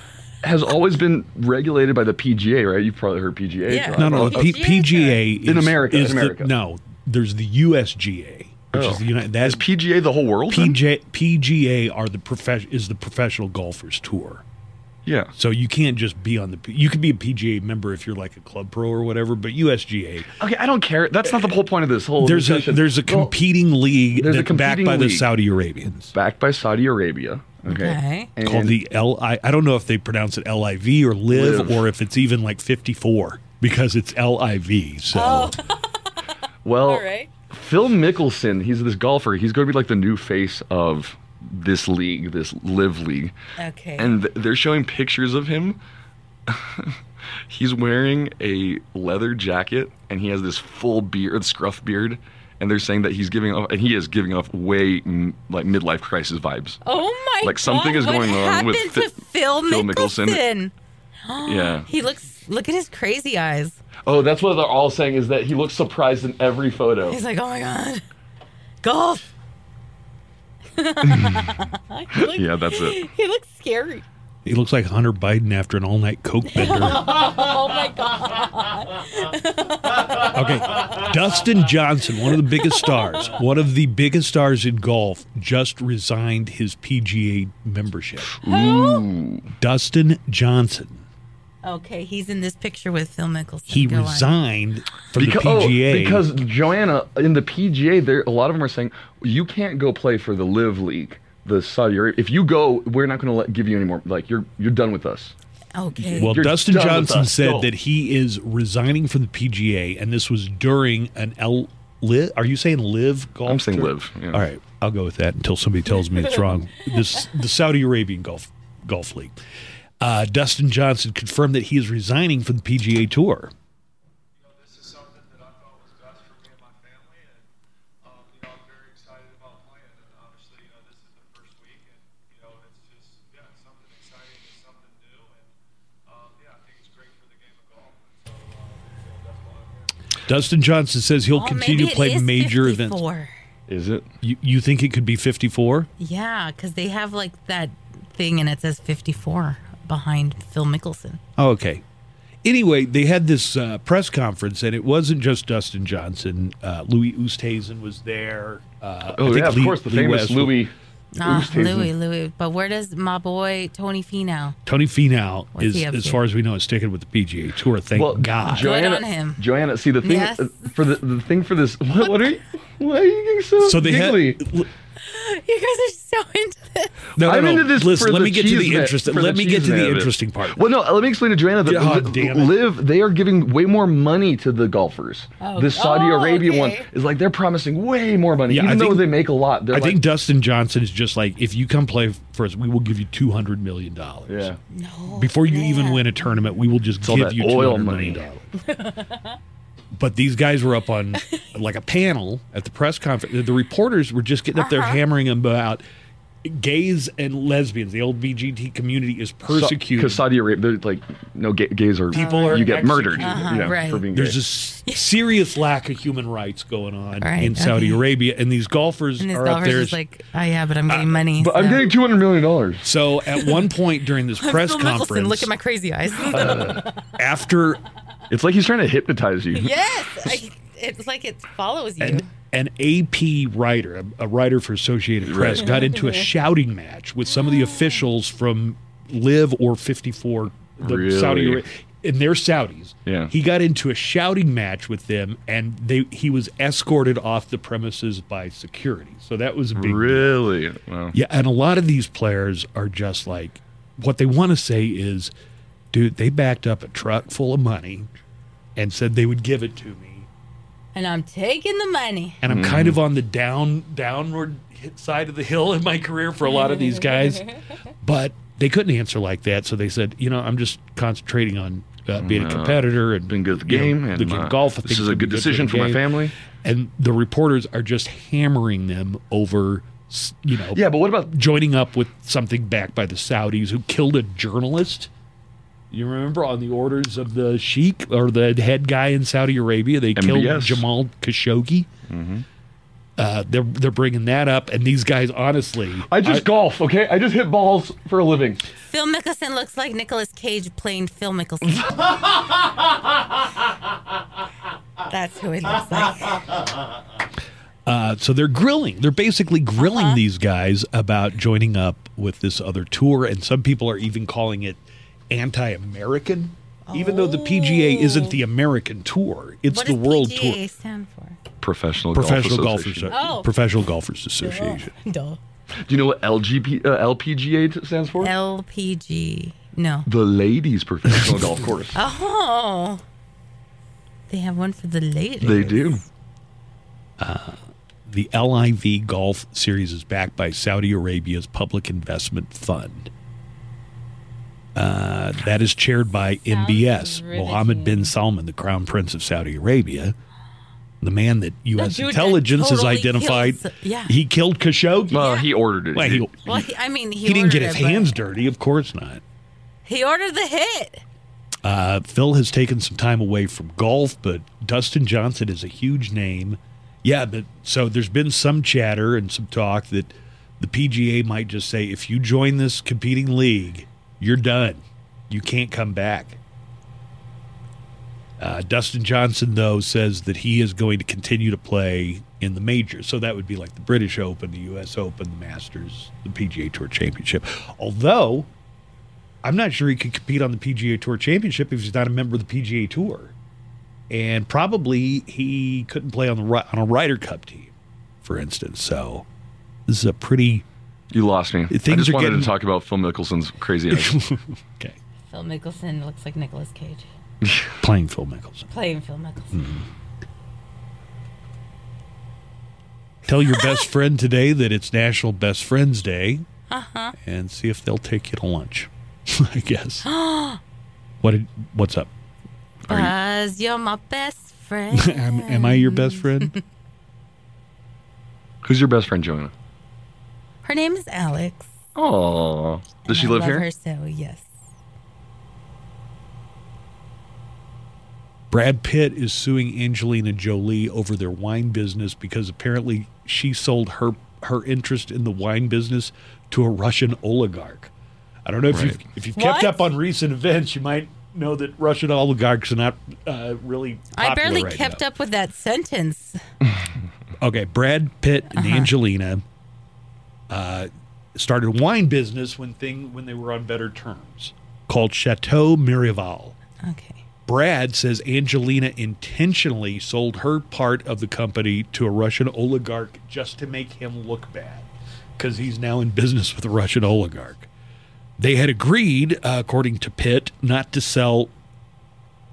S3: has always been regulated by the PGA, right? You've probably heard PGA.
S4: Yeah.
S3: drive.
S2: No, no, the P- PGA is,
S3: In America, in
S2: is the-
S3: America.
S2: no, there's the USGA, which
S3: Oh.
S2: is the United. That's
S3: Is PGA the whole world? then?
S2: PJ, PGA are the profession is the professional golfers tour.
S3: yeah.
S2: So you can't just be on the. P- You could be a PGA member if you're like a club pro or whatever, but USGA.
S3: Okay, I don't care. That's not the whole point of this whole.
S2: There's a
S3: discussion.
S2: there's a
S3: Well,
S2: competing league
S3: there's a
S2: that's backed
S3: competing
S2: by the
S3: league.
S2: Saudi Arabians
S3: backed by Saudi Arabia. Okay.
S4: Okay.
S3: And-
S2: called the L I. I don't know if they pronounce it L I V or live,
S3: Live.
S2: or if it's even like 54 because it's L I V. So
S3: Well,
S4: All right.
S3: Phil Mickelson, he's this golfer. He's going to be like the new face of this league, this live league.
S4: Okay.
S3: And th- they're showing pictures of him. he's wearing a leather jacket and he has this full beard, scruff beard. And they're saying that he's giving off, and he is giving off way mm, like midlife crisis vibes.
S4: oh my
S3: Like, something
S4: god.
S3: is going
S4: what
S3: on with
S4: happened
S3: Phi-
S4: to Phil,
S3: Phil Mickelson.
S4: Mickelson.
S3: Yeah.
S4: He looks look at his crazy eyes.
S3: Oh, that's what they're all saying is that he looks surprised in every photo.
S4: He's like, "Oh my god. Golf." He look-
S3: Yeah, that's it.
S4: He looks scary.
S2: he looks like Hunter Biden after an all night coke bender.
S4: Oh my god.
S2: Okay. Dustin Johnson, one of the biggest stars, one of the biggest stars in golf, just resigned his PGA membership. Dustin Johnson.
S4: Okay, he's in this picture with Phil Mickelson.
S2: He
S4: Go on.
S2: resigned from
S3: Becau-
S2: the PGA.
S3: Oh, because Joanna in the PGA, there a lot of them are saying you can't go play for the Live League, the Saudi Arabia. If you go, we're not going to let give you any more. Like you're you're done with us.
S4: Okay.
S2: well,
S3: You're
S2: Dustin
S3: done with
S2: Johnson
S3: us.
S2: said
S3: Go.
S2: that he is resigning from the PGA, and this was during an L. Live? Are you saying live golf?
S3: I'm saying
S2: tour?
S3: live. yeah.
S2: All right, I'll go with that until somebody tells me it's wrong. This the Saudi Arabian golf golf league. Uh, Dustin Johnson confirmed that he is resigning from the PGA Tour.
S1: um, um,
S2: Dustin Johnson says he'll
S4: Oh,
S2: continue
S4: maybe
S2: to
S4: it
S2: play
S4: is
S2: major
S4: 54.
S2: events.
S3: Is it?
S2: You, you think it could be 54?
S4: Yeah, because they have like that thing and it says 54 behind Phil Mickelson.
S2: Oh, okay. Anyway, they had this uh, press conference, and it wasn't just Dustin Johnson. Uh, Louis Oosthuizen was there. Uh, I
S3: Oh
S2: think
S3: yeah, of
S2: Lee-
S3: course, the
S2: Lee
S3: famous
S2: West-
S3: Louis.
S4: Ah,
S3: Oosthuizen.
S4: Louis, Louis. But where does my boy Tony Finau?
S2: Tony Finau
S4: What's
S2: is,
S4: he up
S2: as
S4: to?
S2: far as we know, is sticking with the PGA Tour. Thank
S3: Well,
S2: God.
S3: Joanna,
S4: on him.
S3: Joanna, see the thing
S4: Yes.
S3: uh, for the, the thing for this. What, what are you? Why are you getting so,
S2: so they
S3: giggly?
S2: had
S4: You guys are so into this.
S2: No, no,
S3: I'm
S2: no.
S3: into this
S2: Listen,
S3: for
S2: let
S3: the
S2: me get to the
S3: cheese man-
S2: interesting-
S3: for
S2: let me get
S3: cheese
S2: to the
S3: man of it.
S2: interesting part.
S3: Well, no, let me explain to Joanna that
S2: God
S3: Li-
S2: damn it.
S3: Live they are giving way more money to the golfers.
S2: Oh,
S3: the Saudi
S2: oh,
S3: Arabia one
S2: okay.
S3: is like they're promising way more money,
S2: Yeah, I
S3: even though
S2: think-
S3: they make a lot.
S2: I
S3: They're like,
S2: think Dustin Johnson is just like, if you come play for us, we will give you two hundred million dollars.
S3: Yeah.
S4: Oh,
S2: Before you even win a tournament, we will just
S3: all
S2: give
S3: that
S2: you
S3: oil
S2: $200 million dollars. But these guys were up on like a panel at the press conference. The- The reporters were just getting up there
S14: Uh-huh.
S2: hammering about gays and lesbians. The LGBT community is persecuted.
S3: because Saudi Arabia, they're like no ga- gays are
S2: People are
S3: you get murdered,
S2: executed.
S3: you know, for being
S2: There's
S3: gay.
S2: a s- serious lack of human rights going on
S4: Right,
S2: in Saudi
S4: okay.
S2: Arabia, and these golfers
S4: And this
S2: are up
S4: golfer's
S2: there.
S4: just like, oh yeah,
S2: Uh,
S4: but I'm getting money. so-
S3: two hundred million dollars.
S2: So at one point during this
S4: I'm
S2: press
S4: Phil Mickelson,
S2: conference, Uh,
S4: Look at my crazy eyes.
S2: after
S3: it's like he's trying to hypnotize you.
S4: yes, I, it's like it follows you.
S2: an, an AP writer, a, a writer for Associated Press,
S4: Right.
S2: got into a shouting match with some of the officials from Live or 54, the
S3: Really?
S2: Saudi Arabia, and they're Saudis.
S3: Yeah.
S2: He got into a shouting match with them, and they he was escorted off the premises by security. So that was a big
S3: Really? Wow.
S2: Yeah, and a lot of these players are just like what they want to say is, dude, they backed up a truck full of money and said they would give it to me.
S4: and I'm taking the money.
S2: And I'm kind
S3: Mm-hmm.
S2: of on the down downward hit side of the hill in my career for a lot of these guys. but they couldn't answer like that, so they said, you know, I'm just concentrating on uh, being
S3: Uh,
S2: a competitor and being good
S3: at the game and,
S2: the game
S3: uh,
S2: of golf. I
S3: this
S2: think
S3: is a
S2: would be
S3: good
S2: the
S3: decision for my
S2: game."
S3: family.
S2: And the reporters are just hammering them over, s- you know,
S3: Yeah, but what about
S2: joining up with something backed by the Saudis who killed a journalist? You remember on the orders of the sheik or the head guy in Saudi Arabia, they killed
S3: MBS.
S2: Jamal Khashoggi. Uh, they're they're bringing that up, and these guys, honestly,
S3: I just golf, okay? I just hit balls for a living.
S4: Phil Mickelson looks like Nicolas Cage playing Phil Mickelson. That's who he looks like.
S2: Uh, so they're grilling. They're basically grilling these guys about joining up with this other tour, and some people are even calling it anti-American, even though the PGA isn't the American tour; it's
S4: What
S2: the
S4: does
S2: World
S4: PGA
S2: Tour,
S4: stand for?
S3: Professional
S2: Professional
S3: Golf
S2: Golfers,
S3: Association.
S4: Oh.
S2: Professional Golfers Association.
S4: Duh.
S3: Do you know what LGP, uh, LPGA t- stands for?
S4: LPG. No.
S3: The Ladies Professional Golf Course.
S4: Oh. They have one for the ladies.
S3: They do.
S2: Uh, the LIV Golf Series is backed by Saudi Arabia's Public Investment Fund. Uh, that is chaired by MBS, Mohammed bin Salman, the crown prince of Saudi Arabia, the man that U.S.
S4: dude that
S2: intelligence has
S4: totally
S2: identified.
S4: kills- yeah.
S2: He killed Khashoggi.
S3: Well, he ordered it.
S2: Well, he,
S4: Well, he, I mean, he,
S2: he didn't get
S4: ordered
S2: his
S4: it, but-
S2: hands dirty. Of course not.
S4: He ordered the hit.
S2: Uh, Phil has taken some time away from golf, but Dustin Johnson is a huge name. Yeah, but so there's been some chatter and some talk that the PGA might just say if you join this competing league, you're done. You can't come back. Uh, Dustin Johnson, though, says that he is going to continue to play in the majors. So that would be like the British Open, the U.S. Open, the Masters, the PGA Tour Championship. Although, I'm not sure he could compete on the PGA Tour Championship if he's not a member of the PGA Tour, and probably he couldn't play on the Ry- on a Ryder Cup team, for instance. So this is a pretty
S3: you lost me. I
S2: Things
S3: just
S2: are
S3: wanted
S2: getting-
S3: to talk about Phil Mickelson's crazy eyes.
S2: okay.
S4: Phil Mickelson looks like Nicolas Cage
S2: playing Phil Mickelson.
S4: playing Phil Mickelson.
S2: Tell your best friend today that it's National Best Friends Day,
S4: Uh huh.
S2: and see if they'll take you to lunch. I guess. What did, what's up? Hmm. Are you-
S4: Cause you- are my best friend.
S2: am, am I your best friend?
S3: Who's your best friend, Joanna?
S4: Her name is Alex.
S3: Oh, does she
S4: I
S3: live
S4: love
S3: here?
S4: Her so yes.
S2: Brad Pitt is suing Angelina Jolie over their wine business because apparently she sold her her interest in the wine business to a Russian oligarch. I don't know if you've
S14: Right.
S2: if you've kept
S4: What?
S2: up on recent events, you might know that Russian oligarchs are not uh, really.
S4: I
S2: popular
S4: barely
S2: right
S4: kept up with that sentence.
S2: now. Okay, Brad Pitt and
S4: Uh-huh.
S2: Angelina uh, started a wine business when thing when they were on better terms called Chateau Miraval.
S4: Okay.
S2: Brad says Angelina intentionally sold her part of the company to a Russian oligarch just to make him look bad. because he's now in business with a Russian oligarch. They had agreed, uh, according to Pitt, not to sell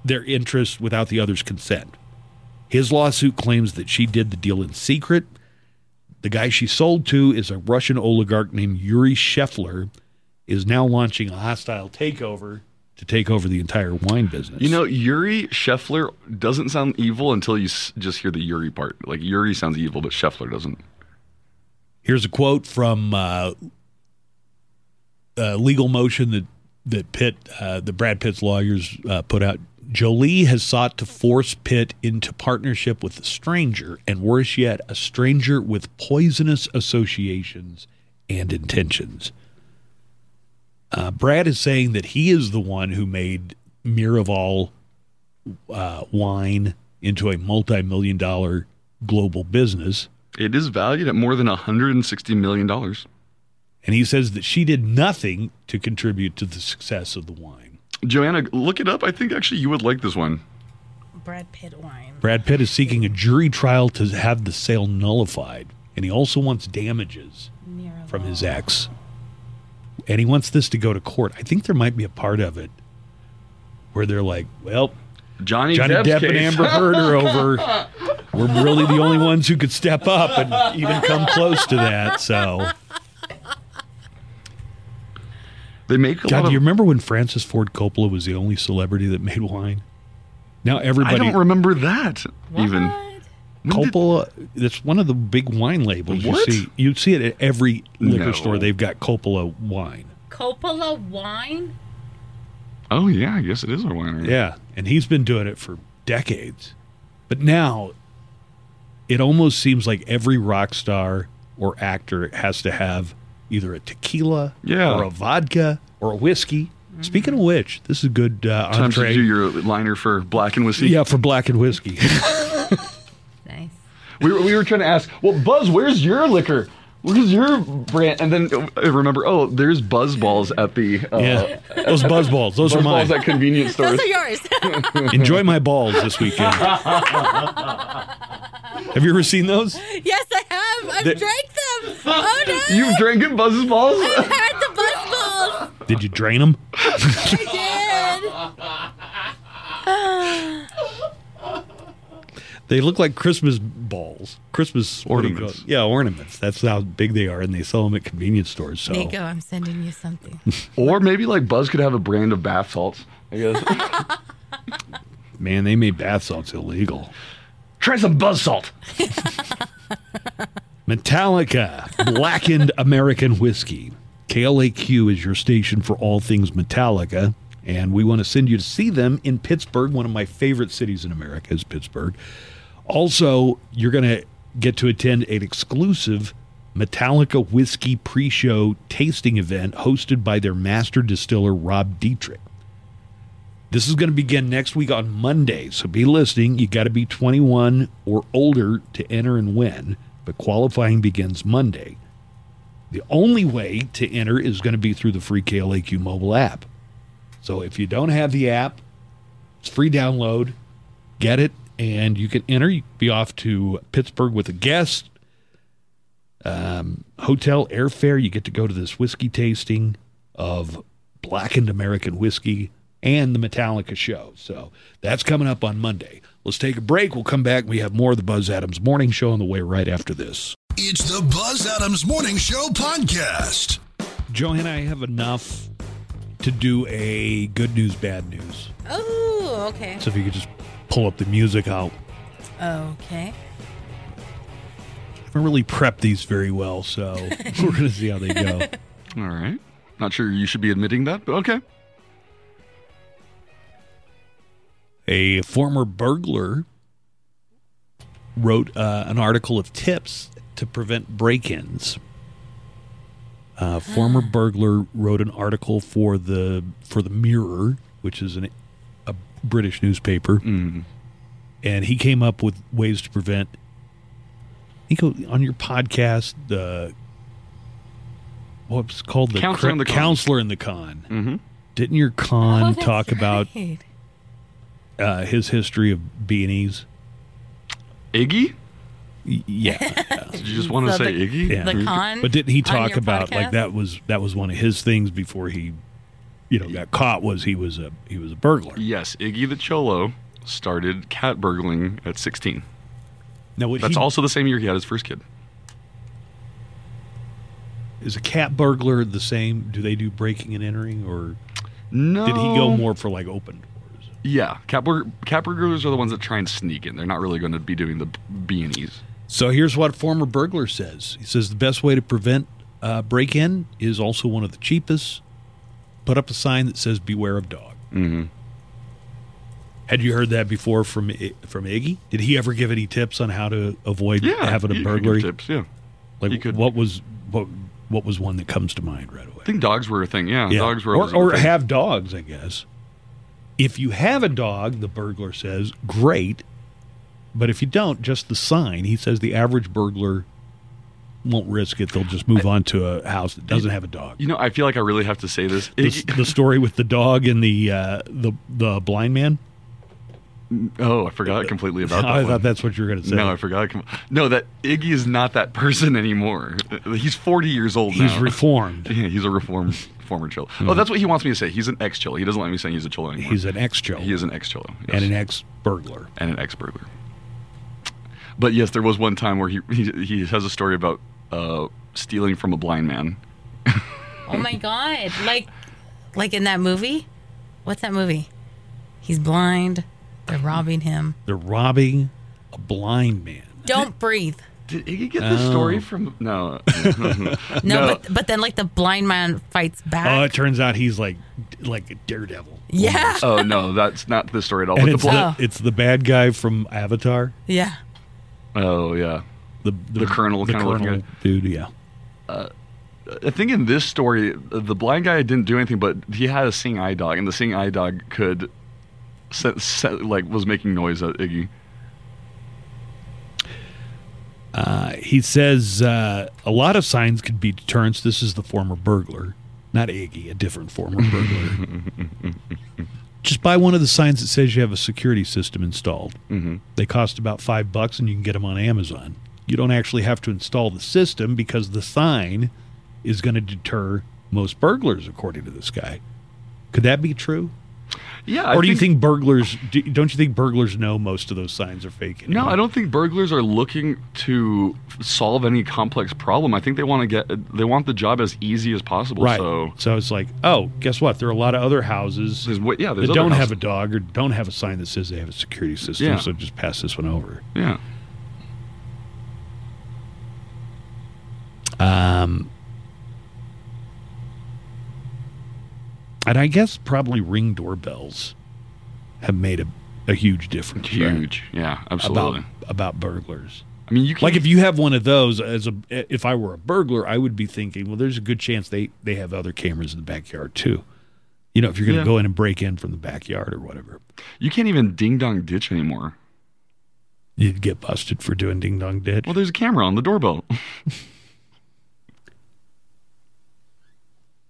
S2: their interest without the other's consent. His lawsuit claims that she did the deal in secret. The guy she sold to is a Russian oligarch named Yuri Scheffler, is now launching a hostile takeover to take over the entire wine business.
S3: You know, Yuri Scheffler doesn't sound evil until you s- just hear the Yuri part. Like Yuri sounds evil, but Scheffler doesn't.
S2: Here's a quote from uh, uh, legal motion that that Pitt, uh, the Brad Pitt's lawyers uh, put out. Jolie has sought to force Pitt into partnership with a stranger, and worse yet, a stranger with poisonous associations and intentions. Uh, Brad is saying that he is the one who made Miraval uh, wine into a multi-million dollar global business.
S3: It is valued at more than $160 million. And
S2: he says that she did nothing to contribute to the success of the wine.
S3: Joanna, look it up. I think actually you would like this one.
S4: Brad Pitt wine.
S2: Brad Pitt is seeking a jury trial to have the sale nullified, and he also wants damages from his ex. And he wants this to go to court. I think there might be a part of it where they're like, well,
S3: Johnny,
S2: Johnny
S3: Depp's
S2: Depp and
S3: case.
S2: Amber Heard are over. We're really the only ones who could step up and even come close to that. So,
S3: They make a
S2: God,
S3: lot
S2: do
S3: of
S2: you remember when Francis Ford Coppola was the only celebrity that made wine? Now everybody.
S3: I don't remember that even.
S2: Coppola. That's one of the big wine labels
S3: What?
S2: you see. You see it at every liquor
S3: No.
S2: store. They've got Coppola wine.
S4: Coppola wine?
S3: Oh yeah, I guess it is a winery.
S2: Yeah, and he's been doing it for decades. But now it almost seems like every rock star or actor has to have either a tequila
S3: Yeah. Mm-hmm.
S2: or a vodka or a whiskey. Speaking of which, this is a good uh,
S3: Time to
S2: entree.
S3: do your liner for Black and Whiskey.
S2: yeah, for black and whiskey.
S3: We were, we were trying to ask, well, Buzz, where's your liquor? Where's your brand? And then I remember, oh, there's Buzz Balls at the. Uh,
S2: yeah, those buzz balls. Those
S3: Buzz
S2: are mine.
S3: Balls at convenience stores.
S4: Those are yours.
S2: Enjoy my balls this weekend. Have you ever seen those?
S4: Yes, I have. I've
S2: The-
S4: drank them. Oh no!
S3: You've drank Buzz's balls?
S4: I've had the buzz balls.
S2: Did you drain them?
S4: I
S2: They look like Christmas balls, Christmas what do you call
S3: Ornaments.
S2: it? Yeah, ornaments. That's how big they are, and they sell them at convenience stores. So
S4: did. Nico, I'm sending you something.
S3: Or maybe like Buzz could have a brand of bath salts. I guess.
S2: Man, they made bath salts illegal.
S3: Try some Buzz Salt.
S2: Metallica, blackened American whiskey. KLAQ is your station for all things Metallica, and we want to send you to see them in Pittsburgh. One of my favorite cities in America is Pittsburgh. Also, you're going to get to attend an exclusive Metallica whiskey pre show tasting event hosted by their master distiller, Rob Dietrich. This is going to begin next week on Monday, so be listening. You got to be 21 or older to enter and win, but qualifying begins Monday. The only way to enter is going to be through the free KLAQ mobile app. So if you don't have the app, it's free download. Get it, and you can enter. You can be off to Pittsburgh with a guest, um, hotel airfare. You get to go to this whiskey tasting of blackened American whiskey and the Metallica show. So that's coming up on Monday. Let's take a break. We'll come back. We have more of the Buzz Adams Morning Show on the way right after this.
S1: It's the Buzz Adams Morning Show podcast.
S2: Joanna, I have enough to do a good news, bad news.
S4: Oh, okay.
S2: So if you could just pull up the music, I'll.
S4: Okay.
S2: I haven't really prepped these very well, so we're going to see how they go.
S3: All right. Not sure you should be admitting that, but okay.
S2: a former burglar wrote uh, an article of tips to prevent break-ins. Uh, former burglar wrote an article for the for the Mirror, which is an, a British newspaper,
S3: Mm.
S2: and he came up with ways to prevent. Nico, on your podcast, the what's it called the
S3: Counselor
S2: cr-
S3: in the Con.
S2: counselor in the con.
S3: Mm-hmm.
S2: Didn't your con
S4: Oh, that's
S2: talk about
S4: right.
S2: uh, his history of B and E's?
S3: Iggy?
S2: Yeah.
S3: Did you
S4: Mm,
S3: just want to say Iggy? Mm-hmm.
S2: But didn't he talk about like that was that was one of his things before he, you know, got caught was he was a he was a burglar.
S3: Yes, Iggy the Cholo started cat burgling at 16.
S2: Now what
S3: That's
S2: he-
S3: also the same year he had his first kid.
S2: Is a cat burglar the same? Do they do breaking and entering or
S3: no?
S2: Did he go more for like open?
S3: Yeah, cat, bur- cat burglars are the ones that try and sneak in. They're not really going to be doing the B and E's.
S2: So here's what a former burglar says. He says the best way to prevent uh, break in is also one of the cheapest. Put up a sign that says "Beware of dog."
S3: Mm-hmm.
S2: Had you heard that before from I- from Iggy? Did he ever give any tips on how to avoid
S3: Yeah,
S2: having
S3: he
S2: a
S3: could
S2: burglary?
S3: give tips, yeah.
S2: Like what was what what was one that comes to mind right away?
S3: I think dogs were a thing. Yeah, dogs were. always
S2: or,
S3: a
S2: or
S3: thing.
S2: have dogs, I guess. If you have a dog, the burglar says, great. But if you don't, just the sign. He says the average burglar won't risk it. They'll just move on to a house that doesn't have a dog.
S3: You know, I feel like I really have to say this.
S2: The, s- the story with the dog and the uh, the the blind man.
S3: Oh, I forgot completely about that.
S2: I
S3: one.
S2: thought that's what you were going to say.
S3: No, I forgot. com- No, that Iggy is not that person anymore. He's 40 years old now.
S2: He's reformed.
S3: Yeah, he's a reformed former cholo. Oh, that's what he wants me to say. He's an ex cholo. He doesn't like me saying he's a cholo anymore.
S2: He's an ex cholo.
S3: He is an ex cholo.
S2: and an ex burglar.
S3: And an ex burglar. But yes, there was one time where he he, he has a story about uh, stealing from a blind man.
S4: Oh my god! Like, like in that movie, what's that movie? He's blind. They're robbing him.
S2: They're robbing a blind man.
S4: Don't breathe.
S3: Did Iggy get
S2: this story Oh.
S3: from? No.
S4: no, But, but then like the blind man fights back.
S2: Oh, it turns out he's like like a daredevil.
S4: yeah,
S3: oh no, that's not the story at all.
S2: And
S3: But
S2: it's
S3: the bl-
S2: the, it's the bad guy from Avatar.
S4: yeah.
S3: oh yeah,
S2: the
S3: the, colonel
S2: the
S3: kind of looking
S2: colonel
S3: guy.
S2: dude. Yeah,
S3: uh, I think in this story, uh, the blind guy didn't do anything, but he had a seeing eye dog, and the seeing eye dog could, se- se- like, was making noise at Iggy.
S2: Uh, he says uh, a lot of signs could be deterrents. This is the former burglar, not Iggy, a different former burglar. Just buy one of the signs that says you have a security system installed.
S3: Mhm.
S2: They cost about five bucks, and you can get them on Amazon. You don't actually have to install the system because the sign is going to deter most burglars, according to this guy. Could that be true?
S3: Yeah.
S2: or do you think burglars? Do, don't you think burglars know most of those signs are fake?
S3: No, I don't think burglars are looking to solve any complex problem. I think they want to get, they want the job as easy as possible.
S2: Right.
S3: So
S2: So it's like, oh, guess what? There are a lot of other houses
S3: wa- yeah, there's
S2: that
S3: other
S2: don't have
S3: houses.
S2: a dog or don't have a sign that says they have a security system.
S3: Yeah.
S2: So just pass this one over.
S3: yeah.
S2: Um, and I guess probably ring doorbells have made a, a huge difference. right?
S3: Huge. Yeah, absolutely.
S2: About, about burglars.
S3: I mean, you can
S2: like if you have one of those as a if I were a burglar, I would be thinking, well, there's a good chance they they have other cameras in the backyard too. You know, if you're going to
S3: Yeah.
S2: go in and break in from the backyard or whatever,
S3: You can't even ding dong ditch anymore.
S2: you'd get busted for doing ding dong ditch.
S3: Well, there's a camera on the doorbell.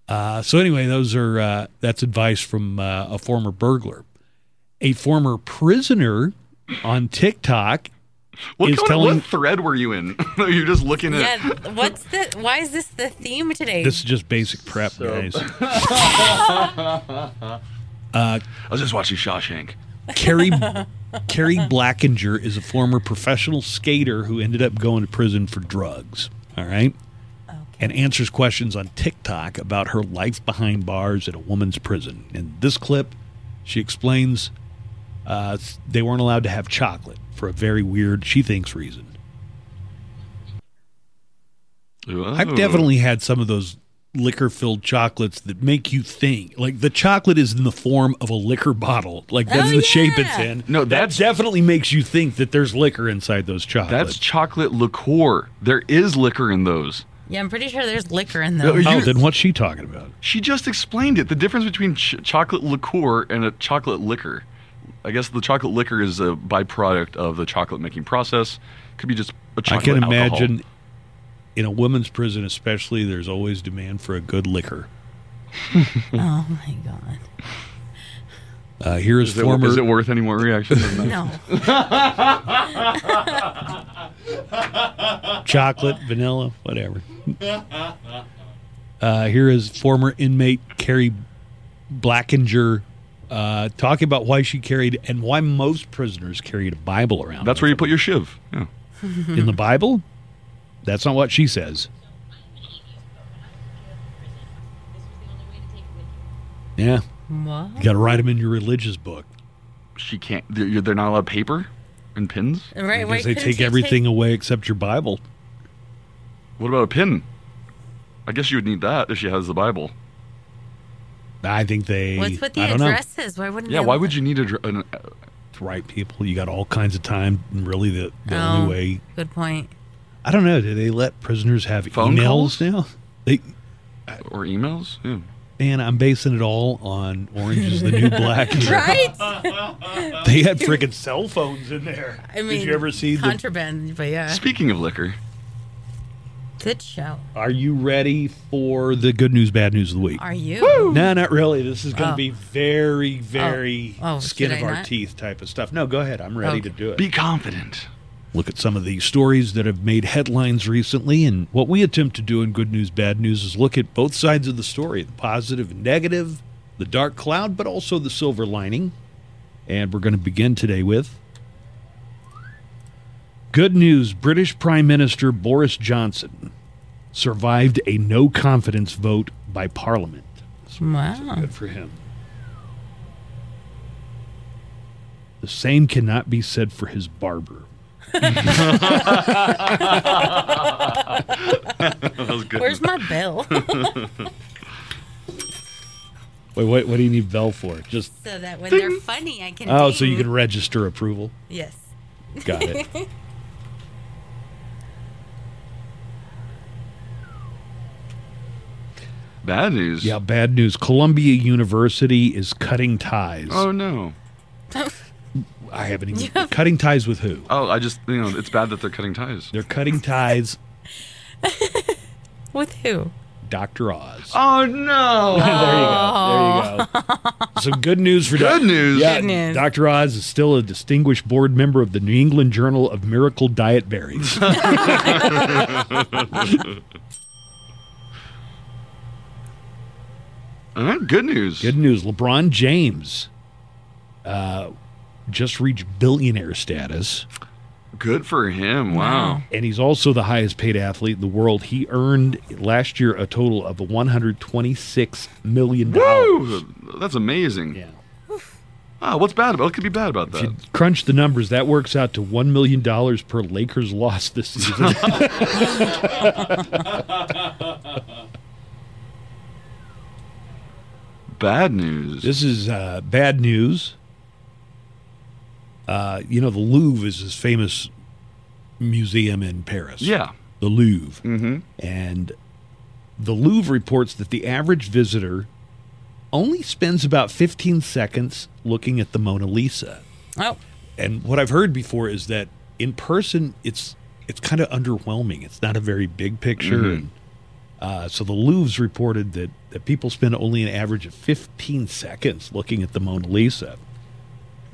S2: Uh, so anyway, those are uh, that's advice from uh, a former burglar, a former prisoner on TikTok
S3: What,
S2: is
S3: kind of-
S2: telling.
S3: what thread were you in? You're just looking at.
S4: Yeah, th- what's the? Why is this the theme today?
S2: This is just basic prep, guys. Uh,
S3: I was just watching Shawshank.
S2: Carrie Carrie Blackinger is a former professional skater who ended up going to prison for drugs. All right. And answers questions on TikTok about her life behind bars at a woman's prison. In this clip, she explains uh, they weren't allowed to have chocolate for a very weird, she thinks, reason.
S3: Oh.
S2: I've definitely had some of those liquor filled chocolates that make you think. Like the chocolate is in the form of a liquor bottle. Like that's
S3: Oh,
S2: the shape it's
S3: yeah.
S2: in.
S3: No,
S2: that definitely makes you think that there's liquor inside those chocolates.
S3: That's chocolate liqueur. There is liquor in those.
S4: yeah, I'm pretty sure there's liquor in
S3: No,
S4: there.
S3: you-
S2: oh, then what's she talking about?
S3: She just explained it. The difference between ch- chocolate liqueur and a chocolate liquor. I guess the chocolate liquor is a byproduct of the chocolate making process. Could be just a
S2: I
S3: chocolate
S2: can
S3: alcohol.
S2: imagine in a women's prison, especially, there's always demand for a good liquor.
S4: Oh my god.
S2: Uh, here is,
S3: Is it,
S2: former.
S3: is it worth any more reaction?
S4: No.
S2: chocolate, vanilla, whatever. Uh, here is former inmate Carrie Blackinger uh, talking about why she carried and why most prisoners carried a Bible around.
S3: That's where you put your shiv. Yeah.
S2: In the Bible? That's not what she says. Yeah.
S4: What?
S2: You got to write them in your religious book.
S3: She can't. They're, they're not allowed paper and pins.
S4: Right,
S2: Because
S4: why
S2: they
S4: couldn't
S2: take
S4: she
S2: everything
S4: take-
S2: away except your Bible.
S3: What about a pin? I guess you would need that if she has the Bible.
S2: I think they.
S4: What's with the
S2: I don't know.
S4: addresses? Why wouldn't?
S3: Yeah,
S4: they
S3: why
S4: allow
S3: would you need a? dr- An,
S2: to write people. You got all kinds of time, and really the, the
S4: that?
S2: only
S4: Oh,
S2: way.
S4: Good point.
S2: I don't know. Do they let prisoners have
S3: Phone
S2: emails
S3: calls?
S2: now? They,
S3: or emails? Yeah.
S2: man, I'm basing it all on Orange is the New Black.
S4: right?
S2: They had freaking cell phones in there.
S4: I mean,
S2: Did you ever see the?
S4: contraband? But yeah,
S3: Speaking of liquor,
S4: good show.
S2: Are you ready for the good news, bad news of the week?
S4: Are you? Woo!
S2: No, not really. This is going to
S4: Oh.
S2: be very, very
S4: Oh, should
S2: skin of
S4: I
S2: our
S4: not?
S2: teeth type of stuff. No, go ahead. I'm ready to do it.
S3: be confident.
S2: look at some of the stories that have made headlines recently. And what we attempt to do in Good News, Bad News is look at both sides of the story the positive and negative, the dark cloud, but also the silver lining. And we're going to begin today with Good news British Prime Minister Boris Johnson survived a no confidence vote by Parliament.
S4: Wow.
S2: Good for him. The same cannot be said for his barber.
S3: That was good.
S4: Where's my bell?
S2: Wait, wait, what do you need Bell for? Just
S4: so that when they're funny, I can.
S2: oh, so you
S4: ding.
S2: can register approval.
S4: Yes.
S2: Got it.
S3: Bad news.
S2: yeah, bad news. Columbia University is cutting ties.
S3: Oh no.
S2: I haven't even cutting ties with who?
S3: Oh, I just you know it's bad that they're cutting ties.
S2: They're cutting ties.
S4: With who?
S2: Dr. Oz.
S3: Oh no.
S2: There you go. There you go. Some good news for
S3: Oh. Good news.
S2: Yeah,
S4: Good news.
S2: Dr. Oz is still a distinguished board member of the New England Journal of Miracle Diet Berries.
S3: All right, good news.
S2: Good news. LeBron James uh, just reached billionaire status,
S3: Good for him. Wow.
S2: and he's also the highest paid athlete in the world. He earned last year a total of $126 million.
S3: Woo! That's amazing.
S2: Yeah.
S3: Ah, what's bad about? What could be bad about
S2: If
S3: that?
S2: you crunch the numbers, that works out to $1 million per Lakers loss this season.
S3: Bad news.
S2: This is uh, bad news. Uh, you know, the Louvre is this famous museum in Paris.
S3: yeah.
S2: The Louvre.
S3: Mm-hmm.
S2: And the Louvre reports that the average visitor only spends about 15 seconds looking at the Mona Lisa.
S4: Oh,
S2: And what I've heard before is that in person, it's it's kind of underwhelming. It's not a very big picture.
S3: Mhm.
S2: And, uh, so the Louvre's reported that, that people spend only an average of 15 seconds looking at the Mona Lisa.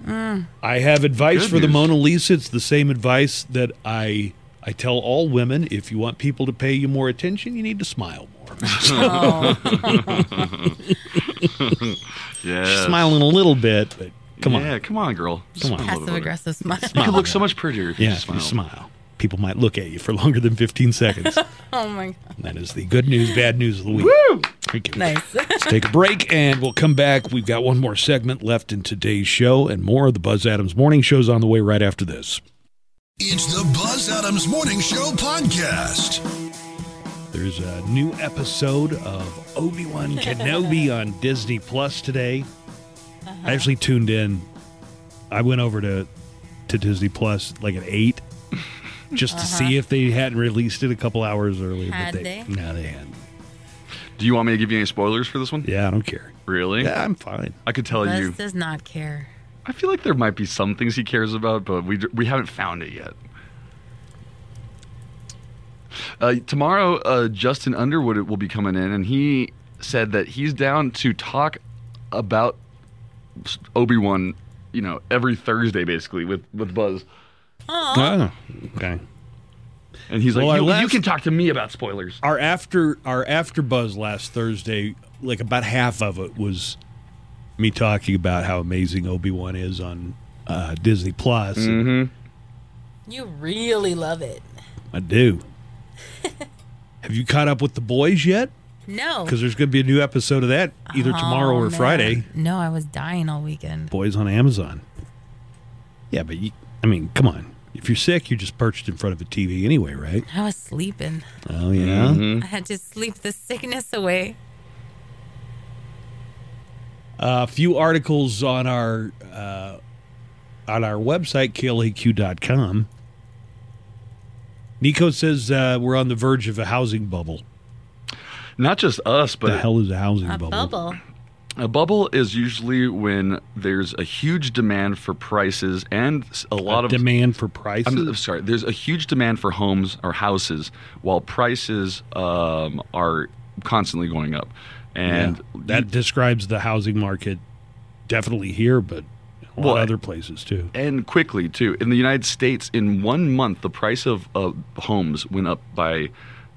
S2: I have advice
S3: Good
S2: for the
S3: news.
S2: Mona Lisa. It's the same advice that I I tell all women. If you want people to pay you more attention, you need to smile more.
S3: Yeah.
S2: Smiling a little bit, but come
S3: Oh, Yeah,
S2: on,
S3: come on, girl.
S2: Come on.
S3: Smile a little
S4: passive
S3: bit.
S4: aggressive smile.
S3: You could look so much prettier if you
S2: yeah,
S3: just
S2: if you
S3: smile.
S2: smile. People might look at you for longer than 15 seconds.
S4: Oh my god.
S2: And that is the good news, bad news of the week. Thank you.
S4: Nice.
S2: Let's take a break and we'll come back. We've got one more segment left in today's show and more of the Buzz Adams Morning Show's on the way right after this.
S1: It's the Buzz Adams Morning Show podcast.
S2: There's a new episode of Obi-Wan Kenobi on Disney Plus today.
S4: Uh-huh.
S2: I actually tuned in. I went over to to Disney Plus like at 8 just to see if they hadn't released it a couple hours earlier,
S4: Uh-huh. Had
S2: but
S4: they?
S2: No, they hadn't.
S3: Do you want me to give you any spoilers for this one?
S2: Yeah, I don't care.
S3: Really?
S2: Yeah, I'm fine.
S3: I could tell
S4: Buzz
S3: you.
S4: does not care.
S3: I feel like there might be some things he cares about, but we we haven't found it yet. Uh, tomorrow, uh, Justin Underwood will be coming in, and he said that he's down to talk about Obi Wan, you know, every Thursday basically with with Buzz.
S2: Oh, okay.
S3: And he's like,
S2: Well, our
S3: you, you
S2: last-
S3: can talk to me about spoilers.
S2: Our after our after buzz last Thursday, like about half of it was me talking about how amazing Obi Wan is on uh, Disney Plus.
S3: Mm-hmm.
S4: You really love it.
S2: I do. Have you caught up with the boys yet?
S4: No.
S2: Because there's going to be a new episode of that either tomorrow
S4: Oh,
S2: or
S4: man.
S2: Friday.
S4: No, I was dying all weekend.
S2: Boys on Amazon. Yeah, but you, I mean, come on. If you're sick, you're just perched in front of a TV anyway, right?
S4: I was sleeping.
S2: Oh yeah.
S4: I had to sleep the sickness away.
S2: a few articles on our uh, on our website klaq.com nico says uh, we're on the verge of a housing bubble
S3: Not just us, but
S2: the hell is a housing bubble?
S3: A bubble is usually when there's a huge demand for prices and s- a lot of
S2: demand for
S3: I'm,
S2: prices
S3: sorry. There's a huge demand for homes or houses, while prices um, are constantly going up. And
S2: Yeah. that describes the housing market definitely here but a lot
S3: Well,
S2: of other places too
S3: and quickly too. In the United States, in one month, the price of, of homes went up by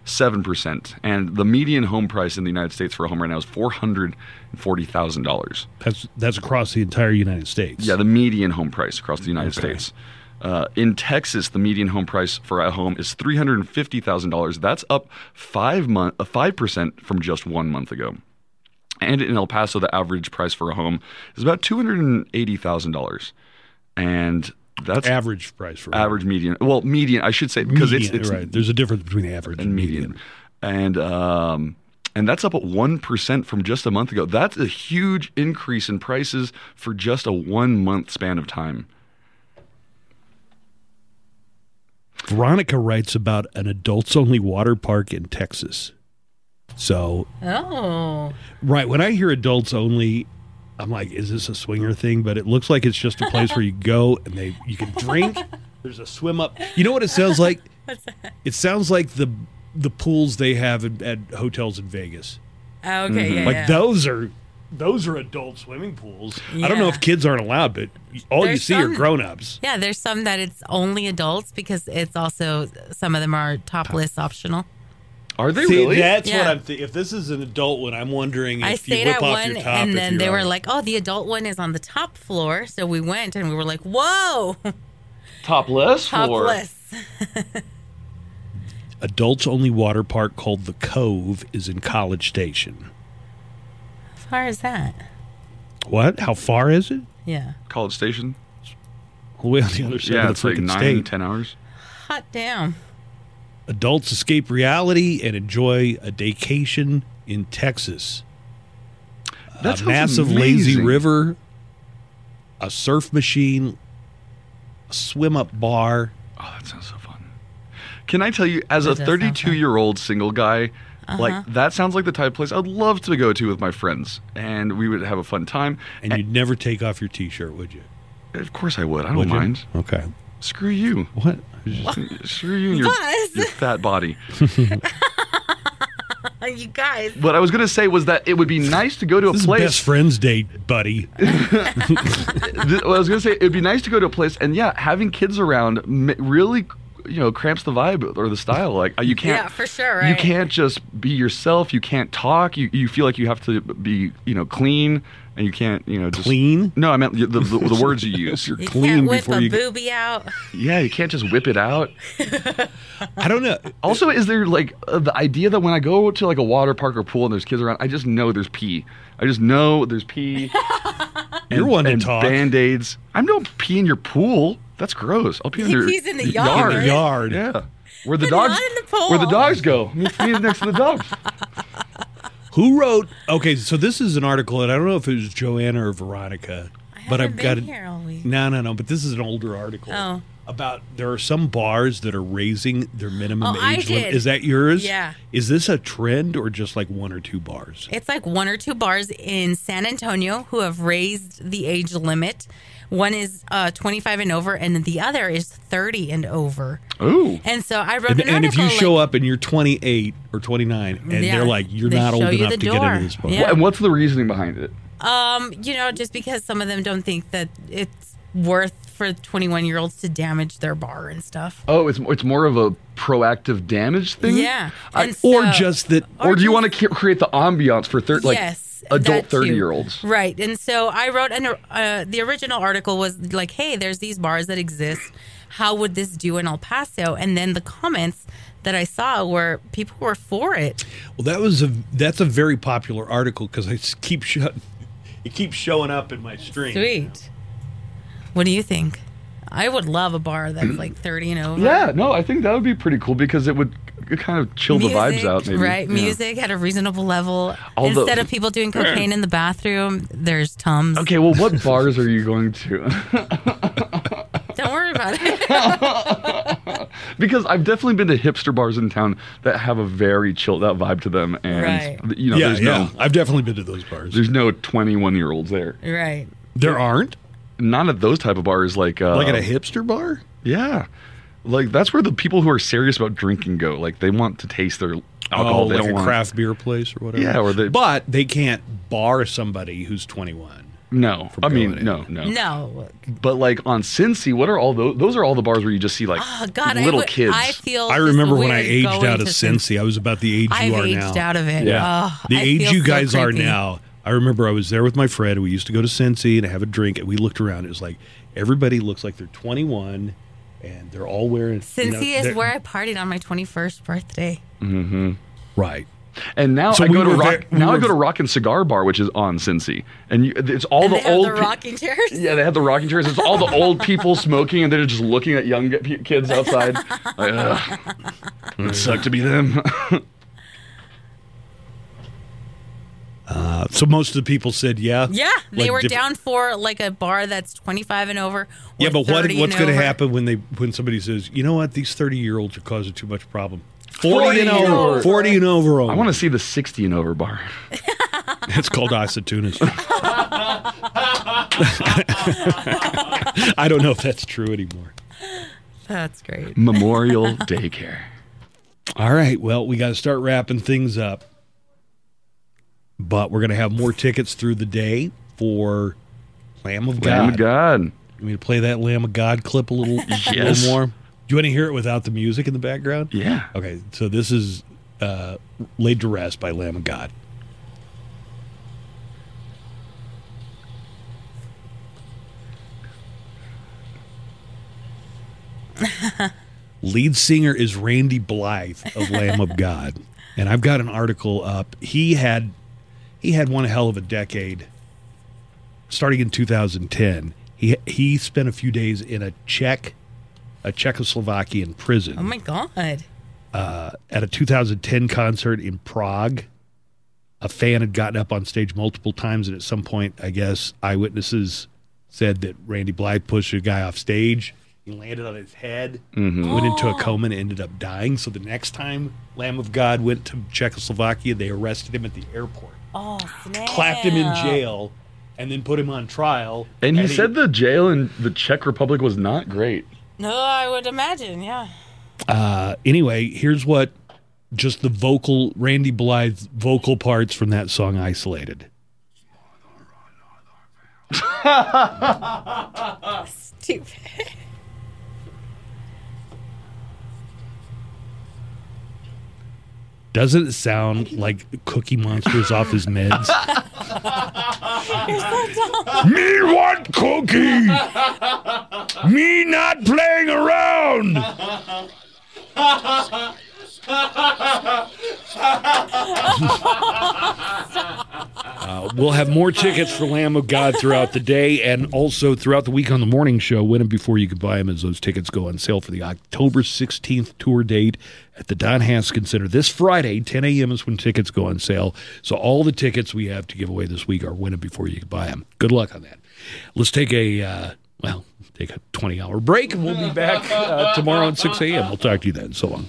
S3: seven percent, and the median home price in the United States for a home right now is four hundred and forty thousand dollars.
S2: that's that's across the entire united states
S3: Yeah, the median home price across the United
S2: Okay.
S3: States. Uh, in Texas, the median home price for a home is three hundred and fifty thousand dollars. That's up five month five percent from just one month ago. And in El Paso, the average price for a home is about two hundred and eighty thousand dollars, and that's
S2: average price for
S3: average median. Well, median, I should say, because it's
S2: Median,
S3: it's
S2: right there's a difference between average
S3: and median, and um, and that's up at one percent from just a month ago. That's a huge increase in prices for just a one month span of time.
S2: veronica writes about an adults only water park in texas so
S4: Oh.
S2: Right. When I hear adults only, I'm like, is this a swinger thing? But it looks like it's just a place where you go and they you can drink. There's a swim up. You know what it sounds like? It sounds like the the pools they have at, at hotels in Vegas.
S4: Oh, okay. Yeah,
S2: Mm-hmm. like
S4: yeah.
S2: those are those are adult swimming pools. I don't know
S4: Yeah.
S2: if kids aren't allowed, but all you
S4: There's
S2: see are
S4: some-
S2: grown ups.
S4: Yeah, there's some that it's only adults because it's also some of them are topless optional.
S3: Are
S4: they really?
S2: That's what
S4: Yeah.
S2: I'm. Th- if this is an adult one, I'm wondering if
S4: I
S2: you
S4: stayed
S2: whip
S4: at
S2: off
S4: one,
S2: your top.
S4: and
S2: if
S4: then
S2: you're
S4: they were
S2: on-
S4: like, "Oh, the adult one is on the top floor." So we went, and we were like, "Whoa,
S3: Topless
S4: topless!"
S2: adults only water park called the Cove is in College Station.
S4: How far is that?
S2: What? How far is it?
S4: Yeah,
S3: College Station.
S2: All the way on the other side
S3: yeah,
S2: of
S3: it's
S2: the
S3: like
S2: freaking
S3: nine,
S2: state.
S3: ten hours.
S4: hot damn.
S2: Adults escape reality and enjoy a vacation in Texas. a
S3: That sounds
S2: massive lazy
S3: amazing.
S2: river, a surf machine, a swim up bar.
S3: Oh, that sounds so fun. Can I tell you, as
S4: That
S3: a
S4: does sound fun.
S3: 32 year old single guy,
S4: Uh-huh.
S3: like that sounds like the type of place I'd love to go to with my friends, and we would have a fun time.
S2: And you'd never take off your t shirt, would you?
S3: Of course, I would. I don't
S2: Would you?
S3: mind.
S2: Okay.
S3: Screw you.
S2: What?
S3: Screw you and your,
S4: Buzz.
S3: your fat body.
S4: Uh, you guys,
S3: What I was gonna say was that it would be nice to go to a
S2: This is best
S3: place.
S2: friends date, buddy.
S3: th- what I was gonna say it'd be nice to go to a place, and yeah, having kids around m- really, you know, cramps the vibe or the style. Like uh, you can't.
S4: yeah, for sure,
S3: You
S4: right?
S3: can't just be yourself. You can't talk. You, you feel like you have to be you know clean, and you can't you know just,
S2: Clean?
S3: No, I meant the, the, the words you use. You're-
S4: You
S2: clean
S4: can't whip
S2: before
S4: a
S2: you-
S4: booby out.
S3: yeah, you can't just whip it out.
S2: I don't know.
S3: Also, is there like uh, the idea that when I go to like a water park or pool and there's kids around, I just know there's pee. I just know there's pee.
S2: You're one to
S3: and
S2: talk.
S3: Band aids. I'm don't pee in your pool. That's gross. I'll pee in your
S4: He's in the
S3: your
S4: yard.
S2: In the yard.
S3: Yeah, where the
S4: But
S3: dogs
S4: not in the
S3: where the
S4: pool.
S3: dogs go. I'm gonna pee next to the dogs.
S2: Who wrote? Okay, so this is an article, and I don't know if it was Joanna or Veronica,
S4: I
S2: but
S4: haven't
S2: I've
S4: been
S2: got
S4: here all week.
S2: No, no, no. But this is an older article
S4: Oh.
S2: about there are some bars that are raising their minimum
S4: Oh, I
S2: age limit.
S4: did.
S2: Is that yours?
S4: Yeah.
S2: Is this a trend or just like one or two bars?
S4: It's like one or two bars in San Antonio who have raised the age limit. One is uh, 25 and over, and the other is 30 and over.
S3: Ooh.
S4: And so I wrote
S2: And,
S4: an
S2: and if
S4: article.
S2: you show
S4: like,
S2: up and you're 28 or 29, and
S4: Yeah,
S2: they're like, you're
S4: they
S2: not
S4: show
S2: old
S4: you
S2: enough
S4: the
S2: to get
S4: door.
S2: into this bar.
S4: Yeah.
S3: And what's the reasoning behind it?
S4: Um, you know, just because some of them don't think that it's worth for 21 year olds to damage their bar and stuff.
S3: Oh, it's it's more of a proactive damage thing.
S4: Yeah,
S3: I-
S4: and Or so-
S3: just that. Or, do you want to create the ambiance for thir- like
S4: Yes,
S3: adult
S4: that too.
S3: thirty year olds?
S4: Right. And so I wrote, an, uh, the original article was like, hey, there's these bars that exist. How would this do in El Paso? And then the comments that I saw were people were for it.
S2: Well, that was a that's a very popular article because I s- keep sho- it keeps showing up in my stream.
S4: Sweet. What do you think? I would love a bar that's like 30 and over.
S3: Yeah, no, I think that would be pretty cool because it would c- kind of chill the vibes
S4: Music,
S3: out. Maybe
S4: Right,
S3: Yeah.
S4: music at a reasonable level.
S3: Although-
S4: Instead of people doing cocaine in the bathroom, there's tums.
S3: Okay, well, what bars are you going to?
S4: Don't worry about it.
S3: because I've definitely been to hipster bars in town that have a very chilled out vibe to them, and
S4: Right.
S3: you know,
S2: Yeah,
S3: there's
S2: yeah.
S3: no.
S2: I've definitely been to those bars.
S3: There's no 21 year olds there.
S4: right.
S2: There aren't.
S3: Not at those type of bars, like uh,
S2: like at a hipster bar.
S3: Yeah, like that's where the people who are serious about drinking go. Like they want to taste their alcohol.
S2: oh,
S3: they
S2: like
S3: don't
S2: a
S3: want.
S2: craft beer place or whatever.
S3: Yeah, or they-
S2: but they can't bar somebody who's 21.
S3: No, I mean
S2: going
S3: no, no,
S4: No.
S3: But like on Cincy, what are all those? Those are all the bars where you just see like
S4: Oh, God, I
S3: little
S4: would-
S3: kids.
S4: I feel.
S2: I
S4: just
S2: remember when I
S4: weird
S2: aged
S4: going
S2: out of
S4: to Sin-
S2: Cincy. I was about the age
S4: I've
S2: you are
S4: aged
S2: now.
S4: out of it. Oh,
S2: the
S4: I
S2: age
S4: feel
S2: you
S4: so
S2: guys are
S4: creepy.
S2: now. I remember I was there with my friend. We used to go to Cincy and have a drink, and we looked around. It was like everybody looks like they're 21, and they're all wearing. you know,
S4: Cincy
S2: they're-
S4: is where I partied on my 21st birthday.
S3: Mm-hmm.
S2: Right.
S3: And now
S2: So
S3: I
S2: we
S3: go to
S2: were
S3: rock.
S2: there- we
S3: now I
S2: were-
S3: go to Rock and Cigar Bar, which is on Cincy, and you, it's all
S4: and
S3: the
S4: they
S3: old.
S4: have the
S3: pe-
S4: rocking chairs.
S3: yeah, they have the rocking chairs. It's all the old people smoking, and they're just looking at young p- kids outside. Like, "Ugh, it sucked to be them.
S2: Uh, so most of the people said, yeah.
S4: Yeah, they
S2: Like
S4: were
S2: diff-
S4: down for like a bar that's 25 and over. or
S2: Yeah, but what
S4: 30
S2: what's
S4: and
S2: going to
S4: over.
S2: happen when they when somebody says, you know what, these 30 year olds are causing too much problem. 40,
S3: 40
S2: and
S3: and over.
S2: over. 40 and over.
S3: I want to see the sixty and over bar.
S2: It's called isotunas. I don't know if that's true anymore.
S4: That's great.
S3: Memorial Daycare.
S2: All right. Well, we got to start wrapping things up. But we're going to have more tickets through the day for Lamb of God.
S3: Lamb of God.
S2: You mean to play that Lamb of God clip a little, a
S3: Yes.
S2: little more? Do you want to hear it without the music in the background?
S3: Yeah.
S2: Okay. So this is uh, Laid to Rest by Lamb of God. Lead singer is Randy Blythe of Lamb of God. And I've got an article up. He had he had one hell of a decade starting in 2010. He he spent a few days in a Czech a Czechoslovakian prison
S4: Oh my god.
S2: uh, at a 2010 concert in Prague. A fan had gotten up on stage multiple times, and at some point, I guess eyewitnesses said that Randy Blythe pushed a guy off stage. He landed on his head,
S3: Mhm.
S2: went into a coma, and ended up dying. So the next time Lamb of God went to Czechoslovakia, they arrested him at the airport,
S4: Oh, snap.
S2: clapped him in jail, and then put him on trial.
S3: And he said the jail in the Czech Republic was not great.
S4: No, I would imagine. Yeah.
S2: Uh, anyway, here's what just the vocal Randy Blythe's vocal parts from that song isolated.
S4: Stupid.
S2: Doesn't it sound like Cookie Monster's off his meds?
S15: Me want cookie. Me not playing around.
S2: Uh, we'll have more tickets for Lamb of God throughout the day and also throughout the week on the morning show. Win them before you can buy them as those tickets go on sale for the October 16th tour date at the Don Haskins Center. This Friday, 10 a.m. is when tickets go on sale. So all the tickets we have to give away this week are win them before you can buy them. Good luck on that. Let's take a, uh, well, take a 20 hour break and we'll be back uh, tomorrow at 6 a.m. We'll talk to you then. So long.